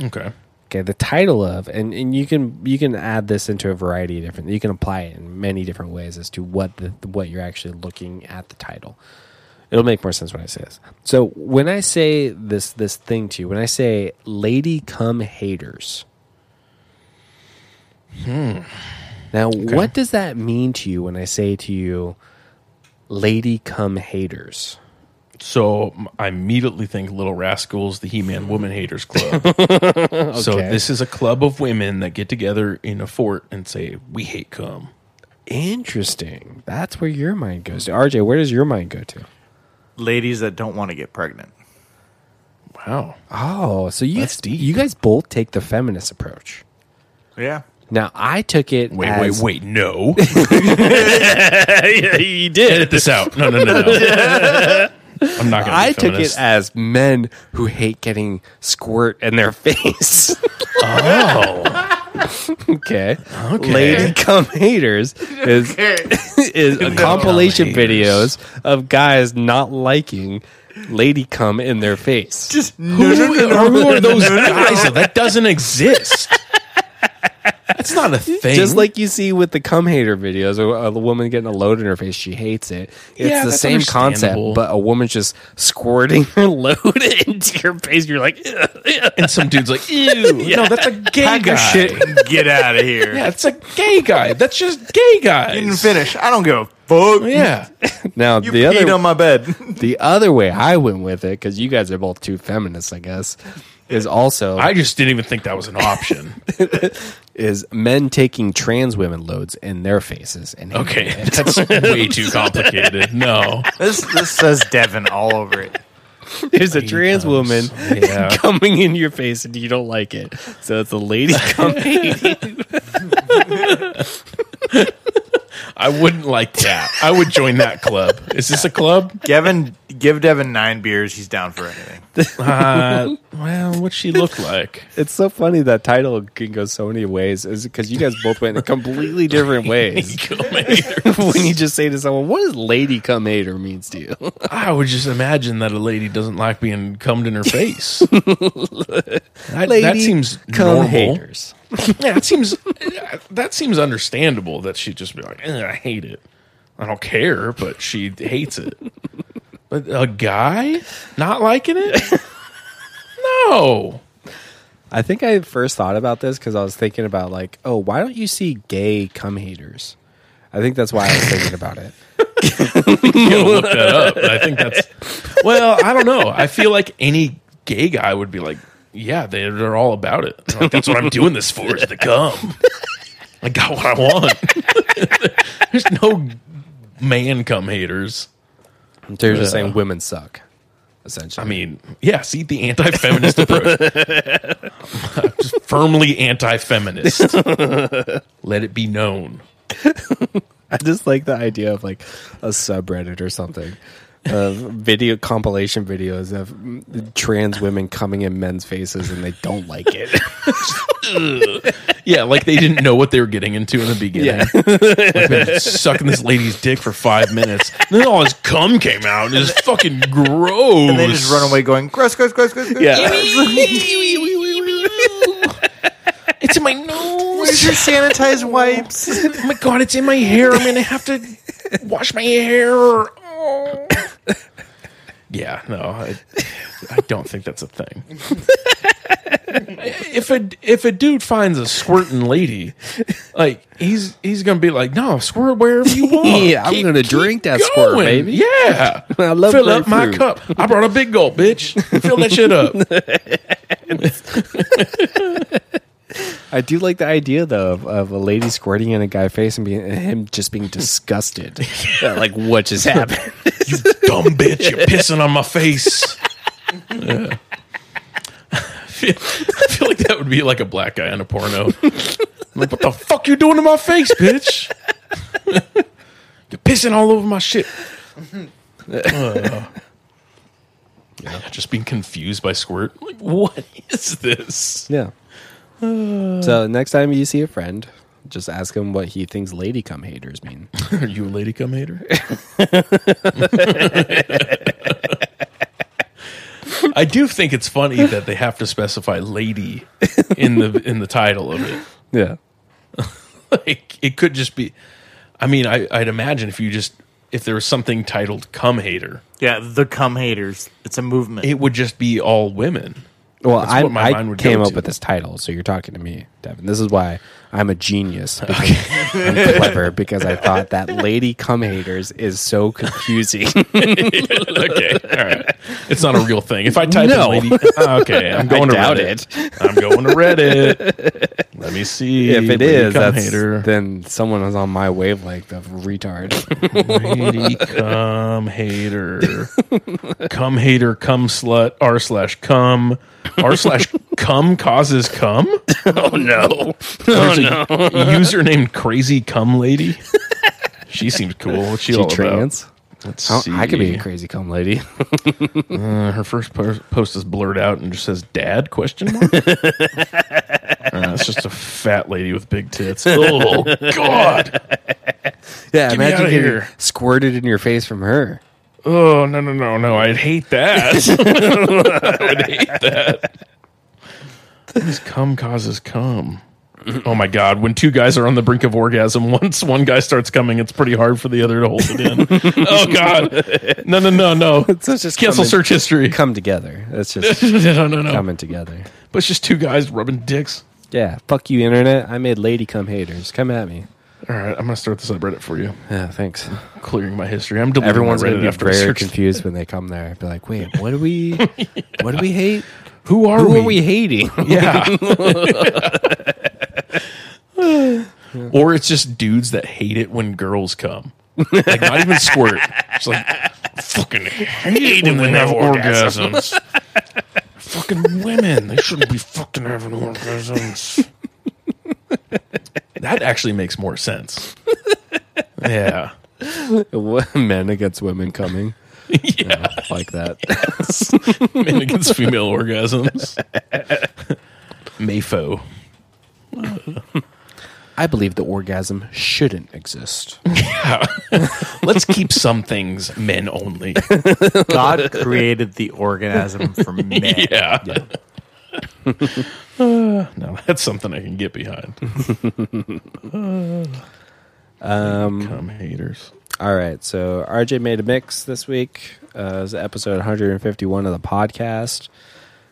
[SPEAKER 3] okay.
[SPEAKER 1] Okay, the title of and, and you can you can add this into a variety of different you can apply it in many different ways as to what the what you're actually looking at the title. It'll make more sense when I say this. So when I say this this thing to you, when I say lady come haters. Hmm. Now what does that mean to you when I say to you lady come haters?
[SPEAKER 3] So m- I immediately think Little Rascals, the He Man Woman Haters Club. So
[SPEAKER 1] Okay.
[SPEAKER 3] this is a club of women that get together in a fort and say, We hate cum.
[SPEAKER 1] Interesting. That's where your mind goes to. RJ, where does your mind go to?
[SPEAKER 2] Ladies that don't want to get pregnant.
[SPEAKER 3] Wow.
[SPEAKER 1] Oh, so you
[SPEAKER 3] That's
[SPEAKER 1] guys,
[SPEAKER 3] deep.
[SPEAKER 1] you guys both take the feminist approach.
[SPEAKER 2] Yeah.
[SPEAKER 1] Now I took it.
[SPEAKER 3] Wait,
[SPEAKER 1] as-
[SPEAKER 3] wait, wait. No. yeah, he did. Edit this out. No, no, no, no. I'm not going to
[SPEAKER 1] I took it as men who hate getting squirt in their face.
[SPEAKER 3] Oh.
[SPEAKER 1] okay.
[SPEAKER 3] Okay.
[SPEAKER 1] Lady cum haters is is a compilation
[SPEAKER 3] cum haters.
[SPEAKER 1] videos of guys not liking lady cum in their face.
[SPEAKER 2] Just
[SPEAKER 3] Who, are- who are those guys? though? That doesn't exist. That's not a thing.
[SPEAKER 1] Just like you see with the cum hater videos, a, a woman getting a load in her face, she hates it. It's
[SPEAKER 3] Yeah,
[SPEAKER 1] the
[SPEAKER 3] that's
[SPEAKER 1] same concept,
[SPEAKER 3] understandable.
[SPEAKER 1] but a woman just squirting her load into your face. You're like, "Ugh, ugh."
[SPEAKER 3] and some dude's like, ew. No, that's a gay
[SPEAKER 1] Pack
[SPEAKER 3] guy.
[SPEAKER 1] of shit.
[SPEAKER 2] get out of here.
[SPEAKER 3] Yeah, it's a gay guy. That's just gay guys.
[SPEAKER 2] Didn't finish. I don't give a fuck.
[SPEAKER 3] Yeah.
[SPEAKER 1] now
[SPEAKER 2] You
[SPEAKER 1] the
[SPEAKER 2] peed
[SPEAKER 1] other
[SPEAKER 2] on my bed.
[SPEAKER 1] The other way I went with it, because you guys are both two feminists, I guess, is also
[SPEAKER 3] I just didn't even think that was an option.
[SPEAKER 1] is men taking trans women loads in their faces. And
[SPEAKER 3] Okay. That's way too complicated. No.
[SPEAKER 2] this this says Devin all over it.
[SPEAKER 1] there's a trans woman
[SPEAKER 3] Yeah.
[SPEAKER 1] coming in your face and you don't like it. So it's a lady coming.
[SPEAKER 3] I wouldn't like that. I would join that club. Is this a club?
[SPEAKER 2] Devin, give Devin nine beers. He's down for anything.
[SPEAKER 3] Uh, well, what'd she look like?
[SPEAKER 1] it's so funny that title can go so many ways, is because you guys both went in completely different ways. when you just say to someone, "What does lady cum hater means to you?"
[SPEAKER 3] I would just imagine that a lady doesn't like being cummed in her face. that, that seems normal. Yeah, that seems that seems understandable that she'd just be like, "Eh, I hate it. I don't care, but she hates it. But a guy not liking it? No.
[SPEAKER 1] I think I first thought about this because I was thinking about like, oh, why don't you see gay cum haters? I think that's why I was thinking about it.
[SPEAKER 3] I'll look that up. But I think that's well. I don't know. I feel like any gay guy would be like, yeah, they're, they're all about it. They're like, That's what I'm doing this for is to come. I got what I want. There's no man cum haters.
[SPEAKER 1] They're just
[SPEAKER 3] Yeah.
[SPEAKER 1] saying women suck,
[SPEAKER 3] I
[SPEAKER 1] essentially.
[SPEAKER 3] mean, yeah, see the anti-feminist approach. I'm just firmly anti-feminist. Let it be known.
[SPEAKER 1] I just like the idea of like a subreddit or something of video compilation videos of mm, trans women coming in men's faces and they don't like it.
[SPEAKER 3] Yeah, like they didn't know what they were getting into in the beginning.
[SPEAKER 1] Yeah.
[SPEAKER 3] Like, man, sucking this lady's dick for five minutes. And then all his cum came out and it was fucking gross.
[SPEAKER 2] And they just run away going, gross, gross, gross, gross, gross.
[SPEAKER 3] It's in my nose.
[SPEAKER 2] Where's your sanitized wipes?
[SPEAKER 3] Oh my god, it's in my hair. I'm gonna have to wash my hair. Oh. Yeah, no, I, I don't think that's a thing. if a if a dude finds a squirting lady, like he's he's gonna be like, no, squirt wherever you want.
[SPEAKER 1] Yeah, I'm gonna drink that squirt, baby.
[SPEAKER 3] Yeah,
[SPEAKER 1] I love
[SPEAKER 3] fill up my
[SPEAKER 1] grapefruit.
[SPEAKER 3] cup. I brought a big gulp, bitch. Fill that shit up.
[SPEAKER 1] I do like the idea though of, of a lady squirting in a guy's face and being and him just being disgusted at like what just happened.
[SPEAKER 3] you dumb bitch, you're pissing on my face. Yeah. I, feel, I feel like that would be like a black guy in a porno. I'm like, what the fuck you doing to my face, bitch? you're pissing all over my shit. Uh, yeah, just being confused by squirt. Like, what is this?
[SPEAKER 1] Yeah. so next time you see a friend, just ask him what he thinks lady cum haters mean.
[SPEAKER 3] Are you a lady cum hater? I do think it's funny that they have to specify "lady" in the in the title of it.
[SPEAKER 1] yeah.
[SPEAKER 3] Like it could just be. I mean, I, I'd imagine if you just if there was something titled "cum hater,"
[SPEAKER 2] Yeah, the cum haters. It's a movement.
[SPEAKER 3] it would just be all women.
[SPEAKER 1] Well,
[SPEAKER 3] That's
[SPEAKER 1] I,
[SPEAKER 3] what my
[SPEAKER 1] I
[SPEAKER 3] mind would
[SPEAKER 1] came
[SPEAKER 3] go
[SPEAKER 1] up
[SPEAKER 3] to.
[SPEAKER 1] with this title, so you're talking to me, Devin. This is why I'm a genius. because I'm clever because I thought that lady cum haters is so confusing.
[SPEAKER 3] okay, all right. It's not a real thing. If I type
[SPEAKER 1] No.
[SPEAKER 3] in lady, Ah, okay, I'm going to
[SPEAKER 1] doubt
[SPEAKER 3] Reddit. I'm going to Reddit. Let me see
[SPEAKER 1] if it
[SPEAKER 3] Lady
[SPEAKER 1] is,
[SPEAKER 3] cum
[SPEAKER 1] that's,
[SPEAKER 3] hater.
[SPEAKER 1] then someone is on my wavelength of retard.
[SPEAKER 3] Lady cum hater. cum hater, cum slut, r slash cum. R slash cum causes cum? Oh no. Oh, There's a user named Crazy Cum Lady. She seems cool. What's she, Oh,
[SPEAKER 1] she
[SPEAKER 3] all
[SPEAKER 1] trans.
[SPEAKER 3] about? Let's
[SPEAKER 1] I,
[SPEAKER 3] see.
[SPEAKER 1] I could be a crazy cum lady.
[SPEAKER 3] Uh, her first po- post is blurred out and just says "dad?" question mark. Uh, it's just a fat lady with big tits. Oh God!
[SPEAKER 1] yeah,
[SPEAKER 3] me outta
[SPEAKER 1] getting
[SPEAKER 3] here.
[SPEAKER 1] squirted in your face from her.
[SPEAKER 3] Oh no no no no! I'd hate that. I would hate that. This cum causes cum. Oh my God! When two guys are on the brink of orgasm, once one guy starts coming, it's pretty hard for the other to hold it in. oh God! No no no no!
[SPEAKER 1] So it's just cum
[SPEAKER 3] Cancel
[SPEAKER 1] in-
[SPEAKER 3] search history.
[SPEAKER 1] Come together. That's just
[SPEAKER 3] no no no!
[SPEAKER 1] coming together.
[SPEAKER 3] But it's just two guys rubbing dicks.
[SPEAKER 1] Yeah, fuck you, internet. I made lady cum haters. Come at me.
[SPEAKER 3] All right, I'm gonna start the subreddit for you.
[SPEAKER 1] Yeah, thanks.
[SPEAKER 3] clearing my history. I'm deleting
[SPEAKER 1] Everyone's
[SPEAKER 3] my
[SPEAKER 1] gonna
[SPEAKER 3] Reddit
[SPEAKER 1] be
[SPEAKER 3] after
[SPEAKER 1] very
[SPEAKER 3] search.
[SPEAKER 1] confused when they come there. Be like, wait, what do we, what do we hate?
[SPEAKER 3] Who are
[SPEAKER 1] Who
[SPEAKER 3] we?
[SPEAKER 1] are we hating?
[SPEAKER 3] Yeah. or it's just dudes that hate it when girls come. Like not even squirt. It's like fucking hate it when they have orgasms. fucking women, they shouldn't be fucking having orgasms. that actually makes more sense. Yeah.
[SPEAKER 1] Men against women coming. Yeah, like that.
[SPEAKER 3] Men against female orgasms. Mafo.
[SPEAKER 1] I believe the orgasm shouldn't exist.
[SPEAKER 3] Let's keep some things men only.
[SPEAKER 2] God created the organism for men.
[SPEAKER 3] Yeah. uh, no, that's something I can get behind. um, Come haters.
[SPEAKER 1] All right, so RJ made a mix this week. Uh, it was episode 151 of the podcast.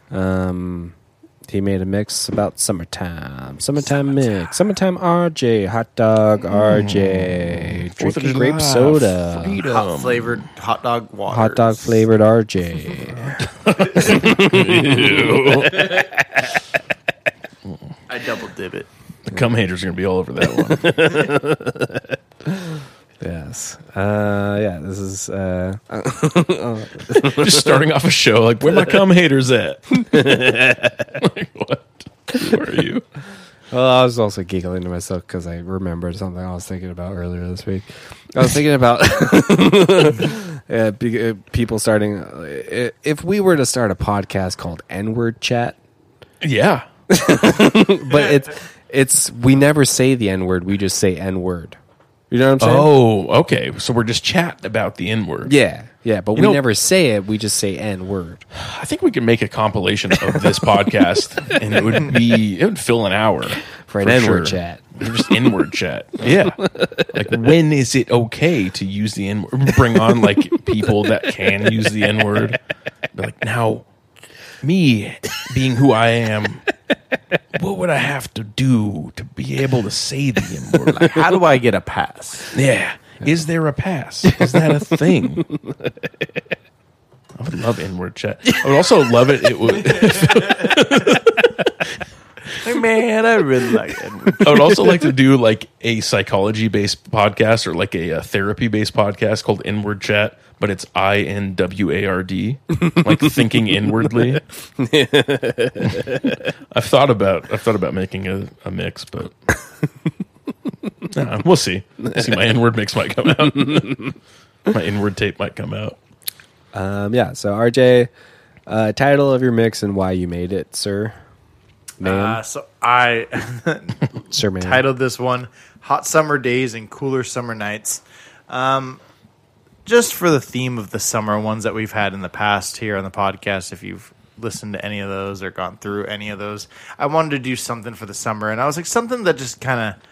[SPEAKER 1] Um, he made a mix about summertime, summertime, mix, summertime RJ, hot dog RJ,
[SPEAKER 3] Fourth of
[SPEAKER 1] drinking grape
[SPEAKER 3] July,
[SPEAKER 1] soda,
[SPEAKER 3] freedom.
[SPEAKER 2] Hot flavored hot dog water.
[SPEAKER 1] hot dog flavored RJ.
[SPEAKER 2] I double dip it.
[SPEAKER 3] The cum haters are going to be all over that one.
[SPEAKER 1] yes, uh, yeah, this is uh,
[SPEAKER 3] Just starting off a show like, where my cum haters at? like, what? Who are you?
[SPEAKER 1] Well, I was also giggling to myself because I remembered something I was thinking about earlier this week. I was thinking about uh, be- uh, people starting. Uh, if we were to start a podcast called N Word Chat,
[SPEAKER 3] Yeah.
[SPEAKER 1] but it's it's we never say the N word, we just say N word. You know what I'm saying?
[SPEAKER 3] Oh, okay. So we're just chatting about the N word.
[SPEAKER 1] yeah, yeah. But we
[SPEAKER 3] know-
[SPEAKER 1] never say it; we just say N word.
[SPEAKER 3] I think we could make a compilation of this podcast, and it would be it would fill an hour
[SPEAKER 1] For an N-word chat.
[SPEAKER 3] just inward chat. Yeah, like when is it okay to use the N word? Bring on like people that can use the N word. Like now, me being who I am, what would I have to do to be able to say the N word?
[SPEAKER 2] How do I get a pass?
[SPEAKER 3] Yeah. Is there a pass? Is that a thing? I would love inward chat. I would also love it. It would.
[SPEAKER 2] Like, man, I really like it.
[SPEAKER 3] I would also like to do like a psychology based podcast or like a, therapy based podcast called Inward Chat, but it's I N W A R D, like thinking inwardly. I've thought about I've thought about making a, a mix, but Nah, we'll see. We'll see, my inward mix might come out. my inward tape might come out.
[SPEAKER 1] Um, yeah. So RJ, uh, title of your mix and why you made it, sir, ma'am,
[SPEAKER 2] Uh, so I
[SPEAKER 1] sir, ma'am.
[SPEAKER 2] titled this one "Hot Summer Days and Cooler Summer Nights," um, just for the theme of the summer ones that we've had in the past here on the podcast. If you've listened to any of those or gone through any of those, I wanted to do something for the summer, and I was like something that uh, just kind of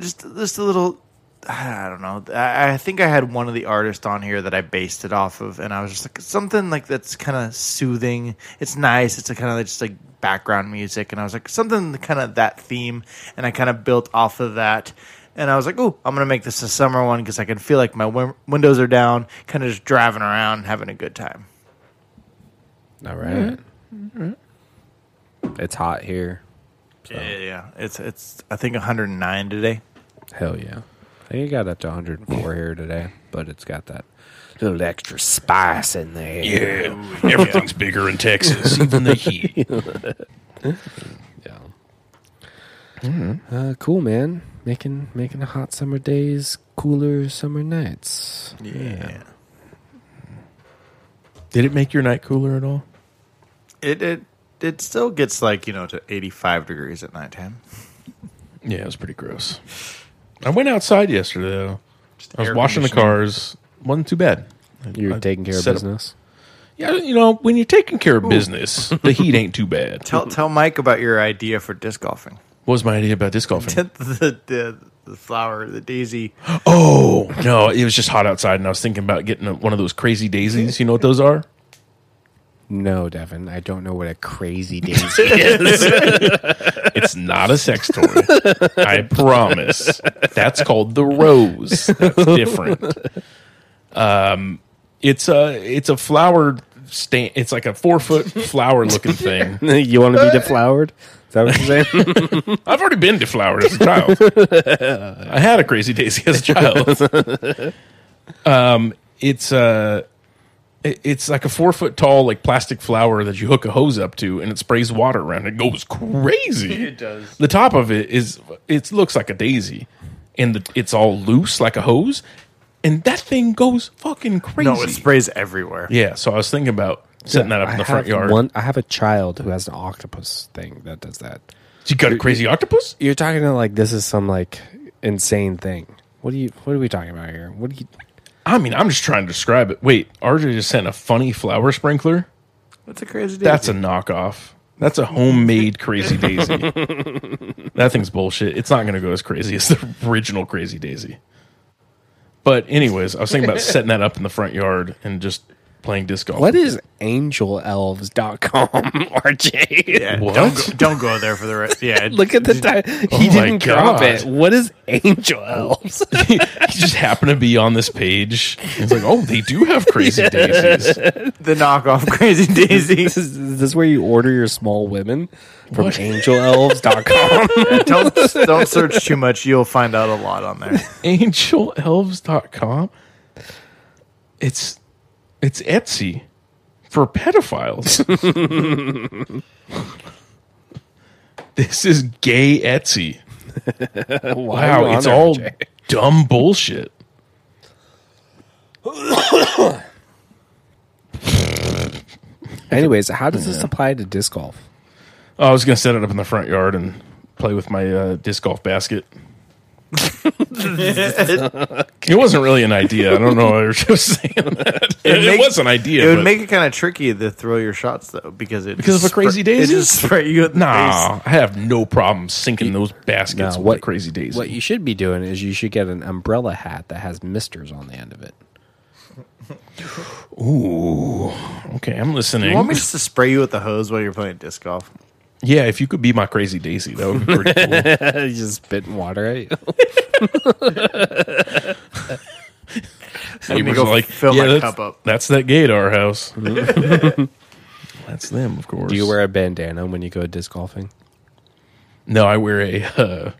[SPEAKER 2] just just a little I don't know. I, I think I had one of the artists on here that I based it off of, and I was just like something like that's kind of soothing. It's nice. It's a kind of just like background music, and I was like something kind of that theme, and I kind of built off of that. And I was like, "Ooh, I'm gonna make this a summer one because I can feel like my win- windows are down, kind of just driving around, and having a good time."
[SPEAKER 1] All right. Mm-hmm. It's hot here.
[SPEAKER 2] Yeah, yeah, it's it's I think 109 today.
[SPEAKER 1] Hell yeah. I think it got up to 104 here today, but it's got that little extra spice in there.
[SPEAKER 3] Yeah, everything's bigger in Texas, even the heat.
[SPEAKER 1] Yeah. Uh, cool, man. Making making the hot summer days cooler summer nights.
[SPEAKER 2] Yeah,
[SPEAKER 3] Did it make your night cooler at all?
[SPEAKER 2] it it it still gets like you know to 85 degrees at nighttime.
[SPEAKER 3] Yeah, it was pretty gross. I went outside yesterday. Though. I was
[SPEAKER 2] air
[SPEAKER 3] washing the
[SPEAKER 2] conditioning.
[SPEAKER 3] cars. wasn't too bad.
[SPEAKER 1] You're
[SPEAKER 3] I
[SPEAKER 1] taking care of
[SPEAKER 3] set up-
[SPEAKER 1] business.
[SPEAKER 3] Yeah, you know, when you're taking care of business, the heat ain't too bad.
[SPEAKER 2] Tell tell Mike about your idea for disc golfing.
[SPEAKER 3] What was my idea about disc golfing?
[SPEAKER 2] the, the the the flower, the daisy.
[SPEAKER 3] Oh no, it was just hot outside, and I was thinking about getting a, one of those crazy daisies. You know what those are?
[SPEAKER 1] No, Devin, I don't know what a crazy daisy is.
[SPEAKER 3] It's not a sex toy. I promise. That's called the rose. That's different. Um, it's a it's a flower stand. It's like a four foot flower looking thing.
[SPEAKER 1] you want to be deflowered? Is that what you're saying?
[SPEAKER 3] I've already been deflowered as a child. I had a crazy daisy as a child. um, it's uh, it- it's like a four foot tall like plastic flower that you hook a hose up to, and it sprays water around. It goes crazy. It does. The top of it is it looks like a daisy, and the, it's all loose like a hose, and that thing goes fucking crazy.
[SPEAKER 2] No, it sprays everywhere.
[SPEAKER 3] yeah. So I was thinking about setting that up in the
[SPEAKER 1] I
[SPEAKER 3] front
[SPEAKER 1] have
[SPEAKER 3] yard.
[SPEAKER 1] One, I have a child who has an octopus thing that does that.
[SPEAKER 3] you got a crazy octopus?
[SPEAKER 1] You're talking to like this is some like insane thing. What do you? What are we talking about here? What do you?
[SPEAKER 3] I mean, I'm just trying to describe it. Wait, RJ just sent a funny flower sprinkler.
[SPEAKER 2] That's a crazy daisy.
[SPEAKER 3] That's a knockoff. That's a homemade Crazy Daisy. that thing's bullshit. It's not going to go as crazy as the original Crazy Daisy. But anyways, I was thinking about setting that up in the front yard and just playing disc golf.
[SPEAKER 1] What is angelelves.com, RJ?
[SPEAKER 2] yeah,
[SPEAKER 3] What?
[SPEAKER 2] Don't go, don't go there for the rest. Yeah,
[SPEAKER 1] Look at the time. He
[SPEAKER 3] Oh my
[SPEAKER 1] didn't drop
[SPEAKER 3] God.
[SPEAKER 1] it. What is angel elves?
[SPEAKER 3] he just happened to be on this page. It's like, oh, they do have Crazy Daisies.
[SPEAKER 2] the knockoff crazy daisy.
[SPEAKER 1] this is, is this where you order your small women from
[SPEAKER 3] What?
[SPEAKER 1] angelelves.com?
[SPEAKER 2] don't don't search too much. You'll find out a lot on there.
[SPEAKER 3] Angelelves.com. It's it's Etsy for pedophiles. this is gay Etsy.
[SPEAKER 1] Why are you
[SPEAKER 3] Wow,
[SPEAKER 1] on
[SPEAKER 3] it's
[SPEAKER 1] there,
[SPEAKER 3] all
[SPEAKER 1] RJ?
[SPEAKER 3] dumb bullshit.
[SPEAKER 1] Anyways, how does this apply to disc golf?
[SPEAKER 3] Oh, I was gonna set it up in the front yard and play with my uh, disc golf basket. It wasn't really an idea. I don't know. why I was just saying that. It,
[SPEAKER 2] make-
[SPEAKER 3] was an idea.
[SPEAKER 2] It would
[SPEAKER 3] but-
[SPEAKER 2] make it kind of tricky to throw your shots though, because it
[SPEAKER 3] Because of a
[SPEAKER 2] spray-
[SPEAKER 3] crazy daisy?
[SPEAKER 2] It just spray you in the face.
[SPEAKER 3] Nah, I have no problem sinking those baskets
[SPEAKER 1] No,
[SPEAKER 3] with
[SPEAKER 1] what-
[SPEAKER 3] the crazy daisy.
[SPEAKER 1] What you should be doing is you should get an umbrella hat that has misters on the end of it.
[SPEAKER 3] Ooh, okay, I'm listening.
[SPEAKER 2] You want me just to spray you with the hose while you're playing disc golf?
[SPEAKER 3] yeah, if you could be my crazy daisy, that would be pretty cool.
[SPEAKER 1] He's just spitting water at you.
[SPEAKER 2] me
[SPEAKER 3] Neighbors
[SPEAKER 2] go
[SPEAKER 3] are like,
[SPEAKER 2] fill
[SPEAKER 3] yeah,
[SPEAKER 2] my
[SPEAKER 3] that's,
[SPEAKER 2] cup up."
[SPEAKER 3] That's that gate our house. that's them, of course.
[SPEAKER 1] Do you wear a bandana when you go disc golfing?
[SPEAKER 3] No, I wear a uh,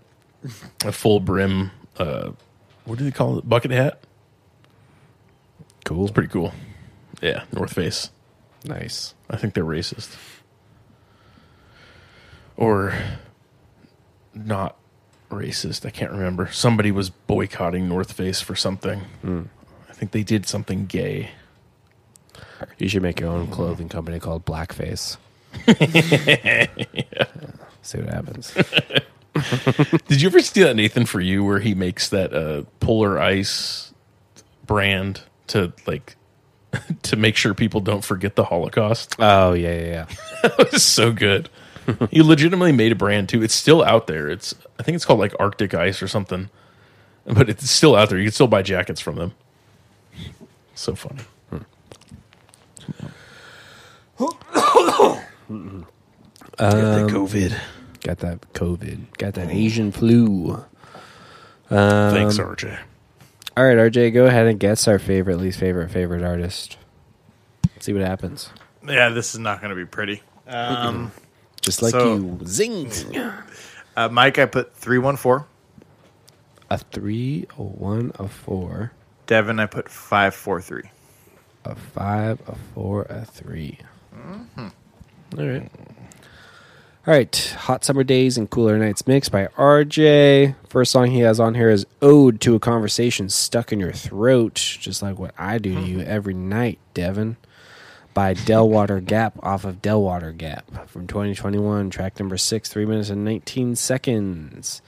[SPEAKER 3] a full brim. Uh, what do they call it? Bucket hat.
[SPEAKER 1] Cool.
[SPEAKER 3] Pretty cool. Yeah, North Face.
[SPEAKER 1] Nice.
[SPEAKER 3] I think they're racist. Or not racist. I can't remember. Somebody was boycotting North Face for something.
[SPEAKER 1] Hmm.
[SPEAKER 3] I think they did something gay.
[SPEAKER 1] You should make your own clothing company called Blackface. See what happens.
[SPEAKER 3] Did you ever see that Nathan for you where he makes that uh, Polar Ice brand to like to make sure people don't forget the Holocaust?
[SPEAKER 1] Oh yeah, yeah, yeah.
[SPEAKER 3] It's so good. he legitimately made a brand too. It's still out there. It's I think it's called like Arctic Ice or something. but it's still out there. You can still buy jackets from them. So funny. Got that COVID.
[SPEAKER 1] Got that COVID. Got that Asian flu.
[SPEAKER 3] Thanks, RJ.
[SPEAKER 1] All right, RJ, go ahead and guess our favorite, least favorite, favorite artist. Let's see what happens.
[SPEAKER 2] Yeah, this is not going to be pretty.
[SPEAKER 1] Just like
[SPEAKER 2] So-
[SPEAKER 1] you, zing.
[SPEAKER 2] Uh, Mike, I put 314.
[SPEAKER 1] A three, a one, a four,
[SPEAKER 2] Devin, I put 543.
[SPEAKER 1] a five, a four, a 3 Mm-hmm. All right. All right. Hot Summer Days and Cooler Nights Mix by RJ. First song he has on here is Ode to a Conversation Stuck in Your Throat, just like what I do to you every night, Devin, by Delwater Gap off of Delwater Gap from 2021, track number six, three minutes and 19 seconds.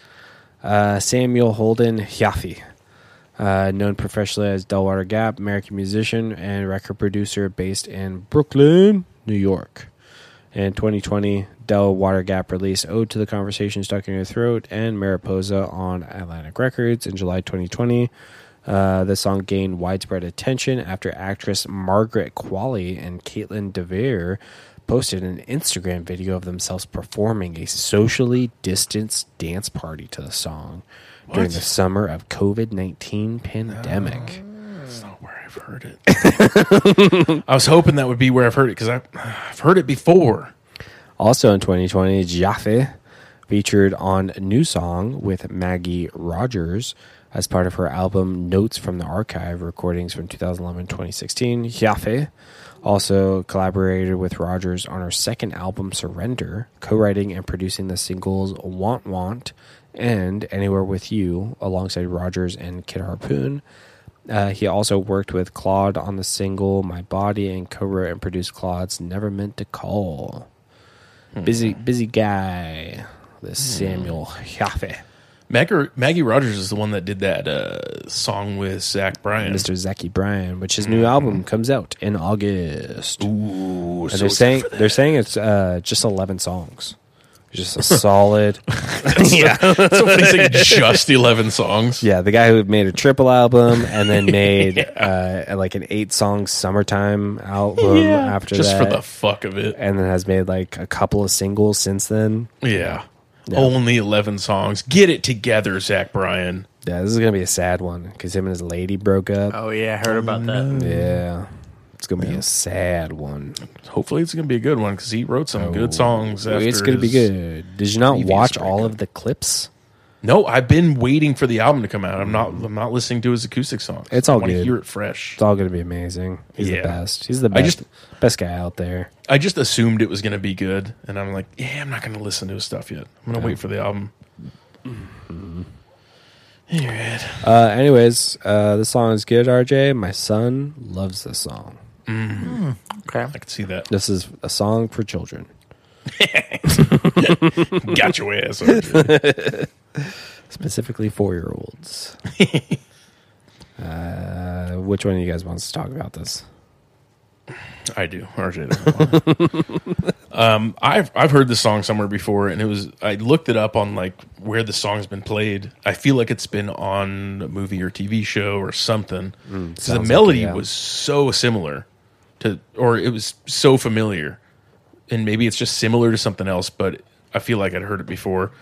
[SPEAKER 1] Uh, Samuel Holden Yaffe, uh, known professionally as Delwater Gap, American musician and record producer based in Brooklyn, New York. In 2020, Del Water Gap released Ode to the Conversation Stuck in Your Throat and Mariposa on Atlantic Records in July 2020. Uh, the song gained widespread attention after actress Margaret Qualley and Caitlin DeVere posted an Instagram video of themselves performing a socially distanced dance party to the song during the summer of COVID 19 pandemic.
[SPEAKER 3] That's not where I've heard it. I was hoping that would be where I've heard it because I've heard it before.
[SPEAKER 1] Also in 2020, Jaffe featured on new song with Maggie Rogers as part of her album Notes from the Archive, recordings from 2011 2016. Jaffe also collaborated with Rogers on her second album, Surrender, co writing and producing the singles Want Want and Anywhere With You alongside Rogers and Kid Harpoon. Uh, he also worked with Claude on the single My Body and co wrote and produced Claude's Never Meant to Call busy busy guy
[SPEAKER 3] Hmm.
[SPEAKER 1] this samuel Jaffe,
[SPEAKER 3] Maggie, Maggie Rogers is the one that did that uh, song with Zach Bryan.
[SPEAKER 1] mr zaki bryan which his new album comes out in august
[SPEAKER 3] Ooh,
[SPEAKER 1] and they're saying they're saying it's uh, just 11 songs just a solid
[SPEAKER 3] so he's like just eleven songs.
[SPEAKER 1] yeah the guy who made a triple album and then made uh, like an eight song summertime album after
[SPEAKER 3] just
[SPEAKER 1] that
[SPEAKER 3] for the fuck of it.
[SPEAKER 1] and then has made like a couple of singles since then
[SPEAKER 3] Yeah. Only 11 songs. Get it together, Zach Bryan.
[SPEAKER 1] yeah this is gonna be a sad one because him and his lady broke up
[SPEAKER 2] Oh, yeah, I heard about
[SPEAKER 3] Mm-hmm.
[SPEAKER 2] that.
[SPEAKER 1] yeah it's gonna be a sad one
[SPEAKER 3] Hopefully, it's going to be a good one because he wrote some good songs.
[SPEAKER 1] Well,
[SPEAKER 3] After
[SPEAKER 1] Oh, it's going to be
[SPEAKER 3] his-
[SPEAKER 1] good. Did you not
[SPEAKER 3] previous
[SPEAKER 1] watch all
[SPEAKER 3] breakup.
[SPEAKER 1] of the clips?
[SPEAKER 3] No, I've been waiting for the album to come out. I'm not. I'm not listening to his acoustic songs.
[SPEAKER 1] It's all
[SPEAKER 3] I wanna
[SPEAKER 1] good.
[SPEAKER 3] Hear it fresh.
[SPEAKER 1] It's all going to be amazing. He's
[SPEAKER 3] Yeah.
[SPEAKER 1] the best. He's the
[SPEAKER 3] I
[SPEAKER 1] best.
[SPEAKER 3] just-
[SPEAKER 1] best guy out there.
[SPEAKER 3] I just assumed it was going to be good, and I'm like, yeah, I'm not going to listen to his stuff yet. I'm going to wait for the album. You're right.
[SPEAKER 1] Uh, anyways, uh, the song is good. RJ, my son loves this song.
[SPEAKER 2] Okay.
[SPEAKER 3] I can see that.
[SPEAKER 1] This is a song for children.
[SPEAKER 3] Got your ass. Andre.
[SPEAKER 1] specifically four year olds. uh, which one of you guys wants to talk about this?
[SPEAKER 3] I do. RJ. doesn't. um, I've I've heard this song somewhere before, and it was I looked it up on like where the song's been played. I feel like it's been on a movie or TV show or something. 'Cause the
[SPEAKER 1] Mm, sounds like it,
[SPEAKER 3] melody
[SPEAKER 1] yeah.
[SPEAKER 3] was so similar to, or it was so familiar, and maybe it's just similar to something else. But I feel like I'd heard it before.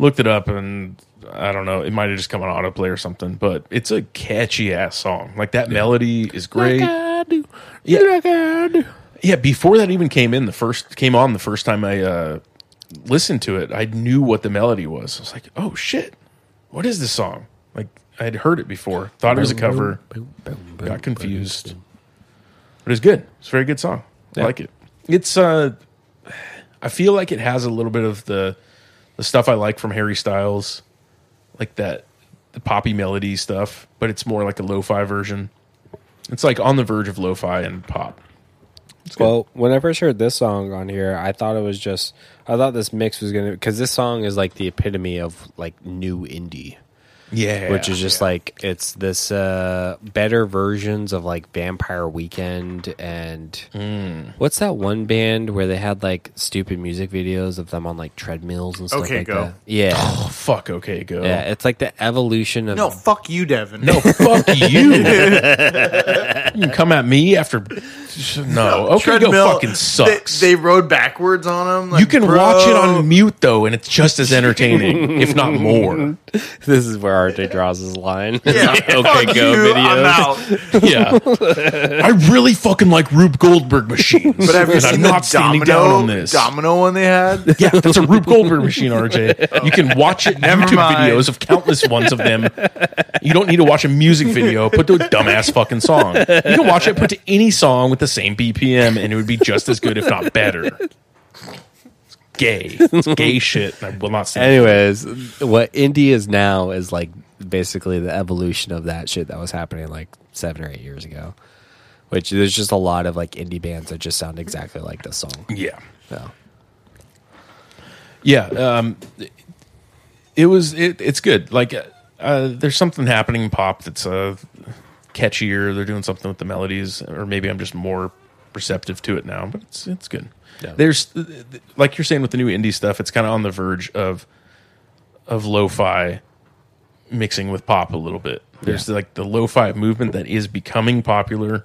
[SPEAKER 3] Looked it up, and I don't know. It might have just come on autoplay or something. But it's a catchy ass song. Like that melody is great. Yeah. Yeah, before that even came in, the first came on the first time I uh, listened to it, I knew what the melody was. I was like, "Oh shit, what is this song?" Like I'd heard it before, thought it was a cover, got confused, but it's good. It's a very good song. I like it. It's uh, I feel like it has a little bit of the the stuff I like from Harry Styles, like that the poppy melody stuff, but it's more like a lo-fi version. It's like on the verge of lo-fi and pop.
[SPEAKER 1] Well, when I first heard this song on here, I thought it was just I thought this mix was gonna because this song is like the epitome of like new indie.
[SPEAKER 3] Yeah,
[SPEAKER 1] which is just
[SPEAKER 3] yeah.
[SPEAKER 1] like it's this uh, better versions of like Vampire Weekend and
[SPEAKER 2] Hmm.
[SPEAKER 1] what's that one band where they had like stupid music videos of them on like treadmills and stuff
[SPEAKER 2] Okay,
[SPEAKER 1] like
[SPEAKER 2] Go.
[SPEAKER 1] that. Yeah,
[SPEAKER 3] Oh, fuck. Okay, go.
[SPEAKER 1] yeah, it's like the evolution of
[SPEAKER 2] No, fuck you, Devin.
[SPEAKER 3] No, fuck you. you can come at me after. No, okay, go
[SPEAKER 2] Treadmill,
[SPEAKER 3] fucking sucks.
[SPEAKER 2] They, they rode backwards on him.
[SPEAKER 3] you can watch it on mute though, and it's just as entertaining, if not more.
[SPEAKER 1] this is where Arte draws his line.
[SPEAKER 2] Yeah,
[SPEAKER 3] Okay,
[SPEAKER 2] fuck
[SPEAKER 3] go
[SPEAKER 2] you, I'm
[SPEAKER 3] videos.
[SPEAKER 2] out.
[SPEAKER 3] Yeah, I really fucking like Rube Goldberg machines,
[SPEAKER 2] But have you
[SPEAKER 3] and
[SPEAKER 2] seen
[SPEAKER 3] I'm
[SPEAKER 2] the
[SPEAKER 3] not standing down
[SPEAKER 2] domino-
[SPEAKER 3] on this.
[SPEAKER 2] domino one they had?
[SPEAKER 3] yeah, that's a Rube Goldberg machine, RJ. You can watch it in
[SPEAKER 2] Never
[SPEAKER 3] YouTube
[SPEAKER 2] mind.
[SPEAKER 3] videos of countless ones of them. You don't need to watch a music video put to a dumbass fucking song. You can watch it put to any song with the same BPM, and it would be just as good, if not better. It's gay. It's gay shit. and I will not say
[SPEAKER 1] Anyways, what indie is now is like basically the evolution of that shit that was happening like seven or eight years ago. Which there's just a lot of like indie bands that just sound exactly like this song.
[SPEAKER 3] Yeah.
[SPEAKER 1] So.
[SPEAKER 3] Yeah, um, it was. It, it's good. Like uh, there's something happening in pop that's uh, catchier. They're doing something with the melodies, or maybe I'm just more receptive to it now. But it's it's good.
[SPEAKER 1] Yeah.
[SPEAKER 3] There's like you're saying with the new indie stuff, it's kind of on the verge of of lo-fi mixing with pop a little bit. There's like the lo-fi movement that is becoming popular.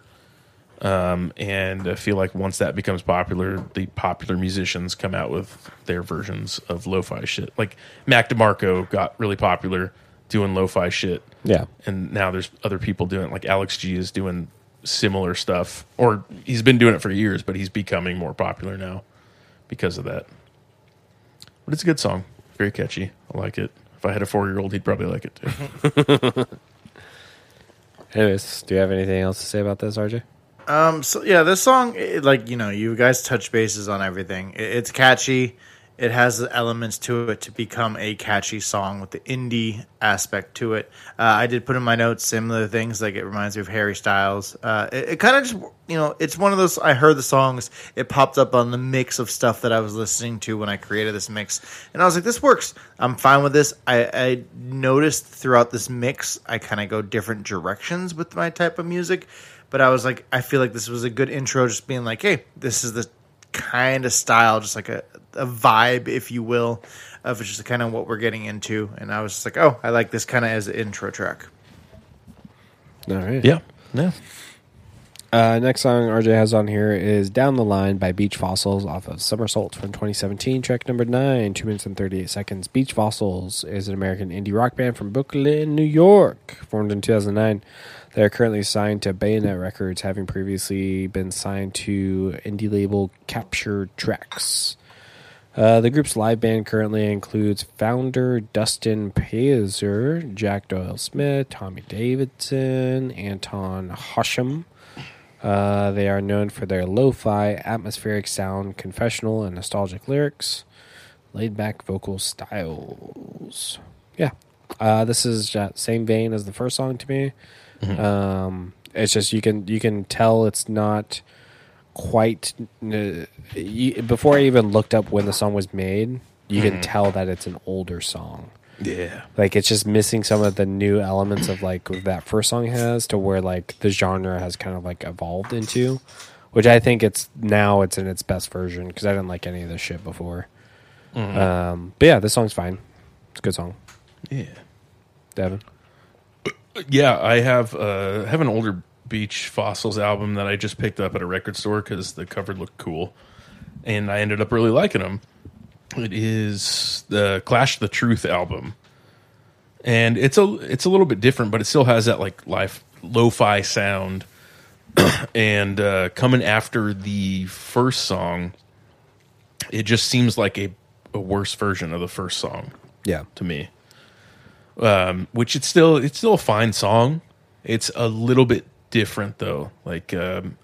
[SPEAKER 3] Um, and I feel like once that becomes popular, the popular musicians come out with their versions of lo-fi shit. Like Mac DeMarco got really popular doing lo-fi shit.
[SPEAKER 1] Yeah.
[SPEAKER 3] And now there's other people doing it. Like Alex G is doing similar stuff or he's been doing it for years, but he's becoming more popular now because of that. But it's a good song. Very catchy. I like it. If I had a four year old, he'd probably like it too.
[SPEAKER 1] Anyways, do you have anything else to say about this, RJ?
[SPEAKER 2] Um, so yeah, this song, it, like you know, you guys touch bases on everything. It, it's catchy. It has the elements to it to become a catchy song with the indie aspect to it. Uh, I did put in my notes similar things, like it reminds me of Harry Styles. Uh, it it kind of just, you know, it's one of those. I heard the songs, it popped up on the mix of stuff that I was listening to when I created this mix, and I was like, this works. I'm fine with this. I, I noticed throughout this mix, I kind of go different directions with my type of music but I was like, I feel like this was a good intro, just being like, hey, this is the kind of style, just like a, a vibe, if you will, of just kind of what we're getting into. And I was just like, oh, I like this kind of as an intro track.
[SPEAKER 1] All right.
[SPEAKER 3] yeah. Yeah.
[SPEAKER 1] Uh, next song RJ has on here is Down the Line by Beach Fossils off of Somersault from 2017, track number 9, 2 minutes and 38 seconds. Beach Fossils is an American indie rock band from Brooklyn, New York, formed in 2009. They are currently signed to Bayonet Records, having previously been signed to indie label Capture Tracks. Uh, the group's live band currently includes founder Dustin Pazer, Jack Doyle Smith, Tommy Davidson, Anton Hosham. Uh, they are known for their lo fi, atmospheric sound, confessional, and nostalgic lyrics, laid back vocal styles. Yeah. Uh, this is that same vein as the first song to me. Um, it's just you can you can tell it's not quite uh, you, before I even looked up when the song was made. You can tell that it's an older song
[SPEAKER 3] Yeah.
[SPEAKER 1] like it's just missing some of the new elements of like that first song has to where like the genre has kind of like evolved into which i think it's now it's in its best version because i didn't like any of this shit before um but yeah this song's fine it's a good song
[SPEAKER 3] Yeah.
[SPEAKER 1] devin
[SPEAKER 3] yeah, I have uh, I have an older Beach Fossils album that I just picked up at a record store because the cover looked cool, and I ended up really liking them. It is the Clash the Truth album, and it's a it's a little bit different, but it still has that like life lo-fi sound. and uh, coming after the first song, it just seems like a, a worse version of the first song
[SPEAKER 1] yeah
[SPEAKER 3] to me. Um, which it's still it's still a fine song. It's a little bit different though. Like um,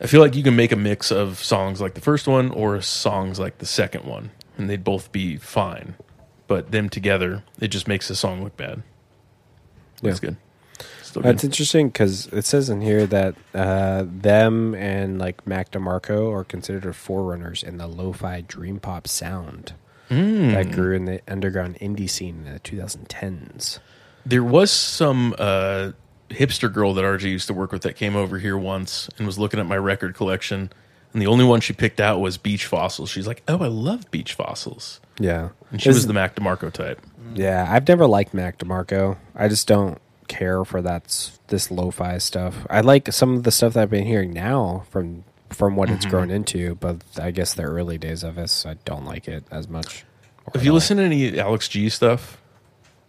[SPEAKER 3] I feel like you can make a mix of songs like the first one or songs like the second one, and they'd both be fine. But them together, it just makes the song look bad.
[SPEAKER 1] yeah
[SPEAKER 3] That's good. Still
[SPEAKER 1] that's
[SPEAKER 3] good.
[SPEAKER 1] interesting because it says in here that uh them and like mac demarco are considered forerunners in the lo-fi dream pop sound that grew in the underground indie scene in the 2010s.
[SPEAKER 3] There was some uh, hipster girl that RJ used to work with that came over here once and was looking at my record collection. And the only one she picked out was Beach Fossils. She's like, "Oh, I love Beach Fossils,"
[SPEAKER 1] Yeah,
[SPEAKER 3] and she was the Mac DeMarco type.
[SPEAKER 1] yeah. I've never liked Mac DeMarco. I just don't care for that s- this lo-fi stuff. I like some of the stuff that I've been hearing now from from what
[SPEAKER 3] Mm-hmm.
[SPEAKER 1] it's grown into, but I guess the early days of us, I don't like it as much. Or
[SPEAKER 3] Have
[SPEAKER 1] at
[SPEAKER 3] you
[SPEAKER 1] all.
[SPEAKER 3] listened to any Alex G stuff?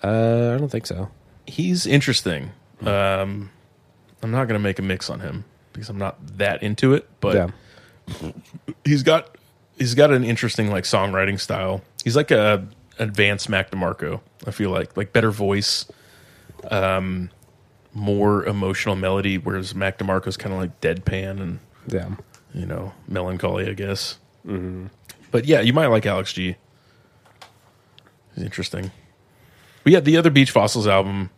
[SPEAKER 1] Uh, I don't think so.
[SPEAKER 3] he's interesting. Um, I'm not going to make a mix on him because I'm not that into it, but
[SPEAKER 1] yeah,
[SPEAKER 3] he's got he's got an interesting like songwriting style. He's like a advanced Mac DeMarco. I feel like like better voice, um, more emotional melody. Whereas Mac DeMarco's kind of like deadpan and
[SPEAKER 1] yeah.
[SPEAKER 3] you know melancholy, I guess. But yeah, you might like Alex G. He's interesting. But yeah, the other Beach Fossils album,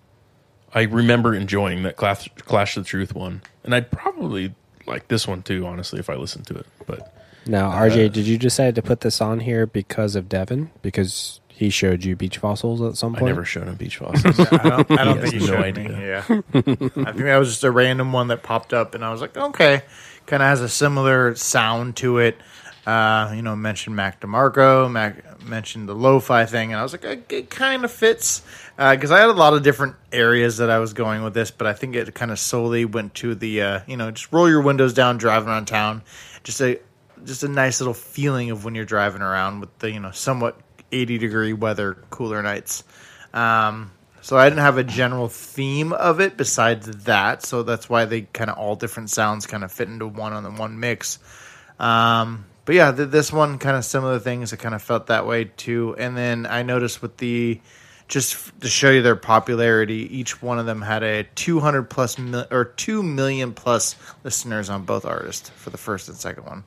[SPEAKER 3] I remember enjoying that Clash, Clash of the Truth one, and I'd probably like this one too, honestly, if I listened to it. But
[SPEAKER 1] Now,
[SPEAKER 3] Uh,
[SPEAKER 1] RJ, did you decide to put this on here because of Devin? Because he showed you beach fossils at some point.
[SPEAKER 3] I never showed him Beach Fossils.
[SPEAKER 2] I don't, I don't
[SPEAKER 3] has
[SPEAKER 2] think you
[SPEAKER 3] no
[SPEAKER 2] showed
[SPEAKER 3] idea.
[SPEAKER 2] me. Yeah, I think that was just a random one that popped up, and I was like, okay, kind of has a similar sound to it. Uh, you know, mentioned Mac DeMarco, Mac mentioned the lo-fi thing, and I was like, it, it kind of fits because I had a lot of different areas that I was going with this, but I think it kind of solely went to the uh, you know, just roll your windows down, driving around town, just a just a nice little feeling of when you're driving around with the you know somewhat 80 degree weather, cooler nights. Um, so I didn't have a general theme of it besides that. So that's why they kind of all different sounds kind of fit into one on the one mix. Um, but yeah, th- this one kind of similar things. It kind of felt that way too. And then I noticed with the just f- to show you their popularity, each one of them had a 200 plus mil- or 2 million plus listeners on both artists for the first and second one.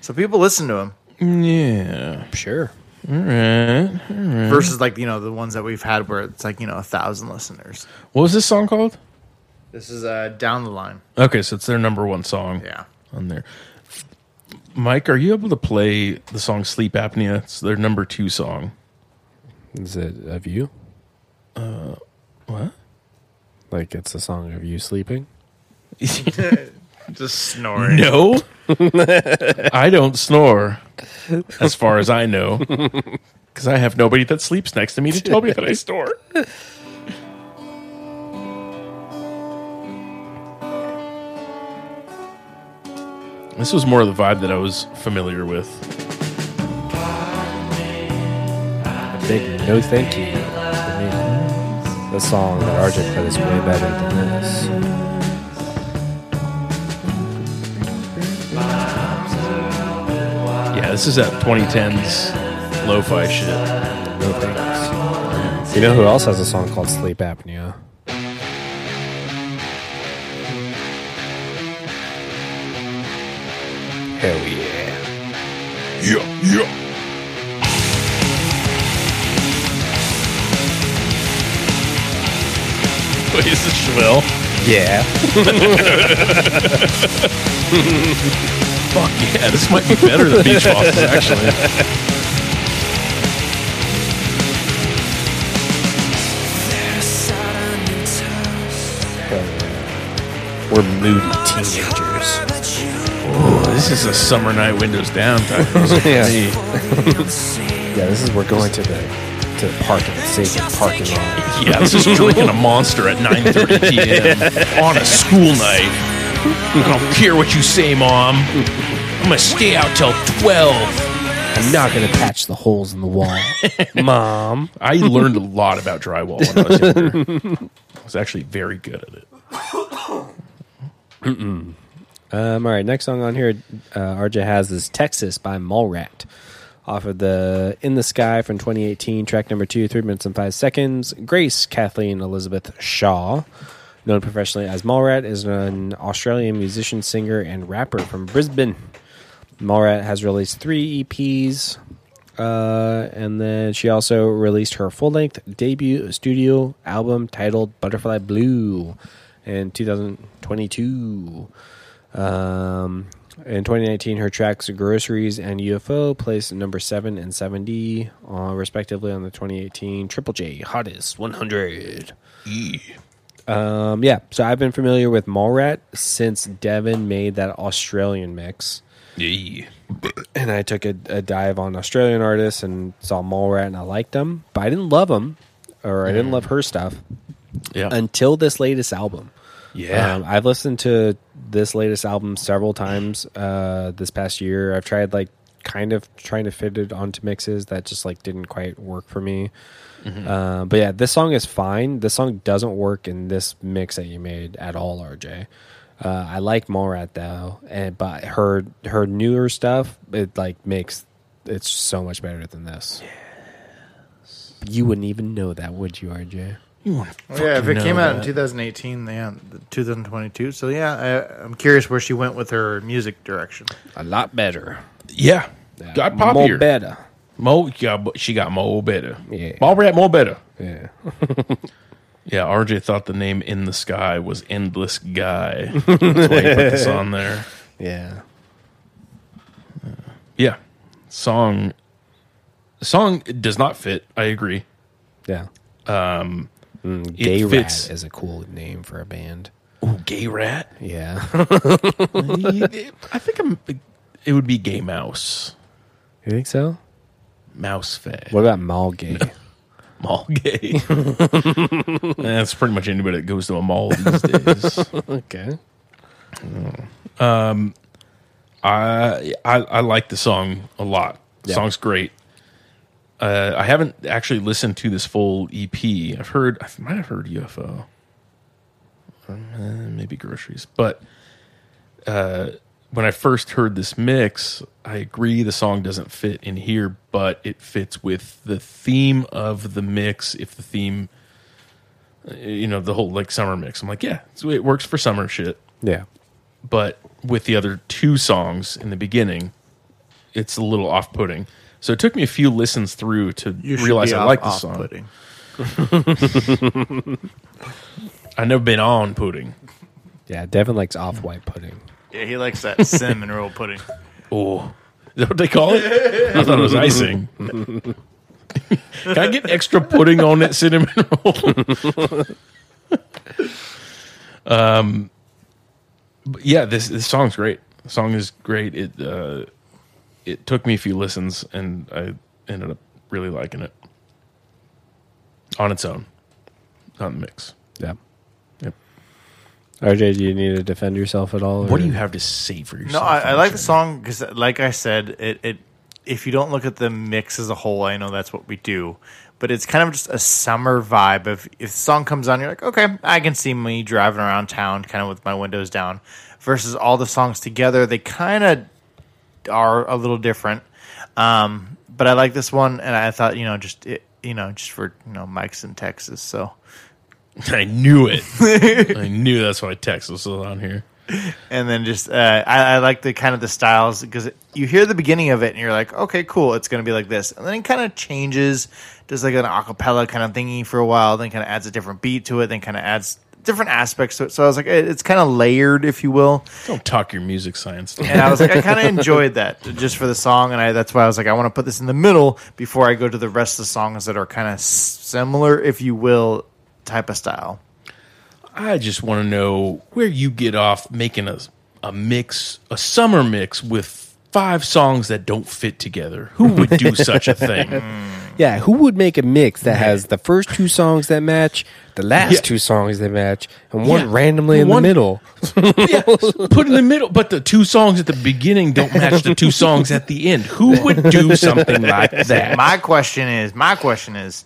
[SPEAKER 2] So people listen to them
[SPEAKER 3] yeah,
[SPEAKER 1] Sure.
[SPEAKER 2] versus like, you know, the ones that we've had where it's like, you know, a thousand listeners.
[SPEAKER 3] what was this song called?
[SPEAKER 2] This is uh, down the line.
[SPEAKER 3] Okay, so it's their number one song.
[SPEAKER 2] Yeah.
[SPEAKER 3] on there. Mike, are you able to play the song "Sleep Apnea"? It's their number two song.
[SPEAKER 1] Is it of you?
[SPEAKER 3] Uh, What?
[SPEAKER 1] Like it's a song of you sleeping?
[SPEAKER 2] Just snoring.
[SPEAKER 3] No, I don't snore, as far as I know, because I have nobody that sleeps next to me to tell me that I snore. This was more of the vibe that I was familiar with.
[SPEAKER 1] Big no thank you for me. The song that RJ played is way better than this.
[SPEAKER 3] Yeah, this is that 2010s lo-fi shit.
[SPEAKER 1] No thanks. You know who else has a song called Sleep Apnea? Hell yeah.
[SPEAKER 3] Yeah, yeah. Wait, is this Chevelle?
[SPEAKER 1] Yeah.
[SPEAKER 3] Fuck yeah, this might be better than Beach Fossils, actually.
[SPEAKER 1] We're moody teenagers.
[SPEAKER 3] This is a summer night windows down type of music.
[SPEAKER 1] Yeah.
[SPEAKER 3] Hey,
[SPEAKER 1] Yeah, this is we're going to the to the parking safe parking lot.
[SPEAKER 3] yeah, this is drinking a monster at 9.30 p.m. on a school night. I don't care what you say, Mom. I'm going to stay out till 12.
[SPEAKER 1] I'm not gonna patch the holes in the wall. Mom.
[SPEAKER 3] I learned a lot about drywall when I was younger. I was actually very good at it.
[SPEAKER 1] Um, all right, next song on here, uh, RJ has is Texas by Mallrat. Off of the In the Sky from 2018, track number two, three minutes and five seconds. Grace Kathleen Elizabeth Shaw, known professionally as Mallrat, is an Australian musician, singer, and rapper from Brisbane. Mallrat has released three EPs, uh, and then she also released her full length debut studio album titled Butterfly Blue in 2022. Um, In 2019, her tracks Groceries and UFO placed number 7 and 70, uh, respectively, on the 2018 Triple J Hottest 100. Um, yeah, so I've been familiar with Mallrat since Devin made that Australian mix.
[SPEAKER 3] Yeah.
[SPEAKER 1] And I took a, a dive on Australian artists and saw Mallrat and I liked them, but I didn't love them or I didn't love her stuff
[SPEAKER 3] Yeah.
[SPEAKER 1] until this latest album.
[SPEAKER 3] yeah.
[SPEAKER 1] Um, I've listened to this latest album several times uh, this past year. I've tried like kind of trying to fit it onto mixes that just like didn't quite work for me. Uh, but yeah, this song is fine. This song doesn't work in this mix that you made at all, RJ. Uh, I like Morat though, and but her her newer stuff it like makes it's so much better than this. You wouldn't even know that, would you, RJ?
[SPEAKER 2] Well, yeah, if it
[SPEAKER 3] know
[SPEAKER 2] came out in
[SPEAKER 3] that.
[SPEAKER 2] 2018, yeah, 2022. So yeah, I, I'm curious where she went with her music direction.
[SPEAKER 1] A lot better.
[SPEAKER 3] yeah. Got
[SPEAKER 1] More
[SPEAKER 3] poppier.
[SPEAKER 1] better.
[SPEAKER 3] Mo, yeah, but she got Mo better.
[SPEAKER 1] Yeah.
[SPEAKER 3] Mall rat Mo better.
[SPEAKER 1] Yeah.
[SPEAKER 3] Yeah, RJ thought the name in the sky was Endless Guy. That's why he put this on there.
[SPEAKER 1] Yeah.
[SPEAKER 3] Yeah. Song song does not fit. I agree.
[SPEAKER 1] Yeah. Um,
[SPEAKER 3] it
[SPEAKER 1] Gay
[SPEAKER 3] fits-
[SPEAKER 1] Rat is a cool name for a band.
[SPEAKER 3] Ooh, gay rat.
[SPEAKER 1] Yeah.
[SPEAKER 3] I think I'm it would be gay mouse.
[SPEAKER 1] you think so?
[SPEAKER 3] Mouse fag.
[SPEAKER 1] What about Mall Gay?
[SPEAKER 3] Mall gay. That's pretty much anybody that goes to a mall these days.
[SPEAKER 1] okay.
[SPEAKER 3] I, I I like the song a lot.
[SPEAKER 1] Yeah.
[SPEAKER 3] Song's great. Uh, I haven't actually listened to this full EP. I've heard I might have heard UFO, Uh, maybe groceries. But uh, when I first heard this mix, I agree the song doesn't fit in here, but it fits with the theme of the mix. If the theme, uh, you know, the whole like summer mix, I'm like, yeah, it's- it works for summer shit
[SPEAKER 1] Yeah.
[SPEAKER 3] but with the other two songs in the beginning, it's a little off-putting. So it took me a few listens through to
[SPEAKER 2] You should
[SPEAKER 3] realize
[SPEAKER 2] be
[SPEAKER 3] I
[SPEAKER 2] off-
[SPEAKER 3] like the song.
[SPEAKER 2] off-putting.
[SPEAKER 3] I've never been on pudding.
[SPEAKER 1] Yeah. Devin likes off white pudding.
[SPEAKER 2] Yeah, he likes that cinnamon roll pudding.
[SPEAKER 3] Oh, is that what they call it? I thought it was icing. Can I get extra pudding on that cinnamon roll? um, Um, but yeah, this this song's great. The song is great. It uh, it took me a few listens, and I ended up really liking it on its own, not in the mix.
[SPEAKER 1] Yeah.
[SPEAKER 3] Yep.
[SPEAKER 1] RJ, do you need to defend yourself at all?
[SPEAKER 3] What do
[SPEAKER 1] or-
[SPEAKER 3] you have to say for
[SPEAKER 2] No,
[SPEAKER 3] yourself?
[SPEAKER 2] I, I like the
[SPEAKER 3] Archer?
[SPEAKER 2] song because, like I said, it, it if you don't look at the mix as a whole, I know that's what we do, but it's kind of just a summer vibe. If if the song comes on, you're like, okay, I can see me driving around town, kind of with my windows down. Versus all the songs together, they kind of are a little different. Um, but I like this one, and I thought, you know, just it, you know, just for you know, Mike's in Texas, so
[SPEAKER 3] I knew it. I knew that's why Texas was on here.
[SPEAKER 2] and then just uh, I, I like the kind of the styles because you hear the beginning of it and you're like, okay, cool, it's gonna be like this, and then it kind of changes, does like an acapella kind of thingy for a while, then kind of adds a different beat to it, then kind of adds different aspects to it. So I was like, it- it's kind of layered, if you will,
[SPEAKER 3] Don't talk your music science. down.
[SPEAKER 2] and I was like, I kind of enjoyed that just for the song, and I that's why I was like, I want to put this in the middle before I go to the rest of the songs that are kind of similar, if you will, type of style.
[SPEAKER 3] I just want to know where you get off making a a mix, a summer mix with five songs that don't fit together. Who would do such a thing?
[SPEAKER 1] Yeah. Who would make a mix that has the first two songs that match, the last
[SPEAKER 3] Yeah.
[SPEAKER 1] two songs that match, and one
[SPEAKER 3] Yeah.
[SPEAKER 1] randomly in
[SPEAKER 3] One-
[SPEAKER 1] the middle?
[SPEAKER 3] Yeah, put in the middle, but the two songs at the beginning don't match the two songs at the end. Who would do something like that?
[SPEAKER 2] My question is, my question is,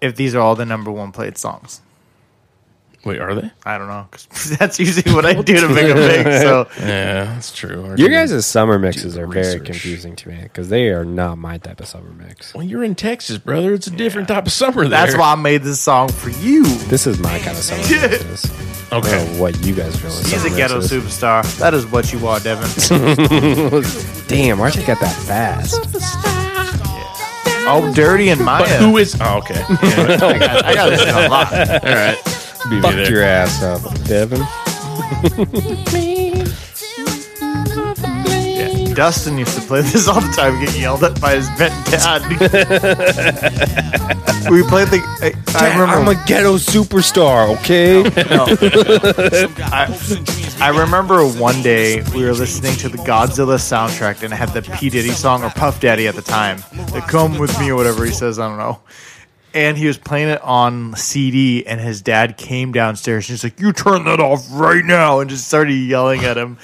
[SPEAKER 2] if these are all the number one played songs.
[SPEAKER 3] Wait, are they?
[SPEAKER 2] I don't know. 'cause that's usually what I do to make a mix. So
[SPEAKER 3] Yeah, that's true.
[SPEAKER 1] Your guys' summer mixes are very
[SPEAKER 3] research.
[SPEAKER 1] confusing to me because they are not my type of summer mix.
[SPEAKER 3] well, you're in Texas, brother. It's a different type of summer. There.
[SPEAKER 2] that's why I made this song for you.
[SPEAKER 1] This is my kind of summer mixes. I
[SPEAKER 3] Okay.
[SPEAKER 1] don't know what you guys feel. is
[SPEAKER 2] He's a
[SPEAKER 1] summer
[SPEAKER 2] ghetto
[SPEAKER 1] mixes.
[SPEAKER 2] superstar. That is what you are, Devin.
[SPEAKER 1] Damn, why'd you get that fast?
[SPEAKER 2] Oh, dirty and Maya.
[SPEAKER 3] But who is? Oh, okay. Yeah,
[SPEAKER 2] I got, I got this in a lot.
[SPEAKER 3] all right. Be me
[SPEAKER 1] Fuck
[SPEAKER 3] there.
[SPEAKER 1] your ass up, Devin.
[SPEAKER 5] Me.
[SPEAKER 2] Dustin used to play this all the time, get yelled at by his pet dad. we played the. I, I
[SPEAKER 1] I'm
[SPEAKER 2] remember.
[SPEAKER 1] a ghetto superstar, okay?
[SPEAKER 2] I remember one day we were listening to the Godzilla soundtrack and it had the P Diddy song or Puff Daddy at the time, the "Come with Me" or whatever he says. I don't know. And he was playing it on CD, and his dad came downstairs and he's like, "You turn that off right now!" and just started yelling at him.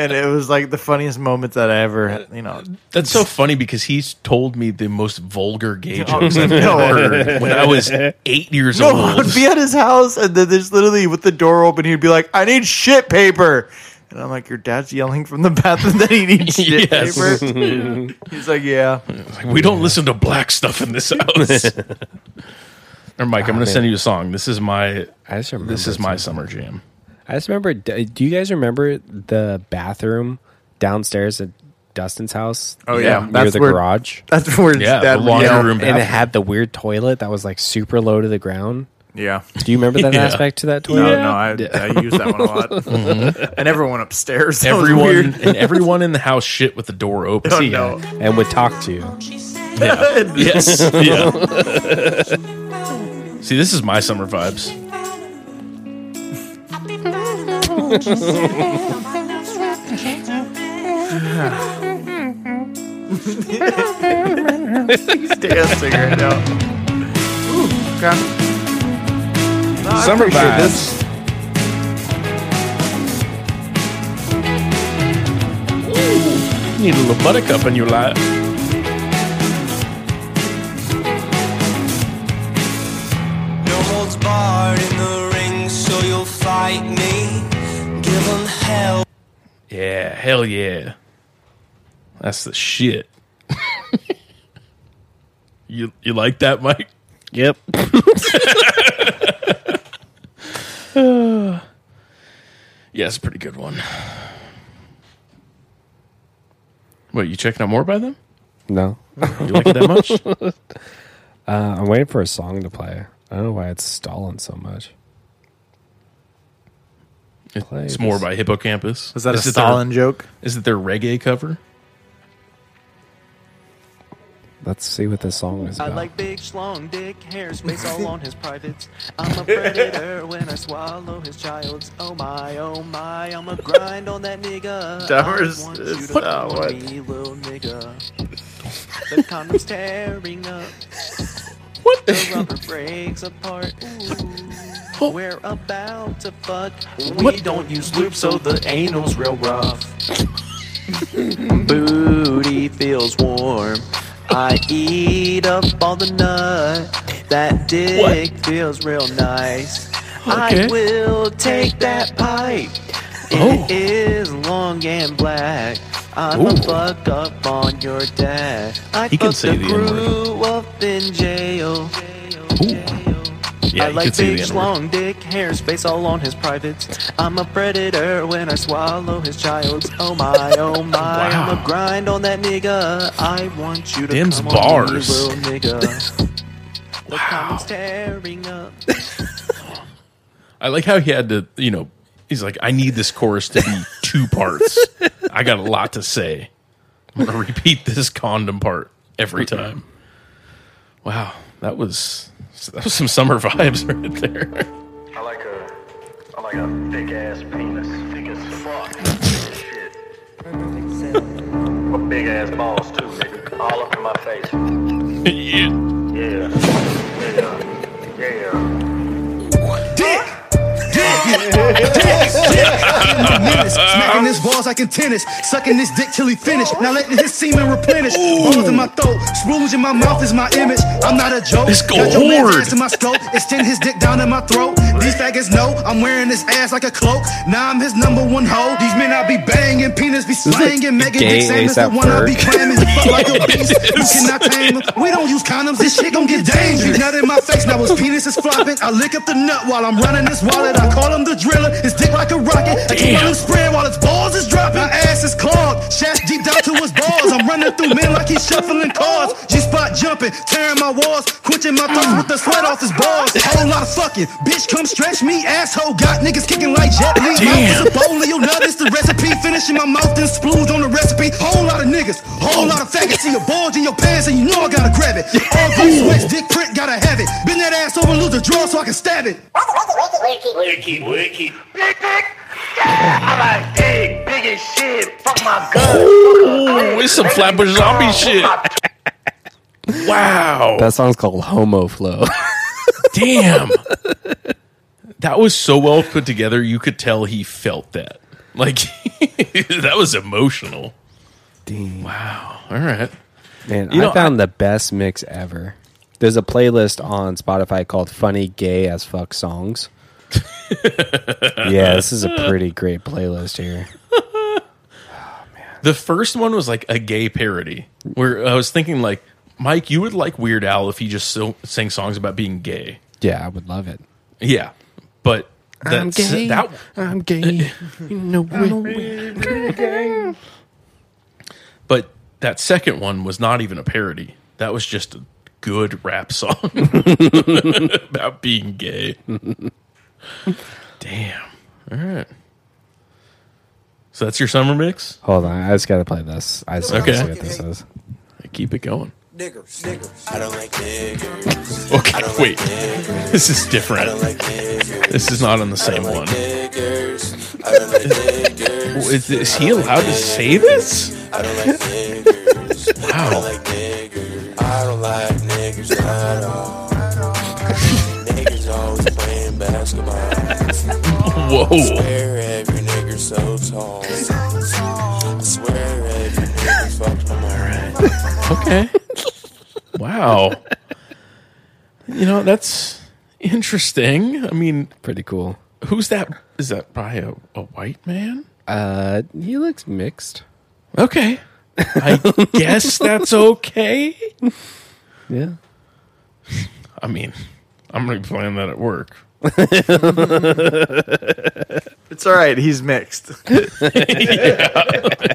[SPEAKER 2] And it was like the funniest moment that I ever, you know,
[SPEAKER 3] That's so funny because he's told me the most vulgar gay
[SPEAKER 2] Oh,
[SPEAKER 3] jokes I've
[SPEAKER 2] no.
[SPEAKER 3] ever heard when I was eight years
[SPEAKER 2] No, I
[SPEAKER 3] old.
[SPEAKER 2] would be at his house, and then there's literally with the door open, he'd be like, "I need shit paper," and I'm like, "Your dad's yelling from the bathroom that he needs shit
[SPEAKER 3] Yes.
[SPEAKER 2] paper." He's like, "Yeah."
[SPEAKER 3] Like, we don't listen to black stuff in this house. or Mike,
[SPEAKER 2] Ah,
[SPEAKER 3] I'm going to send you a song. This is my
[SPEAKER 1] I just remember
[SPEAKER 3] this is my summer jam.
[SPEAKER 1] I just remember. d- Do you guys remember the bathroom downstairs at Dustin's house?
[SPEAKER 2] Oh, yeah.
[SPEAKER 1] near
[SPEAKER 2] That's
[SPEAKER 1] the
[SPEAKER 2] where-
[SPEAKER 1] garage,
[SPEAKER 2] That's where
[SPEAKER 3] Yeah,
[SPEAKER 2] his dad
[SPEAKER 3] the
[SPEAKER 2] would
[SPEAKER 3] laundry
[SPEAKER 2] yell.
[SPEAKER 3] room.
[SPEAKER 1] and it had the weird toilet that was like super low to the ground.
[SPEAKER 2] Yeah.
[SPEAKER 1] Do you remember that
[SPEAKER 3] Yeah.
[SPEAKER 1] aspect to that
[SPEAKER 2] No,
[SPEAKER 1] toilet?
[SPEAKER 2] no, I, I use that one a lot. And everyone upstairs, that was
[SPEAKER 3] Everyone
[SPEAKER 2] weird.
[SPEAKER 3] and everyone in the house shit with the door open.
[SPEAKER 2] Oh, no.
[SPEAKER 1] And would talk to you.
[SPEAKER 3] Yeah. yes. Yeah. See, this is my summer vibes.
[SPEAKER 2] He's dancing right now. Ooh, okay. No, I
[SPEAKER 3] Summer
[SPEAKER 2] appreciate
[SPEAKER 3] vibes.
[SPEAKER 2] this.
[SPEAKER 3] You need a little buttercup in your life.
[SPEAKER 5] No holds barred in the ring, so you'll fight me. Give 'em hell.
[SPEAKER 3] Yeah. Hell yeah. That's the shit. you you like that, Mike?
[SPEAKER 1] Yep.
[SPEAKER 3] Yeah, it's a pretty good one. Wait, you checking out more by them?
[SPEAKER 1] No,
[SPEAKER 3] You like it that much?
[SPEAKER 1] Uh, I'm waiting for a song to play. I don't know why it's stalling so much.
[SPEAKER 3] It's more by Hippocampus.
[SPEAKER 2] Was that
[SPEAKER 3] Is
[SPEAKER 2] a
[SPEAKER 3] it their-
[SPEAKER 2] Stalin joke?
[SPEAKER 3] Is it their reggae cover?
[SPEAKER 1] Let's see what this song is
[SPEAKER 6] I
[SPEAKER 1] about.
[SPEAKER 6] like big schlong dick hair space all on his privates. I'm a predator when I swallow his childs. Oh my, oh my, I'ma grind on that nigga.
[SPEAKER 2] Dahmer's-
[SPEAKER 6] I want
[SPEAKER 2] is
[SPEAKER 6] you to
[SPEAKER 2] that
[SPEAKER 6] love
[SPEAKER 2] what-
[SPEAKER 6] me, little nigga. The condom's tearing up.
[SPEAKER 3] What
[SPEAKER 6] The rubber breaks apart. Ooh, we're about to fuck. We
[SPEAKER 3] What?
[SPEAKER 6] don't use lube, so the anal's real rough. Booty feels warm. I eat up all the nut. That dick feels real nice.
[SPEAKER 3] Okay.
[SPEAKER 6] I will take that pipe.
[SPEAKER 3] Oh.
[SPEAKER 6] It is long and black. I'm
[SPEAKER 3] Ooh.
[SPEAKER 6] a fuck up on your dad. I
[SPEAKER 3] He can
[SPEAKER 6] fucked
[SPEAKER 3] say
[SPEAKER 6] a
[SPEAKER 3] the N-word.
[SPEAKER 6] grew up in jail.
[SPEAKER 3] Yeah,
[SPEAKER 6] I
[SPEAKER 3] you
[SPEAKER 6] like
[SPEAKER 3] could see
[SPEAKER 6] big,
[SPEAKER 3] the N-word.
[SPEAKER 6] long dick hair, space all on his privates. I'm a predator when I swallow his childs. Oh my, oh my,
[SPEAKER 3] Wow.
[SPEAKER 6] I'ma grind on that nigga. I want you to
[SPEAKER 3] Them's
[SPEAKER 6] come on me,
[SPEAKER 3] bars.
[SPEAKER 6] little nigga. The comments tearing up.
[SPEAKER 3] I like how he had to, you know, he's like, I need this chorus to be two parts. I got a lot to say. I'm going to repeat this condom part every time. Wow, that was that was some summer vibes right there.
[SPEAKER 7] I like a, I like a thick ass penis. Thick as fuck. Shit. Or big ass balls too, nigga. All up in my face.
[SPEAKER 3] yeah.
[SPEAKER 7] Yeah. Yeah. Yeah.
[SPEAKER 8] dick. Dick, dick, dick. I'm a menace. Smacking his balls like in tennis. Sucking this dick till he finished. Now letting his semen replenish. Balls in my throat. Sprues in my mouth is my image. I'm not a joke.
[SPEAKER 3] Let's go
[SPEAKER 8] Got your man's
[SPEAKER 3] hard.
[SPEAKER 8] ass in my scope. Extend his dick down in my throat. These faggots know I'm wearing his ass like a cloak. Now I'm his number one hoe. These men I be banging. Penis be slanging. Megan
[SPEAKER 1] gay
[SPEAKER 8] Dick Sam is the
[SPEAKER 1] A$AP
[SPEAKER 8] one I be
[SPEAKER 1] Ferg.
[SPEAKER 8] clamming. Fuck like a beast. Who cannot tame him? We don't use condoms. This shit gon' get dangerous. Nut in my face. Now his penis is flopping. I lick up the nut while I'm running this wallet. I call him the driller. His dick like a rocket. I keep on him spraying while his balls is dropping. My ass is clogged. Shaft deep down to his balls. I'm running through men like he's shuffling cards. G spot jumping, tearing my walls, quenching my thirst with the sweat off his balls. Whole lot of fucking, bitch, come stretch me, asshole. Got niggas kicking like Jet Li. Mouth is a bowl of your love, it's the recipe. Finishing my mouth and splooged on the recipe. Whole lot of niggas, whole lot of faggots. See a bulge in your pants and you know I gotta grab it. All blue sweats, dick print, gotta have it. Bend that ass over, lose the drawer so I can stab it.
[SPEAKER 7] Wiki, wiki. Big, big. Yeah, I'm a big, big as shit. Fuck my gun.
[SPEAKER 3] Oh, it's some Flatbush zombie shit. Wow.
[SPEAKER 1] That song's called Homo Flow.
[SPEAKER 3] Damn. That was so well put together. You could tell he felt that. Like, that was emotional. Wow. All right.
[SPEAKER 1] Man,
[SPEAKER 3] You
[SPEAKER 1] I
[SPEAKER 3] know,
[SPEAKER 1] found the best mix ever. There's a playlist on Spotify called Funny Gay as Fuck Songs. yeah, this is a pretty great playlist here.
[SPEAKER 3] The first one was like a gay parody where I was thinking, like, Mike, you would like Weird Al if he just so, sang songs about being gay.
[SPEAKER 1] Yeah, I would love it.
[SPEAKER 3] Yeah. But
[SPEAKER 1] I'm
[SPEAKER 3] that's
[SPEAKER 1] gay.
[SPEAKER 3] that
[SPEAKER 1] I'm gay.
[SPEAKER 5] Uh,
[SPEAKER 1] You know,
[SPEAKER 3] but that second one was not even a parody. That was just a good rap song about being gay. Damn. All right. So that's your summer mix?
[SPEAKER 1] Hold on, I just gotta play this. I just
[SPEAKER 3] Okay.
[SPEAKER 1] gotta see what this is.
[SPEAKER 3] Keep it going.
[SPEAKER 5] Niggers, niggers. I don't like niggers.
[SPEAKER 3] Okay, wait. This is different. This is not on the same one.
[SPEAKER 5] Niggers. I don't like niggers.
[SPEAKER 3] Well, Is, is he allowed to say this?
[SPEAKER 5] I don't like niggers. I don't
[SPEAKER 3] Wow.
[SPEAKER 5] like niggers. I don't like niggers at all. Niggers always playing basketball.
[SPEAKER 3] Whoa.
[SPEAKER 5] swear every nigger so tall. I swear every nigger fucked my mind.
[SPEAKER 3] Okay. Wow. You know, that's interesting. I mean,
[SPEAKER 1] Pretty cool.
[SPEAKER 3] Who's that? Is that by a, a white man?
[SPEAKER 1] Uh, he looks mixed.
[SPEAKER 3] Okay. I guess that's okay.
[SPEAKER 1] Yeah.
[SPEAKER 3] I mean, I'm going to be playing that at work.
[SPEAKER 2] It's all right. He's mixed.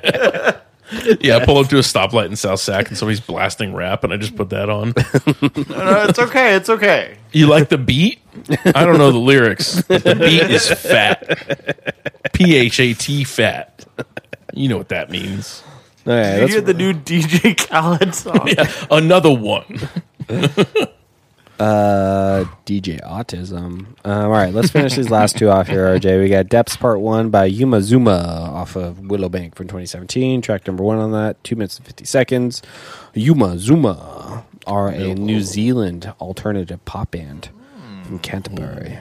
[SPEAKER 3] Yeah, I pull up to a stoplight in South Sac and somebody's blasting rap, and I just put that on.
[SPEAKER 2] No, it's okay. It's okay.
[SPEAKER 3] You like the beat? I don't know the lyrics. The beat is fat. P H A T fat. You know what that means.
[SPEAKER 1] All right,
[SPEAKER 2] You
[SPEAKER 1] that's,
[SPEAKER 2] hear the new DJ Khaled song?
[SPEAKER 3] Another one.
[SPEAKER 1] uh, DJ Autism. Um, all right, let's finish these last two off here, RJ. We got Depths Part 1 by Yuma Zuma off of Willow Bank from 2017. Track number one on that, 2 minutes and 50 seconds. Yuma Zuma are a New Zealand alternative pop band from Canterbury.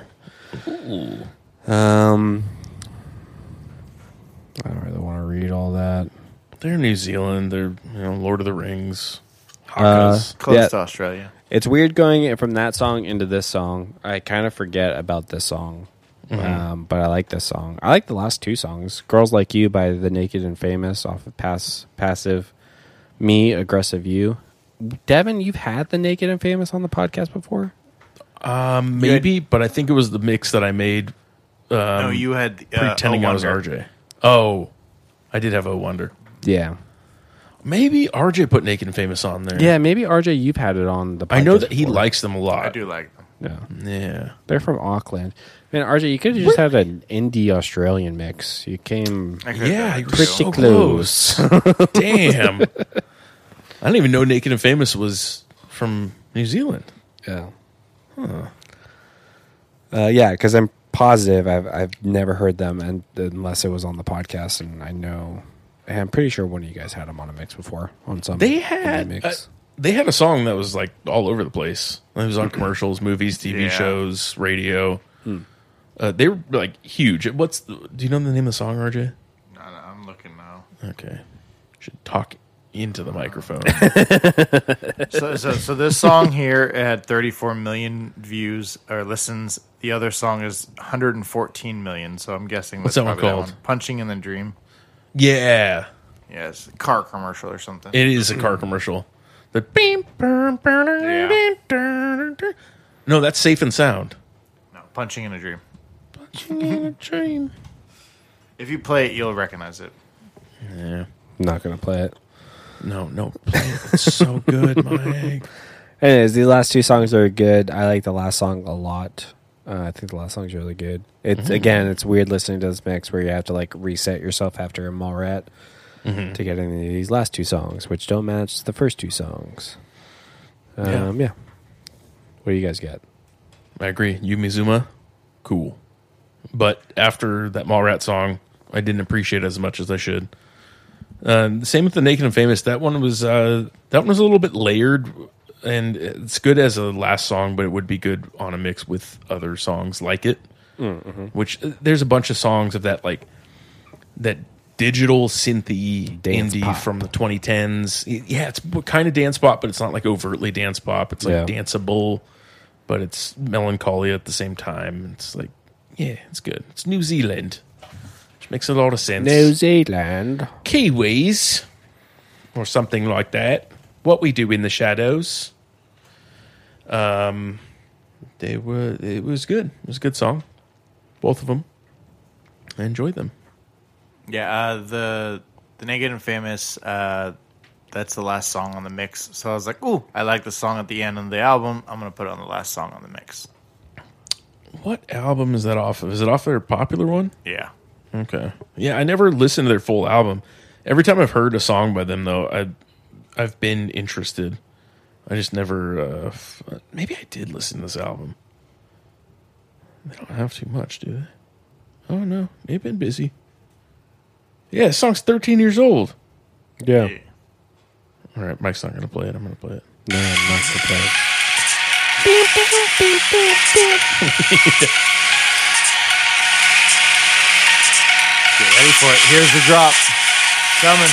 [SPEAKER 1] Um, I don't really want to read all that.
[SPEAKER 3] They're New Zealand. They're you know, Lord of the Rings.
[SPEAKER 1] Uh,
[SPEAKER 3] Hakas.
[SPEAKER 2] Close
[SPEAKER 1] yeah.
[SPEAKER 2] to Australia.
[SPEAKER 1] It's weird going from that song into this song. I kind of forget about this song, um, but I like this song. I like the last two songs: "Girls Like You" by The Naked and Famous off of Pass Passive, "Me Aggressive You." Devin, you've had The Naked and Famous on the podcast before.
[SPEAKER 3] Uh, Maybe, but I think it was the mix that I made
[SPEAKER 2] no, you had uh,
[SPEAKER 3] pretending
[SPEAKER 2] Oh
[SPEAKER 3] I was
[SPEAKER 2] Wonder.
[SPEAKER 3] RJ. Oh, I did have a wonder.
[SPEAKER 1] Yeah,
[SPEAKER 3] Maybe RJ put Naked and Famous on there.
[SPEAKER 1] yeah. Maybe RJ, you've had it on the. podcast
[SPEAKER 3] I know that he
[SPEAKER 1] before.
[SPEAKER 3] likes them a lot.
[SPEAKER 2] I do like them.
[SPEAKER 1] Yeah,
[SPEAKER 3] Yeah.
[SPEAKER 1] they're from Auckland. Man, RJ, you could have just had an indie Australian mix. You came
[SPEAKER 2] I could
[SPEAKER 3] Yeah,
[SPEAKER 2] do
[SPEAKER 3] you were
[SPEAKER 2] that.
[SPEAKER 1] pretty
[SPEAKER 3] so close.
[SPEAKER 1] close.
[SPEAKER 3] Damn. I didn't even know Naked and Famous was from New Zealand.
[SPEAKER 1] Yeah. Uh, yeah, because I'm positive I've I've never heard them and unless it was on the podcast, and I know and I'm pretty sure one of you guys had them on a mix before on some.
[SPEAKER 3] They
[SPEAKER 1] indie
[SPEAKER 3] had uh,
[SPEAKER 1] mix.
[SPEAKER 3] they had a song that was like all over the place. It was on commercials, movies, TV
[SPEAKER 2] Yeah.
[SPEAKER 3] shows, radio.
[SPEAKER 1] Hmm.
[SPEAKER 3] Uh, they were like huge. What's the, do you know the name of the song, RJ?
[SPEAKER 2] No, no, I'm looking now.
[SPEAKER 3] Okay, should talk into the microphone.
[SPEAKER 2] So, so, so this song here had 34 million views or listens. The other song is 114 million. So I'm guessing
[SPEAKER 3] What's
[SPEAKER 2] that's
[SPEAKER 3] that one
[SPEAKER 2] probably
[SPEAKER 3] called?
[SPEAKER 2] Punching in the Dream.
[SPEAKER 3] yeah,
[SPEAKER 2] Yes, car commercial or something.
[SPEAKER 3] It is a car commercial. The beep, burr, burr,
[SPEAKER 2] Yeah.
[SPEAKER 3] beep, burr, burr. No, that's safe and sound.
[SPEAKER 2] no, Punching in a Dream.
[SPEAKER 3] Dream.
[SPEAKER 2] If you play it, you'll recognize it.
[SPEAKER 1] I'm not gonna play it.
[SPEAKER 3] No, no, play it. It's so good, Mike.
[SPEAKER 1] Anyways, the last two songs are good. I like the last song a lot. Uh, I think the last song's really good. It's again, it's weird listening to this mix where you have to like reset yourself after a mall rat to get into these last two songs, which don't match the first two songs.
[SPEAKER 3] Yeah.
[SPEAKER 1] Um, yeah. What do you guys get?
[SPEAKER 3] I agree. You Mizuma, cool. But after that Mallrat song, I didn't appreciate it as much as I should. Um, same with the Naked and Famous. That one was uh, that one was a little bit layered, and it's good as a last song, but it would be good on a mix with other songs like it.
[SPEAKER 1] Mm-hmm.
[SPEAKER 3] Which uh, there's a bunch of songs of that like that digital synthy
[SPEAKER 1] Dance
[SPEAKER 3] indie
[SPEAKER 1] pop.
[SPEAKER 3] from the 2010s. Y- Yeah, it's kind of dance pop, but it's not like overtly dance pop. It's like
[SPEAKER 1] Yeah.
[SPEAKER 3] danceable but it's melancholy at the same time. It's like, yeah, it's good. It's New Zealand, which makes a lot of sense.
[SPEAKER 1] New Zealand.
[SPEAKER 3] Kiwis, or something like that. What we do in the shadows. Um, they were. It was good. It was a good song. Both of them. I enjoyed them.
[SPEAKER 2] Yeah, uh, the the naked and famous. Uh, that's the last song on the mix. So I was like, "Ooh, I like the song at the end of the album. I'm gonna put it on the last song on the mix."
[SPEAKER 3] What album is that off of? Is it off their popular one?
[SPEAKER 2] Yeah,
[SPEAKER 3] Okay. Yeah, I never listened to their full album. Every time I've heard a song by them, though, I I've been interested. I just never. Uh, f- maybe I did listen to this album. They don't have too much, do they? Oh no, they've been busy. Yeah, this song's thirteen years old.
[SPEAKER 1] Yeah.
[SPEAKER 3] All right, Mike's not gonna play it. I'm gonna play it.
[SPEAKER 1] No, I'm not surprised.
[SPEAKER 2] get ready for it. Here's the drop coming.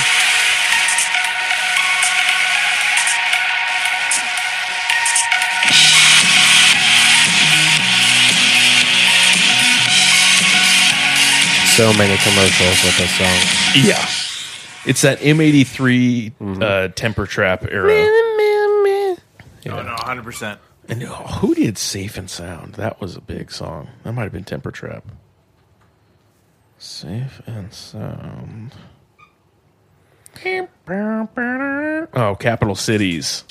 [SPEAKER 1] So many commercials with this song.
[SPEAKER 3] Yeah, it's that M83 uh, temper trap era.
[SPEAKER 2] Oh no, 100. percent
[SPEAKER 3] And oh, who did Safe and Sound? That was a big song. That might have been Temper Trap. Safe and Sound. Oh, Capital Cities.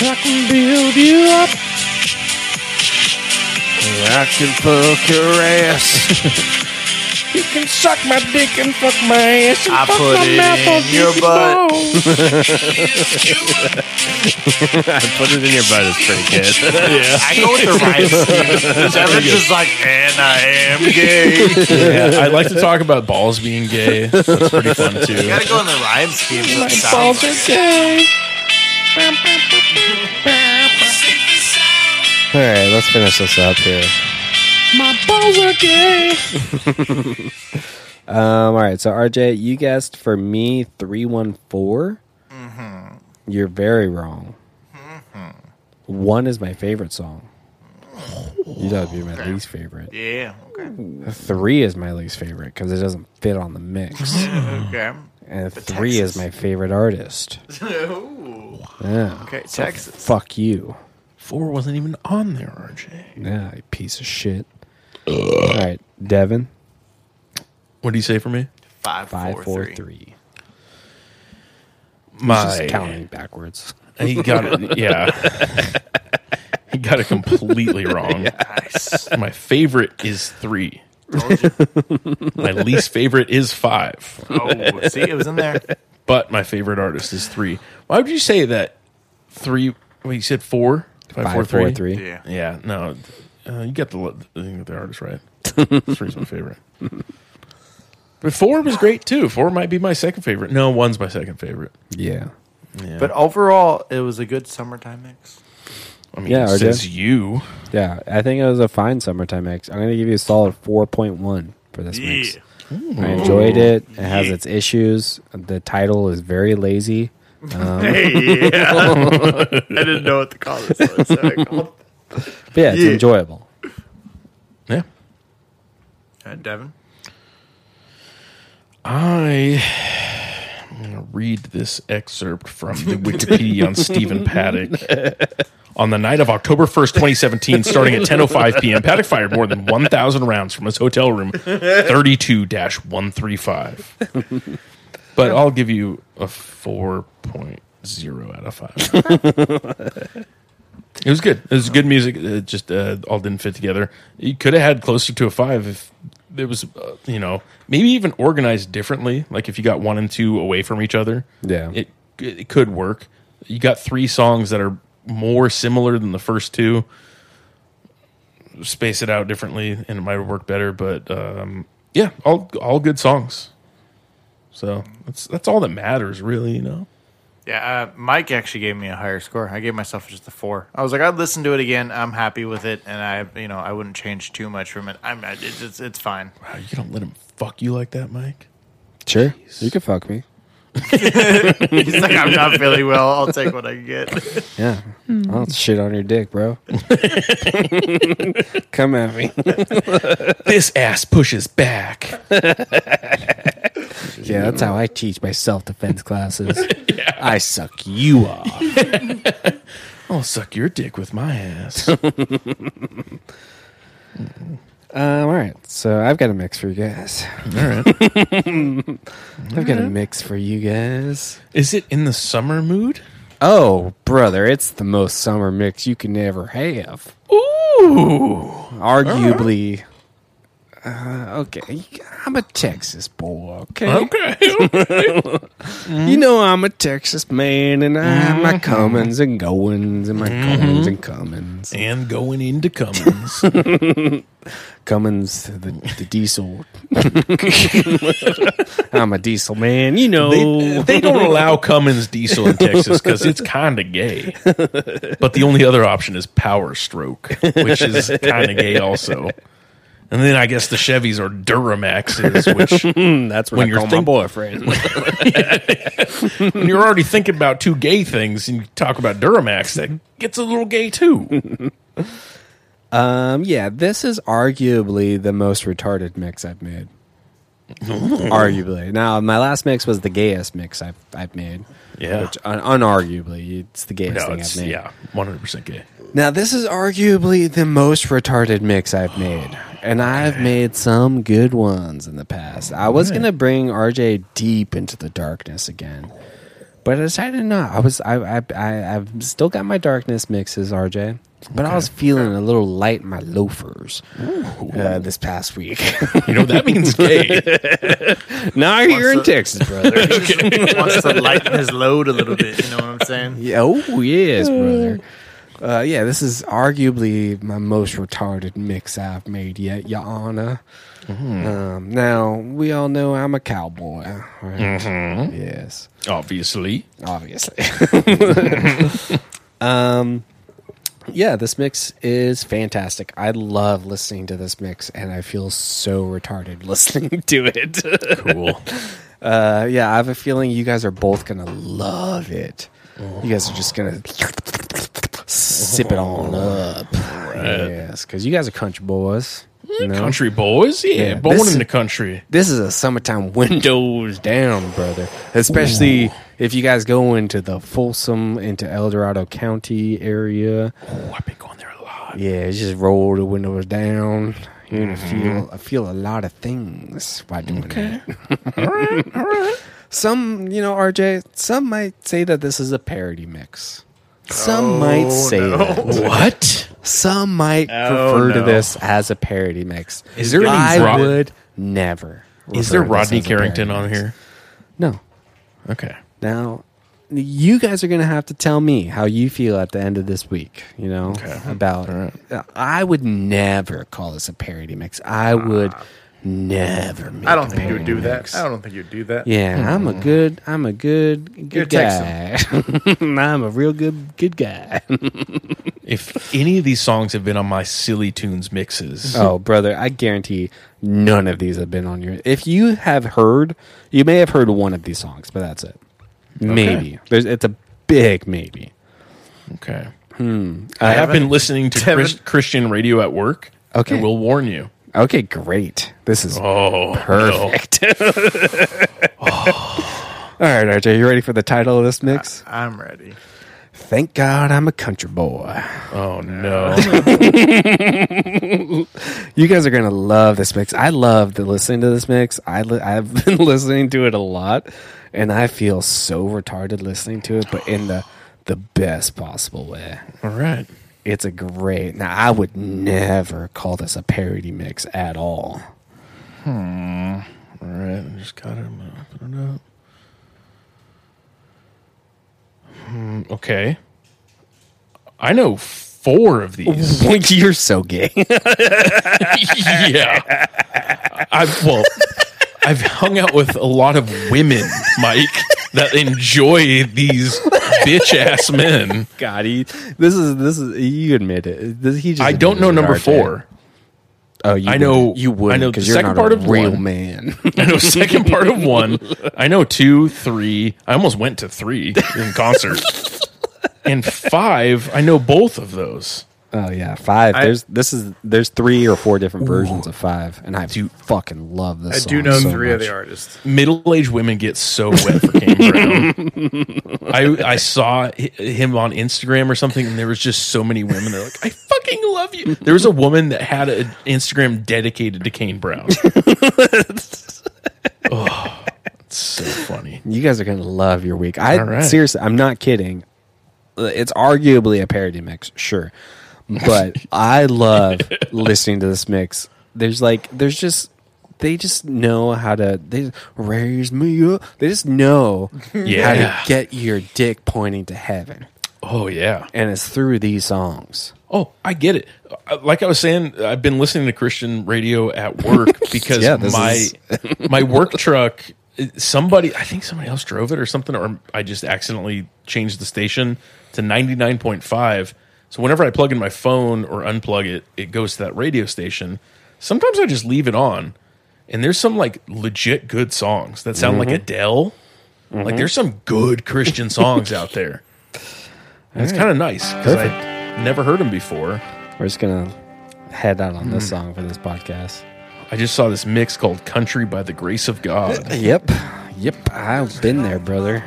[SPEAKER 3] I can build you up. I can fuck your ass. you can suck my dick and fuck my ass. And
[SPEAKER 2] I
[SPEAKER 3] fuck
[SPEAKER 2] put
[SPEAKER 3] my
[SPEAKER 2] it
[SPEAKER 3] mouth
[SPEAKER 2] in
[SPEAKER 3] on
[SPEAKER 2] your
[SPEAKER 3] your
[SPEAKER 2] butt.
[SPEAKER 3] butt.
[SPEAKER 1] Put it in your butt is pretty good.
[SPEAKER 2] I go with the rhyme. Devin's just like, and I am gay.
[SPEAKER 3] yeah, I'd like to talk about balls being gay. That's pretty fun too.
[SPEAKER 2] gotta go in the rhyme scheme. so it sounds
[SPEAKER 3] balls
[SPEAKER 2] like
[SPEAKER 3] are
[SPEAKER 2] it.
[SPEAKER 3] gay.
[SPEAKER 1] All right, let's finish this up here.
[SPEAKER 3] My balls are gay.
[SPEAKER 1] Um, all right, so RJ, you guessed for me three one four. You're very wrong. One is my favorite song. You thought it'd be my least favorite.
[SPEAKER 2] Yeah. Okay.
[SPEAKER 1] Three is my least favorite because it doesn't fit on the mix.
[SPEAKER 2] Okay.
[SPEAKER 1] And three is
[SPEAKER 2] Texas.
[SPEAKER 1] my favorite artist.
[SPEAKER 2] Ooh.
[SPEAKER 1] Yeah.
[SPEAKER 2] Okay. Texas.
[SPEAKER 1] Fuck you.
[SPEAKER 3] Four wasn't even on there, RJ.
[SPEAKER 1] Yeah, you piece of shit. All right, Devin,
[SPEAKER 3] What do you say for me?
[SPEAKER 2] Five,
[SPEAKER 1] five,
[SPEAKER 2] four,
[SPEAKER 1] four,
[SPEAKER 2] three.
[SPEAKER 1] three.
[SPEAKER 3] My
[SPEAKER 1] Just counting backwards.
[SPEAKER 3] He got it. Yeah. he got it completely wrong.
[SPEAKER 2] Nice.
[SPEAKER 3] My favorite is three.
[SPEAKER 2] Told you.
[SPEAKER 3] My least favorite is five.
[SPEAKER 2] Oh, see, it was in there.
[SPEAKER 3] But my favorite artist is three. Why would you say that? Three. Well, you said four. Five,
[SPEAKER 1] Five, four, three.
[SPEAKER 2] Yeah.
[SPEAKER 3] Yeah, no, uh, you got the, the thing with the artist right. Three's my favorite. But four was great too. Four might be my second favorite. No, one's my second favorite.
[SPEAKER 1] Yeah.
[SPEAKER 2] But overall, it was a good summertime mix.
[SPEAKER 3] I mean,
[SPEAKER 1] Yeah,
[SPEAKER 3] it
[SPEAKER 1] RJ.
[SPEAKER 3] says you.
[SPEAKER 1] Yeah, I think it was a fine summertime mix. I'm going to give you a solid 4.1 for this mix. I enjoyed it. It has its issues. The title is very lazy. Um,
[SPEAKER 2] Hey, yeah. I didn't know what to call this one. So I called
[SPEAKER 1] But yeah, it's
[SPEAKER 2] Yeah.
[SPEAKER 1] enjoyable.
[SPEAKER 3] Yeah,
[SPEAKER 2] it. Uh, Devin.
[SPEAKER 3] I. I'm gonna read this excerpt from the Wikipedia on Stephen Paddock. On the night of October 1st, 2017, starting at 10.05 p.m., Paddock fired more than 1,000 rounds from his hotel room 32-135. But I'll give you a 4.0 out of 5. it was good. It was good music. It just uh, all didn't fit together. You could have had closer to a 5 if it was, uh, you know, maybe even organized differently. Like if you got one and two away from each other.
[SPEAKER 1] Yeah.
[SPEAKER 3] It, it could work. You got three songs that are more similar than the first two. Space it out differently and it might have worked better. But um, yeah, all, all good songs. So that's that's all that matters, really. You know,
[SPEAKER 2] Yeah, uh, Mike actually gave me a higher score. I gave myself just a four. I was like, I'd listen to it again. I'm happy with it, and I, you know, I wouldn't change too much from it. I'm, it's, it's, it's fine.
[SPEAKER 3] wow, you don't let him fuck you like that, Mike.
[SPEAKER 1] Sure. You can fuck me.
[SPEAKER 2] He's like, I'm not feeling well. I'll take what I can get.
[SPEAKER 1] Yeah. I'll shit on your dick, bro. Come at me.
[SPEAKER 3] This ass pushes back.
[SPEAKER 1] Yeah, that's how I teach my self defense classes. I suck you off.
[SPEAKER 3] I'll suck your dick with my ass.
[SPEAKER 1] Um, all right, so I've got a mix for you guys. All
[SPEAKER 3] right.
[SPEAKER 1] I've got a mix for you guys.
[SPEAKER 3] Is it in the summer mood?
[SPEAKER 1] Oh, brother, it's the most summer mix you can ever have.
[SPEAKER 3] Ooh,
[SPEAKER 1] Arguably. Uh, okay, I'm a Texas boy, okay?
[SPEAKER 3] okay.
[SPEAKER 1] You know I'm a Texas man, and I have my comings and goings, and my comings and comings.
[SPEAKER 3] and going into Cummins.
[SPEAKER 1] Cummins, the, the diesel. I'm a diesel man, you know.
[SPEAKER 3] They, they don't allow Cummins diesel in Texas because it's kind of gay. But the only other option is Power Stroke, which is kind of gay also. And then I guess the Chevys are Duramaxes, which
[SPEAKER 1] That's
[SPEAKER 3] when you're think-
[SPEAKER 1] boyfriend.
[SPEAKER 3] when you're already thinking about two gay things and you talk about Duramax, that gets a little gay too.
[SPEAKER 1] Um, yeah, this is arguably the most retarded mix I've made. arguably. Now, my last mix was the gayest mix I've I've made.
[SPEAKER 3] Yeah.
[SPEAKER 1] Which un- unarguably, it's the gayest
[SPEAKER 3] No,
[SPEAKER 1] thing
[SPEAKER 3] it's,
[SPEAKER 1] I've made.
[SPEAKER 3] yeah, 100% gay.
[SPEAKER 1] Now, this is arguably the most retarded mix I've made. And I've made some good ones in the past. I was going to bring RJ deep into the darkness again. But I decided not. I was I I, I I've still got my darkness mixes, RJ. But I was feeling a little light in my loafers uh, this past week.
[SPEAKER 3] You know, that means gay.
[SPEAKER 1] now you're in
[SPEAKER 2] What's up?
[SPEAKER 1] Texas, brother.
[SPEAKER 2] He just wants to lighten his load a little bit. You know what I'm saying?
[SPEAKER 1] Yeah, oh yes, brother. Uh, yeah, this is arguably my most retarded mix I've made yet, Your Honor. Um, now we all know I'm a cowboy. Right? Mm-hmm. Yes,
[SPEAKER 3] Obviously.
[SPEAKER 1] obviously. um, yeah, this mix is fantastic. I love listening to this mix, and I feel so retarded listening to it.
[SPEAKER 3] Cool.
[SPEAKER 1] Uh, yeah, I have a feeling you guys are both gonna love it. You guys are just gonna sip it on up. Yes, because you guys are country boys. you know?
[SPEAKER 3] Country boys? Yeah,
[SPEAKER 1] Yeah,
[SPEAKER 3] born
[SPEAKER 1] this-
[SPEAKER 3] in the country.
[SPEAKER 1] This is a summertime windows down, brother. Especially if you guys go into the Folsom, into El Dorado County area.
[SPEAKER 3] Oh, I've been going there a lot.
[SPEAKER 1] Yeah, just roll the windows down. You're gonna
[SPEAKER 3] Mm-hmm.
[SPEAKER 1] feel I feel a lot of things by doing that. Some, you know, RJ, some might say that this is a parody mix. Some
[SPEAKER 3] Oh,
[SPEAKER 1] might say that.
[SPEAKER 3] What?
[SPEAKER 1] Some might refer to this as a parody mix.
[SPEAKER 3] Oh, Is there any
[SPEAKER 1] I
[SPEAKER 3] Rod-
[SPEAKER 1] would never.
[SPEAKER 3] Is there
[SPEAKER 1] refer to this
[SPEAKER 3] Rodney
[SPEAKER 1] as a parody
[SPEAKER 3] Carrington on
[SPEAKER 1] mix.
[SPEAKER 3] here?
[SPEAKER 1] No.
[SPEAKER 3] Okay.
[SPEAKER 1] Now, you guys are going to have to tell me how you feel at the end of this week, you know, about I would never call this a parody mix. I would never make
[SPEAKER 2] I don't
[SPEAKER 1] a
[SPEAKER 2] think you would
[SPEAKER 1] parody
[SPEAKER 2] do that.
[SPEAKER 1] mix.
[SPEAKER 2] I don't think you'd do that.
[SPEAKER 1] Yeah, I'm a good I'm a good
[SPEAKER 2] You're
[SPEAKER 1] good guy. I'm a real good good guy.
[SPEAKER 3] If any of these songs have been on my silly tunes mixes,
[SPEAKER 1] oh, brother, I guarantee none of these have been on your If you have heard, you may have heard one of these songs, but that's it. Maybe. There's it's a big maybe.
[SPEAKER 3] okay. I have been listening to Chris, Christian radio at work.
[SPEAKER 1] Okay.
[SPEAKER 3] and we'll warn you.
[SPEAKER 1] Okay, great. This is
[SPEAKER 3] Oh,
[SPEAKER 1] Perfect. Oh. All right, RJ, you ready for the title of this mix?
[SPEAKER 2] I'm ready.
[SPEAKER 1] Uh, Thank God I'm a country boy.
[SPEAKER 3] Oh no.
[SPEAKER 1] You guys are gonna love this mix. I love the listening to this mix. I li- I've been listening to it a lot, and I feel so retarded listening to it, but in the the best possible way.
[SPEAKER 3] All right.
[SPEAKER 1] It's a great. Now I would never call this a parody mix at all.
[SPEAKER 3] All right. I just got it. I'm gonna open it up. Hmm, okay. I know four of these.
[SPEAKER 1] You're so gay.
[SPEAKER 3] yeah. I've well, I've hung out with a lot of women, Mike, that enjoy these bitch ass men.
[SPEAKER 1] God, he, this is this is you admit it. This, he just
[SPEAKER 3] I don't know
[SPEAKER 1] admitted it,
[SPEAKER 3] number
[SPEAKER 1] RJ.
[SPEAKER 3] four.
[SPEAKER 1] Oh, you
[SPEAKER 3] I know-
[SPEAKER 1] wouldn't. you would.
[SPEAKER 3] I know
[SPEAKER 1] because
[SPEAKER 3] the
[SPEAKER 1] you're
[SPEAKER 3] second
[SPEAKER 1] not
[SPEAKER 3] part
[SPEAKER 1] a
[SPEAKER 3] of
[SPEAKER 1] real
[SPEAKER 3] one.
[SPEAKER 1] man.
[SPEAKER 3] I know second part of one. I know two, three. I almost went to three in concert. and five, I know both of those.
[SPEAKER 1] Oh yeah, five. there's this is there's three or four different versions of five, and I do fucking love this.
[SPEAKER 2] I do
[SPEAKER 1] song
[SPEAKER 2] know
[SPEAKER 1] so
[SPEAKER 2] three of
[SPEAKER 1] much.
[SPEAKER 2] the artists.
[SPEAKER 3] middle aged women get so wet for Kane Brown. I I saw hi- him on Instagram or something, and there was just so many women. They're like, I fucking love you. There was a woman that had an Instagram dedicated to Kane Brown. oh, it's so funny.
[SPEAKER 1] You guys are gonna love your week. I
[SPEAKER 3] All right.
[SPEAKER 1] seriously, I'm not kidding. Uh, It's arguably a parody mix, sure, but I love listening to this mix. There's like, there's just they just know how to they raise me up. They just know how to
[SPEAKER 3] Yeah.
[SPEAKER 1] get your dick pointing to heaven,
[SPEAKER 3] Oh yeah.
[SPEAKER 1] and it's through these songs.
[SPEAKER 3] Oh, I get it. Uh, Like I was saying, I've been listening to Christian radio at work because
[SPEAKER 1] Yeah, this
[SPEAKER 3] my
[SPEAKER 1] is-
[SPEAKER 3] my work truck. Somebody, I think somebody else drove it or something, or I just accidentally changed the station to ninety nine point five. So whenever I plug in my phone or unplug it, it goes to that radio station. Sometimes I just leave it on, and there's some like legit good songs that sound
[SPEAKER 1] Mm-hmm.
[SPEAKER 3] like Adele.
[SPEAKER 2] Mm-hmm.
[SPEAKER 3] Like there's some good Christian songs out there. And it's kind of nice because I never heard them before.
[SPEAKER 1] We're just gonna head out on
[SPEAKER 3] Hmm.
[SPEAKER 1] this song for this podcast.
[SPEAKER 3] I just saw this mix called Country by the Grace of God.
[SPEAKER 1] Yep. Yep. I've been there, brother.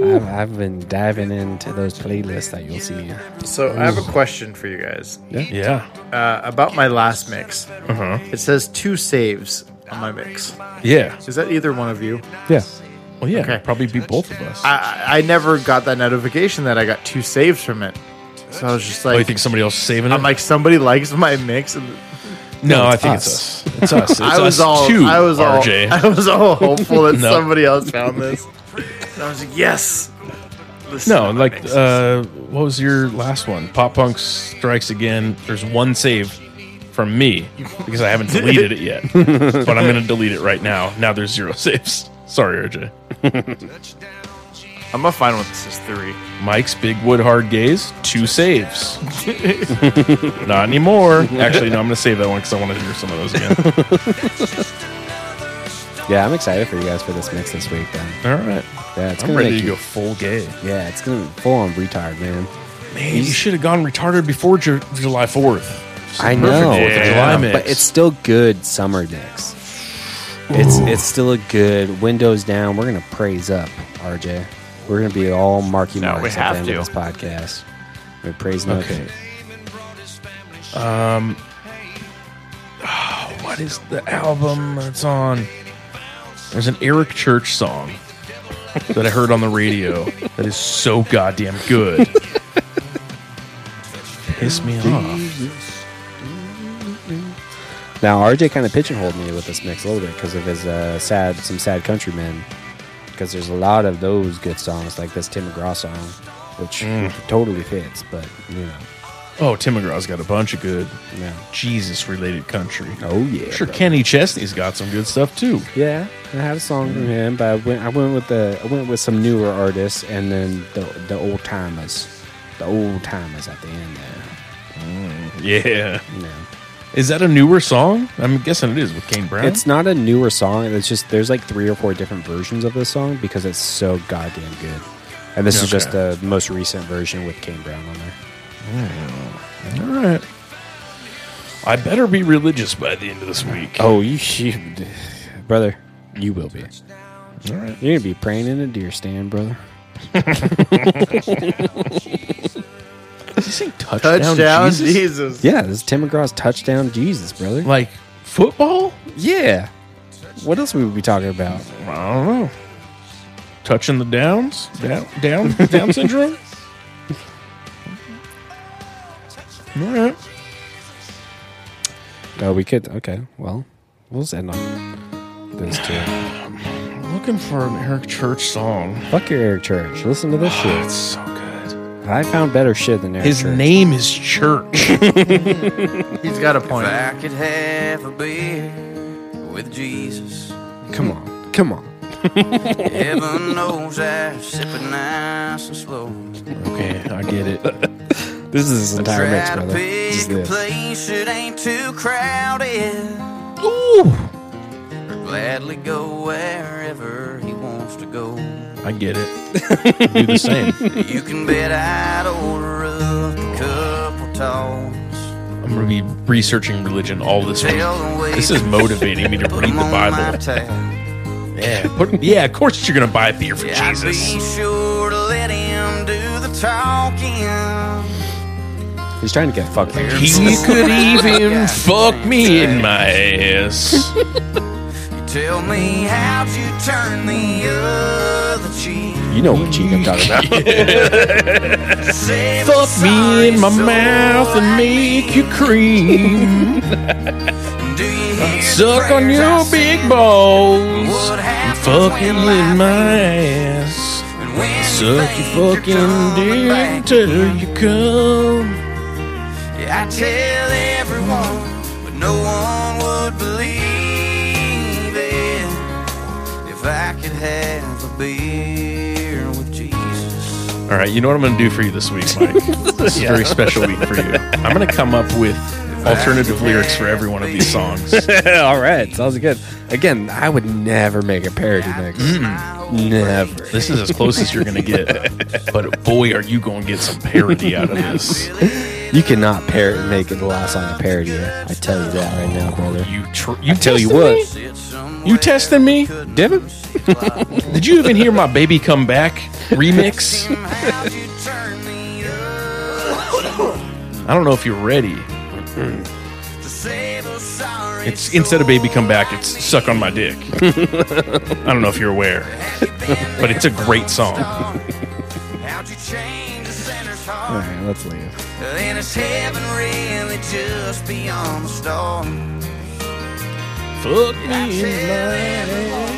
[SPEAKER 1] I've, I've been diving into those playlists that you'll see.
[SPEAKER 2] So I have a question for you guys
[SPEAKER 3] Yeah.
[SPEAKER 2] uh, about my last mix.
[SPEAKER 3] Uh-huh.
[SPEAKER 2] It says two saves on my mix.
[SPEAKER 3] Yeah.
[SPEAKER 2] Is that either one of you?
[SPEAKER 1] Yeah.
[SPEAKER 3] Well, yeah.
[SPEAKER 2] Okay.
[SPEAKER 3] Probably be both of us.
[SPEAKER 2] I, I I never got that notification that I got two saves from it. So I was just
[SPEAKER 3] oh, you
[SPEAKER 2] like,
[SPEAKER 3] think somebody else is saving it?
[SPEAKER 2] I'm like somebody likes my mix. And
[SPEAKER 3] no, I
[SPEAKER 1] it's
[SPEAKER 3] think
[SPEAKER 1] us.
[SPEAKER 3] it's us. It's us. It's
[SPEAKER 2] I was
[SPEAKER 3] us
[SPEAKER 2] all,
[SPEAKER 3] too,
[SPEAKER 2] I was all,
[SPEAKER 3] RJ.
[SPEAKER 2] I was all hopeful that
[SPEAKER 3] No.
[SPEAKER 2] somebody else found this. And I was like, yes. Listen
[SPEAKER 3] no,
[SPEAKER 2] to my
[SPEAKER 3] like,
[SPEAKER 2] mixes.
[SPEAKER 3] uh, what was your last one? Pop Punk Strikes Again. There's one save from me because I haven't deleted it yet, but I'm going to delete it right now. Now there's zero saves. Sorry, RJ.
[SPEAKER 2] I'm a fine with this is three.
[SPEAKER 3] Mike's big wood hard gaze, two saves. Not anymore. Actually, no, I'm going to save that one because I want to hear some of those again.
[SPEAKER 1] Yeah, I'm excited for you guys for this mix this week, then.
[SPEAKER 3] All right.
[SPEAKER 1] Yeah, it's
[SPEAKER 3] I'm
[SPEAKER 1] gonna
[SPEAKER 3] ready
[SPEAKER 1] make
[SPEAKER 3] to
[SPEAKER 1] you,
[SPEAKER 3] go full gay.
[SPEAKER 1] Yeah, it's gonna be full on retard, man.
[SPEAKER 3] Man, you should have gone retarded before Ju- July 4th.
[SPEAKER 1] I know,
[SPEAKER 3] Fourth of July mix.
[SPEAKER 1] but it's still good summer mix. It's it's still a good windows down. We're gonna praise up, RJ. We're gonna be all Marky
[SPEAKER 2] No, we
[SPEAKER 1] Marks at the
[SPEAKER 2] have
[SPEAKER 1] end of this
[SPEAKER 2] to.
[SPEAKER 1] podcast. We're praising up.
[SPEAKER 3] Okay. Um, what is the album it's on? There's an Eric Church song that I heard on the radio that is so goddamn good. Piss me off.
[SPEAKER 1] Now RJ kind of pigeonholed me with this mix a little bit because of his uh, sad, some sad countrymen. Because there's a lot of those good songs, like this Tim McGraw song, which totally fits. But you know,
[SPEAKER 3] Oh, Tim McGraw's got a bunch of good
[SPEAKER 1] yeah.
[SPEAKER 3] Jesus related country.
[SPEAKER 1] Oh yeah,
[SPEAKER 3] Sure, Kenny Chesney's got some good stuff too.
[SPEAKER 1] yeah. I had a song from him, but I went, I went with the, I went with some newer artists, and then the the old timers, the old timers at the end there.
[SPEAKER 3] Yeah.
[SPEAKER 1] You know.
[SPEAKER 3] Is that a newer song? I'm guessing it is with Kane Brown.
[SPEAKER 1] It's not a newer song. It's just there's like three or four different versions of this song because it's so goddamn good. And this is just the most recent version with Kane Brown on there.
[SPEAKER 3] All right. I better be religious by the end of this week.
[SPEAKER 1] Oh, you, you brother, you will be.
[SPEAKER 3] All right.
[SPEAKER 1] You're gonna be praying in a deer stand, brother.
[SPEAKER 3] Does he say touchdown,
[SPEAKER 2] Touchdown,
[SPEAKER 3] Jesus?
[SPEAKER 2] Jesus.
[SPEAKER 1] Yeah, this is Tim McGraw's touchdown, Jesus, brother.
[SPEAKER 3] Like football?
[SPEAKER 1] yeah. What else we would be talking about?
[SPEAKER 3] I don't know. Touching the downs? Down down down syndrome? All right.
[SPEAKER 1] Oh, we could. Okay, well, we'll just end on those two.
[SPEAKER 3] Looking for an Eric Church song.
[SPEAKER 1] Fuck your Eric Church. Listen to this
[SPEAKER 3] Oh,
[SPEAKER 1] shit.
[SPEAKER 3] it's so good.
[SPEAKER 1] I found better shit than Eric
[SPEAKER 3] His
[SPEAKER 1] Church.
[SPEAKER 3] name is Church.
[SPEAKER 2] He's got a point.
[SPEAKER 5] I could have a beer with Jesus.
[SPEAKER 1] Come on, come on.
[SPEAKER 5] Heaven knows I sip it nice and slow.
[SPEAKER 3] okay, I get it.
[SPEAKER 1] This is his entire mix,
[SPEAKER 5] Try to
[SPEAKER 1] brother. Just
[SPEAKER 5] pick a
[SPEAKER 1] this.
[SPEAKER 5] place that ain't too crowded.
[SPEAKER 3] Ooh.
[SPEAKER 5] Or gladly go wherever he wants to go.
[SPEAKER 3] I get it. Do the same.
[SPEAKER 5] You can bet I'd order up a couple tons.
[SPEAKER 3] I'm gonna be researching religion all this week.
[SPEAKER 5] Tell the waiter
[SPEAKER 3] This is motivating me to
[SPEAKER 5] put
[SPEAKER 3] read
[SPEAKER 5] 'em
[SPEAKER 3] the
[SPEAKER 5] on my
[SPEAKER 3] Bible.
[SPEAKER 5] tab.
[SPEAKER 3] Yeah, put, yeah. Of course you're gonna buy beer for
[SPEAKER 5] Yeah, I'd be
[SPEAKER 3] Jesus.
[SPEAKER 5] sure to let him do the talking.
[SPEAKER 1] He's trying to get fucked. up.
[SPEAKER 3] He could even fuck me in my ass.
[SPEAKER 5] Tell me how'd you turn the other cheek?
[SPEAKER 1] You know what cheek I'm talking about.
[SPEAKER 5] Save a
[SPEAKER 3] Fuck me
[SPEAKER 5] sorry
[SPEAKER 3] in my
[SPEAKER 5] soul
[SPEAKER 3] mouth and
[SPEAKER 5] like
[SPEAKER 3] make you cream.
[SPEAKER 5] me. Do you hear the
[SPEAKER 3] Suck on
[SPEAKER 5] prayers I
[SPEAKER 3] your
[SPEAKER 5] sing?
[SPEAKER 3] big balls.
[SPEAKER 5] What happens
[SPEAKER 3] Fucking
[SPEAKER 5] when life
[SPEAKER 3] in my
[SPEAKER 5] ain't
[SPEAKER 3] ass.
[SPEAKER 5] And when you
[SPEAKER 3] Suck
[SPEAKER 5] think
[SPEAKER 3] your
[SPEAKER 5] you're
[SPEAKER 3] fucking
[SPEAKER 5] coming
[SPEAKER 3] dick
[SPEAKER 5] back
[SPEAKER 3] until
[SPEAKER 5] in.
[SPEAKER 3] you come.
[SPEAKER 5] Yeah, I tell everyone, but no one would believe it if I could have a beer with Jesus.
[SPEAKER 3] All right, you know what I'm gonna do for you this week, Mike. this is a very special week for you. I'm gonna come up with alternative lyrics for every one of these songs.
[SPEAKER 1] All right, sounds good. Again, I would never make a parody mix. Never.
[SPEAKER 3] This is as close as you're gonna get, but boy, are you gonna get some parody out of this.
[SPEAKER 1] You cannot par- make it the last song a parody. I tell you that right now, brother.
[SPEAKER 3] You, tr- you
[SPEAKER 1] tell you
[SPEAKER 3] testing
[SPEAKER 1] what.
[SPEAKER 3] me?
[SPEAKER 5] Sit somewhere
[SPEAKER 3] You testing me?
[SPEAKER 1] Devin?
[SPEAKER 3] Did you even hear my baby come back remix?
[SPEAKER 5] How'd you turn the other
[SPEAKER 3] I don't know if you're ready.
[SPEAKER 5] cheek to save a sorry
[SPEAKER 3] It's instead of baby come back, it's suck on my dick. I don't know if you're aware, but it's a great song.
[SPEAKER 5] song? How'd you change a sinner's
[SPEAKER 1] All
[SPEAKER 5] heart?
[SPEAKER 1] right, let's leave.
[SPEAKER 5] Then it's heaven really just beyond the storm.
[SPEAKER 3] Fuck me.
[SPEAKER 5] Tell everyone,